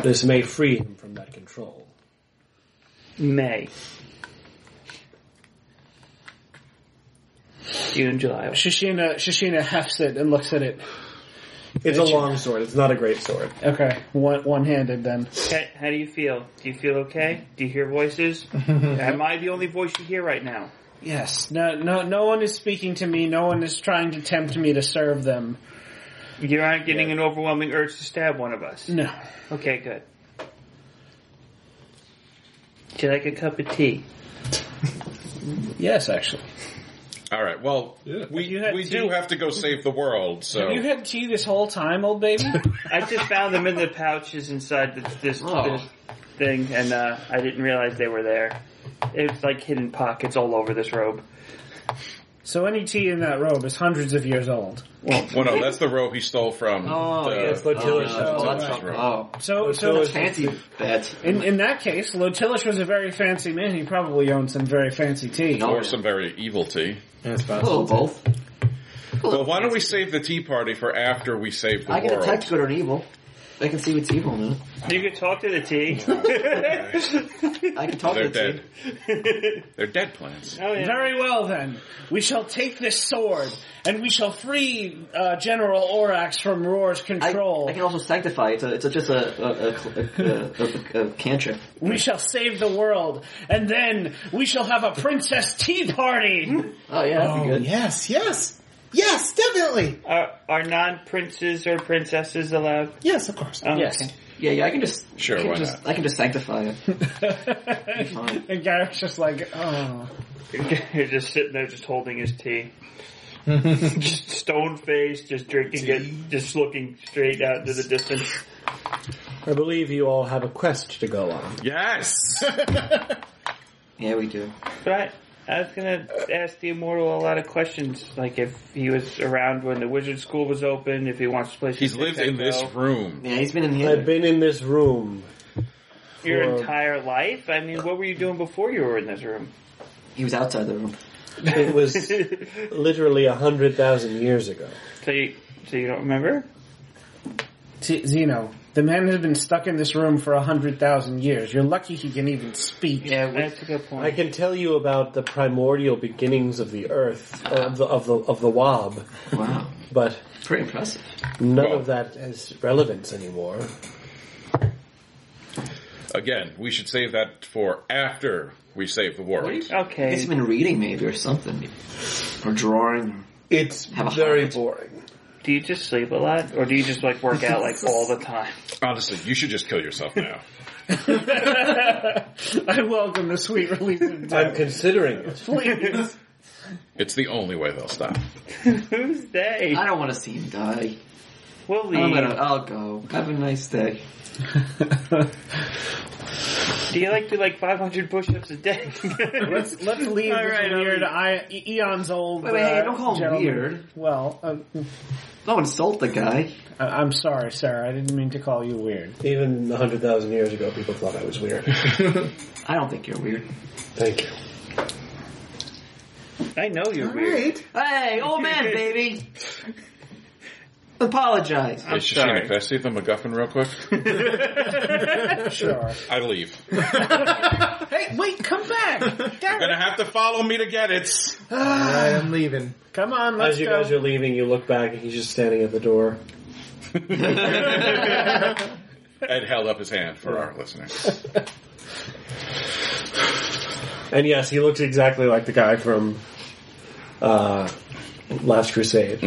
Speaker 5: this may free him from that control.
Speaker 13: May. June, July. oh,
Speaker 4: Shashina Shashina hefts it and looks at it.
Speaker 5: It's a long sword. It's not a great sword.
Speaker 4: Okay, one one handed then.
Speaker 13: How, how do you feel? Do you feel okay? Do you hear voices? Am I the only voice you hear right now?
Speaker 4: Yes. No no no one is speaking to me. No one is trying to tempt me to serve them.
Speaker 13: You're not getting an overwhelming urge to stab one of us.
Speaker 4: No.
Speaker 13: Okay, good. Would you like a cup of tea?
Speaker 4: Yes, actually.
Speaker 10: All right. Well, we
Speaker 4: You had
Speaker 10: we
Speaker 4: tea?
Speaker 10: do have to go save the world. So
Speaker 4: Have you had tea this whole time, old baby?
Speaker 13: I just found them in the pouches inside the, this,
Speaker 10: Oh.
Speaker 13: this thing, and uh, I didn't realize they were there. It's like hidden pockets all over this robe.
Speaker 4: So any tea in that robe is hundreds of years old.
Speaker 10: Well, no, that's the robe he stole from.
Speaker 7: Oh,
Speaker 10: the,
Speaker 7: yeah, it's Lotilus.
Speaker 13: Uh,
Speaker 10: the-
Speaker 7: Oh, that's-
Speaker 10: robe.
Speaker 7: oh.
Speaker 4: So, so
Speaker 7: That's fancy. That.
Speaker 4: In, in that case, Lotilius was a very fancy man. He probably owned some very fancy tea.
Speaker 10: Or some very evil tea.
Speaker 9: That's
Speaker 7: A
Speaker 9: possible.
Speaker 7: little both.
Speaker 10: Well, why don't we save the tea party for after we save the
Speaker 7: I get a
Speaker 10: world?
Speaker 7: type good on evil. I can see what's evil now.
Speaker 14: You could talk to the tea.
Speaker 7: I can talk
Speaker 10: They're
Speaker 7: to you.
Speaker 10: dead. They're dead plants.
Speaker 14: oh, yeah.
Speaker 4: Very well then. We shall take this sword, and we shall free uh, General Orax from Roar's
Speaker 7: I,
Speaker 4: control.
Speaker 7: I can also sanctify. It's, a, it's a, just a, a, a, a, a, a, a cantrip.
Speaker 4: We shall save the world, and then we shall have a princess tea party.
Speaker 7: Oh yeah, that'd
Speaker 9: Oh,
Speaker 7: be good.
Speaker 9: yes, yes. Yes, definitely.
Speaker 13: Are, are non princes or princesses allowed?
Speaker 9: Yes, of course.
Speaker 13: Oh,
Speaker 4: Yes.
Speaker 13: okay.
Speaker 7: Yeah, yeah, I can just
Speaker 10: Sure,
Speaker 7: I can
Speaker 10: why
Speaker 7: just, I can just sanctify it. fine.
Speaker 4: and Garrett's just like, oh.
Speaker 13: You're just sitting there, just holding his tea, just stone faced, just drinking it, just looking straight out into the distance.
Speaker 5: I believe you all have a quest to go on.
Speaker 10: Yes!
Speaker 7: Yeah, we do.
Speaker 13: But I, I was gonna ask the immortal a lot of questions, like if he was around when the wizard school was open, if he wants to play.
Speaker 10: He's lived in this room.
Speaker 7: Yeah, he's been in
Speaker 5: I've
Speaker 7: here.
Speaker 5: been in this room.
Speaker 13: your
Speaker 5: for-
Speaker 13: entire life. I mean, what were you doing before you were in this room?
Speaker 7: He was outside the room.
Speaker 5: It was literally a hundred thousand years ago.
Speaker 13: So you, so you don't remember?
Speaker 4: T- Zeno, the man has been stuck in this room for a hundred thousand years. You're lucky he can even speak.
Speaker 13: Yeah, that's a good point.
Speaker 5: I can tell you about the primordial beginnings of the earth, uh, of the of the of the Wob,
Speaker 7: Wow,
Speaker 5: but
Speaker 7: pretty impressive.
Speaker 5: none of that has relevance anymore.
Speaker 10: Again, we should save that for after we save the world.
Speaker 7: I guess he's
Speaker 13: okay,
Speaker 7: been reading maybe or something, or drawing.
Speaker 15: It's
Speaker 7: Have a
Speaker 15: very
Speaker 7: heart.
Speaker 15: boring.
Speaker 13: do you just sleep a lot, or do you just like work out like all the time?
Speaker 10: Honestly, you should just kill yourself now.
Speaker 4: I welcome the sweet relief of
Speaker 5: I'm
Speaker 4: death.
Speaker 5: considering it.
Speaker 4: Please.
Speaker 10: it's the only way they'll stop.
Speaker 13: Who's they?
Speaker 7: I don't want to see him die.
Speaker 13: We'll
Speaker 7: I'm
Speaker 13: leave.
Speaker 7: gonna. I'll go. Have a nice day.
Speaker 13: Do you like do like 500 push-ups a day?
Speaker 4: Let's let's leave
Speaker 13: All
Speaker 4: this
Speaker 13: right,
Speaker 4: weird,
Speaker 13: I'll
Speaker 4: I, e- eons old.
Speaker 7: Wait, wait, hey,
Speaker 4: uh,
Speaker 7: don't call him
Speaker 4: gentleman.
Speaker 7: weird.
Speaker 4: Well, um,
Speaker 7: Don't insult the guy.
Speaker 4: I- I'm sorry, Sarah. I didn't mean to call you weird.
Speaker 5: Even a hundred thousand years ago, people thought I was weird.
Speaker 7: I don't think you're weird.
Speaker 5: Thank you.
Speaker 13: I know you're weird.
Speaker 7: Hey, old man, baby. Apologize.
Speaker 10: Hey, Shoshana, can I see the MacGuffin real quick?
Speaker 4: Sure.
Speaker 10: I leave.
Speaker 4: hey, wait, come back,
Speaker 10: You're
Speaker 4: Garrett.
Speaker 10: gonna have to follow me to get it.
Speaker 9: I am leaving.
Speaker 4: Come on, let's
Speaker 5: As you
Speaker 4: go.
Speaker 5: guys are leaving, you look back and he's just standing at the door.
Speaker 10: Ed held up his hand for our listeners.
Speaker 5: And yes, he looks exactly like the guy from uh, Last Crusade.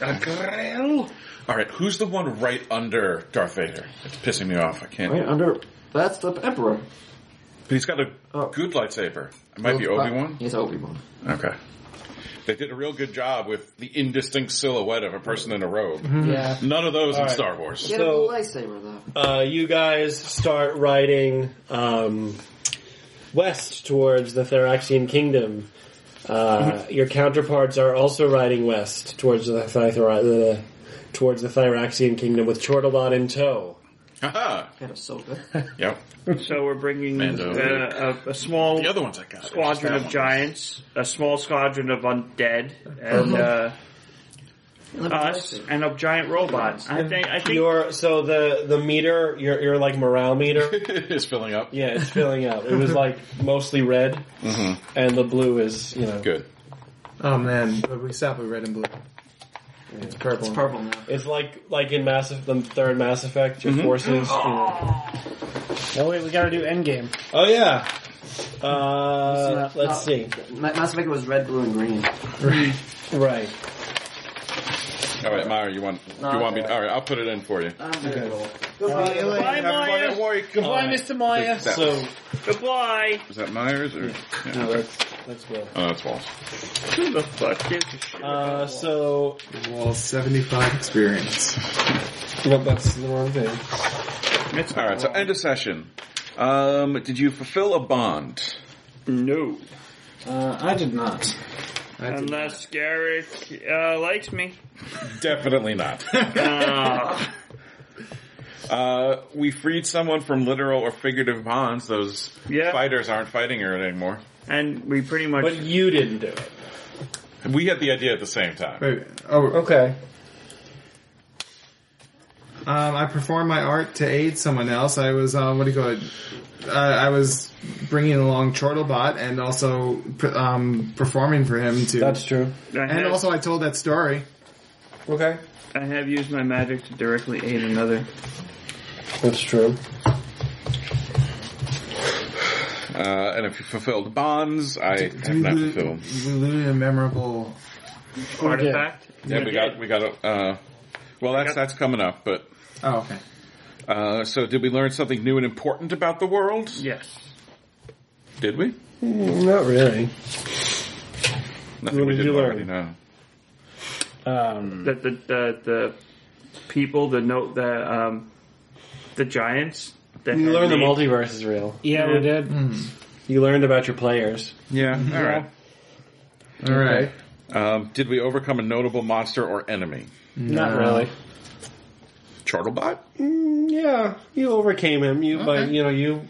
Speaker 10: A grill? Alright, who's the one right under Darth Vader? It's pissing me off. I can't.
Speaker 7: Right under. That's the emperor.
Speaker 10: But he's got a
Speaker 7: Oh. uh,
Speaker 10: good lightsaber. It might be
Speaker 7: Well,
Speaker 10: Obi Wan.
Speaker 7: He's Obi Wan.
Speaker 10: Okay. They did a real good job with the indistinct silhouette of a person in a robe.
Speaker 7: Mm-hmm.
Speaker 4: Yeah.
Speaker 10: None of those in Star Wars.
Speaker 7: Get
Speaker 5: So-
Speaker 7: him a lightsaber though.
Speaker 5: Uh, you guys start riding um, west towards the Theraxian Kingdom. Uh, your counterparts are also riding west towards the, Thythra- the towards the Thyraxian Kingdom with Chortalon in tow.
Speaker 10: Haha.
Speaker 7: Get Ahsoka.
Speaker 10: Yep.
Speaker 13: So we're bringing
Speaker 10: Mando.
Speaker 13: uh, a, a small
Speaker 10: The other ones I got.
Speaker 13: squadron of giants, a small squadron of undead, and
Speaker 5: Uh-huh.
Speaker 13: uh, us, and of giant robots. I think. I think.
Speaker 5: Your so the the meter your your like morale meter
Speaker 10: is filling up.
Speaker 5: yeah it's filling up. It was like mostly red, and the blue is you know
Speaker 10: Good.
Speaker 9: Oh man, but we stop with red and blue. It's purple.
Speaker 7: It's purple now.
Speaker 5: it's like like in Mass Eff- the third Mass Effect your forces. You know,
Speaker 4: Oh wait, we gotta do Endgame.
Speaker 5: Oh yeah. Uh,
Speaker 7: It's not-
Speaker 5: let's see.
Speaker 7: Ma- Mass Effect was red, blue, and green.
Speaker 5: Right.
Speaker 10: All right, Myra, you want you want me? All right, I'll put it in for you.
Speaker 4: Bye, Maya. Goodbye, Mr. Maya.
Speaker 10: That-
Speaker 5: So
Speaker 13: Goodbye.
Speaker 10: is that Myers or? Yeah.
Speaker 5: no, that's that's Will.
Speaker 10: Oh, that's false.
Speaker 13: Who the fuck gives a shit?
Speaker 5: Uh, so
Speaker 9: Wall 75 experience.
Speaker 5: nope, that's the wrong thing.
Speaker 13: It's
Speaker 10: All right, so end of session. Um, did you fulfill a bond?
Speaker 13: No.
Speaker 4: Uh, I did not.
Speaker 13: Unless Garrick uh, likes me.
Speaker 10: Definitely not.
Speaker 13: Uh,
Speaker 10: Uh, we freed someone from literal or figurative bonds. Those
Speaker 13: Yeah.
Speaker 10: fighters aren't fighting her anymore.
Speaker 13: and we pretty much.
Speaker 5: But you didn't do it.
Speaker 10: We had the idea at the same time.
Speaker 9: Wait, oh,
Speaker 5: Okay.
Speaker 9: Um, I performed my art to aid someone else. I was, um, what do you call it? Uh, I was bringing along Chortlebot and also um, performing for him too.
Speaker 5: That's true.
Speaker 13: I
Speaker 9: and
Speaker 13: have,
Speaker 9: also I told that story.
Speaker 5: Okay.
Speaker 13: I have used my magic to directly aid another.
Speaker 5: That's true.
Speaker 10: Uh, and if you fulfilled bonds, I have not
Speaker 9: lo-
Speaker 10: fulfilled.
Speaker 9: we looted a memorable.
Speaker 13: Artifact?
Speaker 10: Yeah, we got we got a. Uh, well, that's that's coming up. But
Speaker 9: Oh, okay.
Speaker 10: uh, so, did we learn something new and important about the world?
Speaker 13: Yes.
Speaker 10: Did we?
Speaker 5: Not really.
Speaker 10: Nothing
Speaker 5: What
Speaker 10: we
Speaker 5: did
Speaker 10: didn't
Speaker 5: you
Speaker 10: already
Speaker 5: learn?
Speaker 10: know.
Speaker 4: Um,
Speaker 13: That the, the, the people, the note, the, um, the giants. That
Speaker 5: You
Speaker 13: had
Speaker 5: learned the
Speaker 13: made-
Speaker 5: multiverse is real.
Speaker 4: yeah, we did.
Speaker 5: You learned about your players.
Speaker 10: Yeah. All right.
Speaker 9: All right.
Speaker 10: Um, did we overcome a notable monster or enemy?
Speaker 5: Not really.
Speaker 10: Chartlebot?
Speaker 5: Mm, yeah, you overcame him. You, but you know, you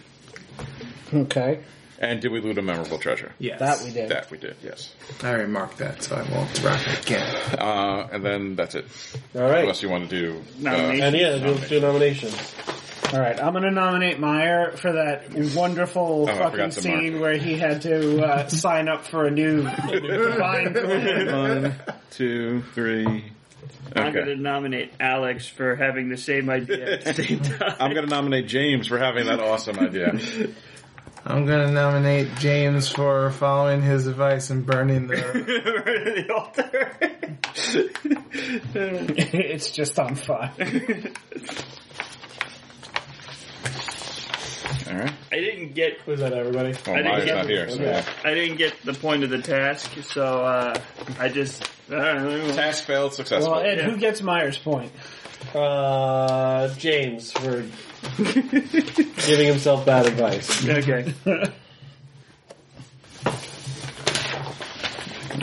Speaker 4: Okay.
Speaker 10: And did we loot a memorable treasure?
Speaker 9: Yes.
Speaker 4: That we did.
Speaker 10: That we did, yes.
Speaker 9: I already marked that, so I won't rock it again.
Speaker 10: Uh, and then that's it.
Speaker 5: all right.
Speaker 10: Unless you want to do uh,
Speaker 13: Nomination.
Speaker 5: And yeah, do, do nominations.
Speaker 4: All right, I'm going to nominate Meyer for that
Speaker 13: Oh,
Speaker 4: wonderful
Speaker 10: I
Speaker 4: fucking
Speaker 10: forgot to
Speaker 4: scene where he had to uh, sign up for a new divine plan.
Speaker 10: One, two, three.
Speaker 13: I'm going to
Speaker 10: Uh, Okay.
Speaker 13: nominate Alex for having the same idea at the same time.
Speaker 10: I'm going to nominate James for having that awesome idea. Oh,
Speaker 9: I'm gonna nominate James for following his advice and burning the.
Speaker 13: the altar.
Speaker 4: it's just on fire.
Speaker 10: All right.
Speaker 13: I didn't get
Speaker 5: Was that everybody?
Speaker 10: Oh,
Speaker 13: didn't
Speaker 10: Maya's
Speaker 13: get
Speaker 10: not
Speaker 13: it.
Speaker 10: here. So
Speaker 5: Okay.
Speaker 13: I didn't get the point of the task, so uh, I just I don't know.
Speaker 10: Task failed successfully.
Speaker 4: Well, Ed, who gets Meyer's point?
Speaker 5: Uh, James for giving himself bad advice.
Speaker 13: Okay,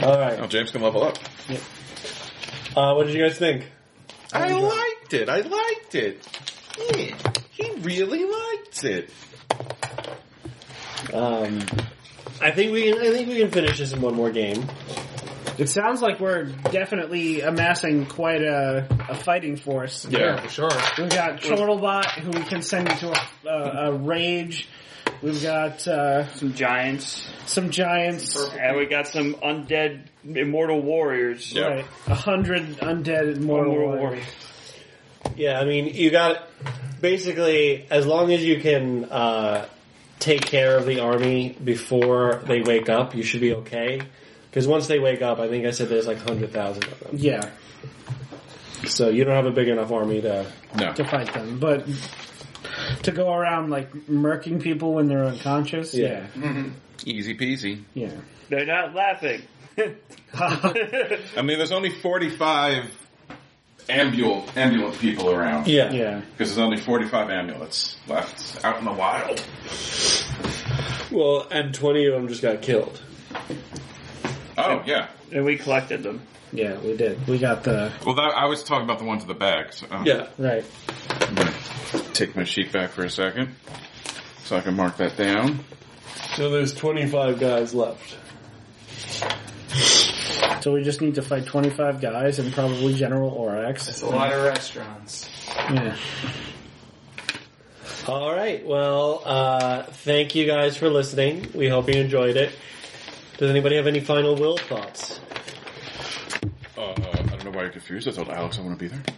Speaker 5: All right.
Speaker 10: oh, James can level up.
Speaker 5: Uh, what did you guys think?
Speaker 10: I liked it. I liked it. Yeah, he really liked it.
Speaker 5: Um, I think we can. I think we can finish this in one more game.
Speaker 4: It sounds like we're definitely amassing quite a, a fighting force.
Speaker 10: Yeah.
Speaker 9: for sure.
Speaker 4: We've got Chortlebot, who we can send into a, a, a rage. We've got uh,
Speaker 13: some giants,
Speaker 4: some giants.
Speaker 13: and we got some undead immortal warriors.
Speaker 10: Yeah.
Speaker 4: Right. A hundred undead
Speaker 13: Immortal
Speaker 4: mortal warriors.
Speaker 13: warriors.
Speaker 5: Yeah, I mean, you got basically as long as you can uh, take care of the army before they wake up, you should be okay. Because once they wake up, I think I said there's like hundred thousand of them.
Speaker 4: Yeah,
Speaker 5: So you don't have a big enough army to.
Speaker 10: No.
Speaker 4: to fight them. But to go around, like, murking people when they're unconscious?
Speaker 5: Yeah.
Speaker 10: Easy peasy.
Speaker 4: Yeah.
Speaker 13: They're not laughing.
Speaker 10: I mean, there's only 45 ambul- ambulant people around.
Speaker 5: Yeah.
Speaker 4: yeah.
Speaker 10: Because there's only 45 amulets left out in the wild.
Speaker 5: Well, and twenty of them just got killed.
Speaker 10: Oh, yeah.
Speaker 13: and we collected them.
Speaker 4: Yeah, we did. We got the...
Speaker 10: Well, that, I was talking about the ones in the bag. So, oh.
Speaker 5: Yeah.
Speaker 4: Right.
Speaker 10: I'm going to take my sheet back for a second so I can mark that down.
Speaker 5: So there's twenty five guys left.
Speaker 4: So we just need to fight 25 guys and probably General Orax.
Speaker 16: It's a lot of restaurants.
Speaker 4: Yeah.
Speaker 5: All right. Well, uh, thank you guys for listening. We hope you enjoyed it. Does anybody have any final will thoughts?
Speaker 10: Uh, I don't know why you're confused. I told Alex I want to be there.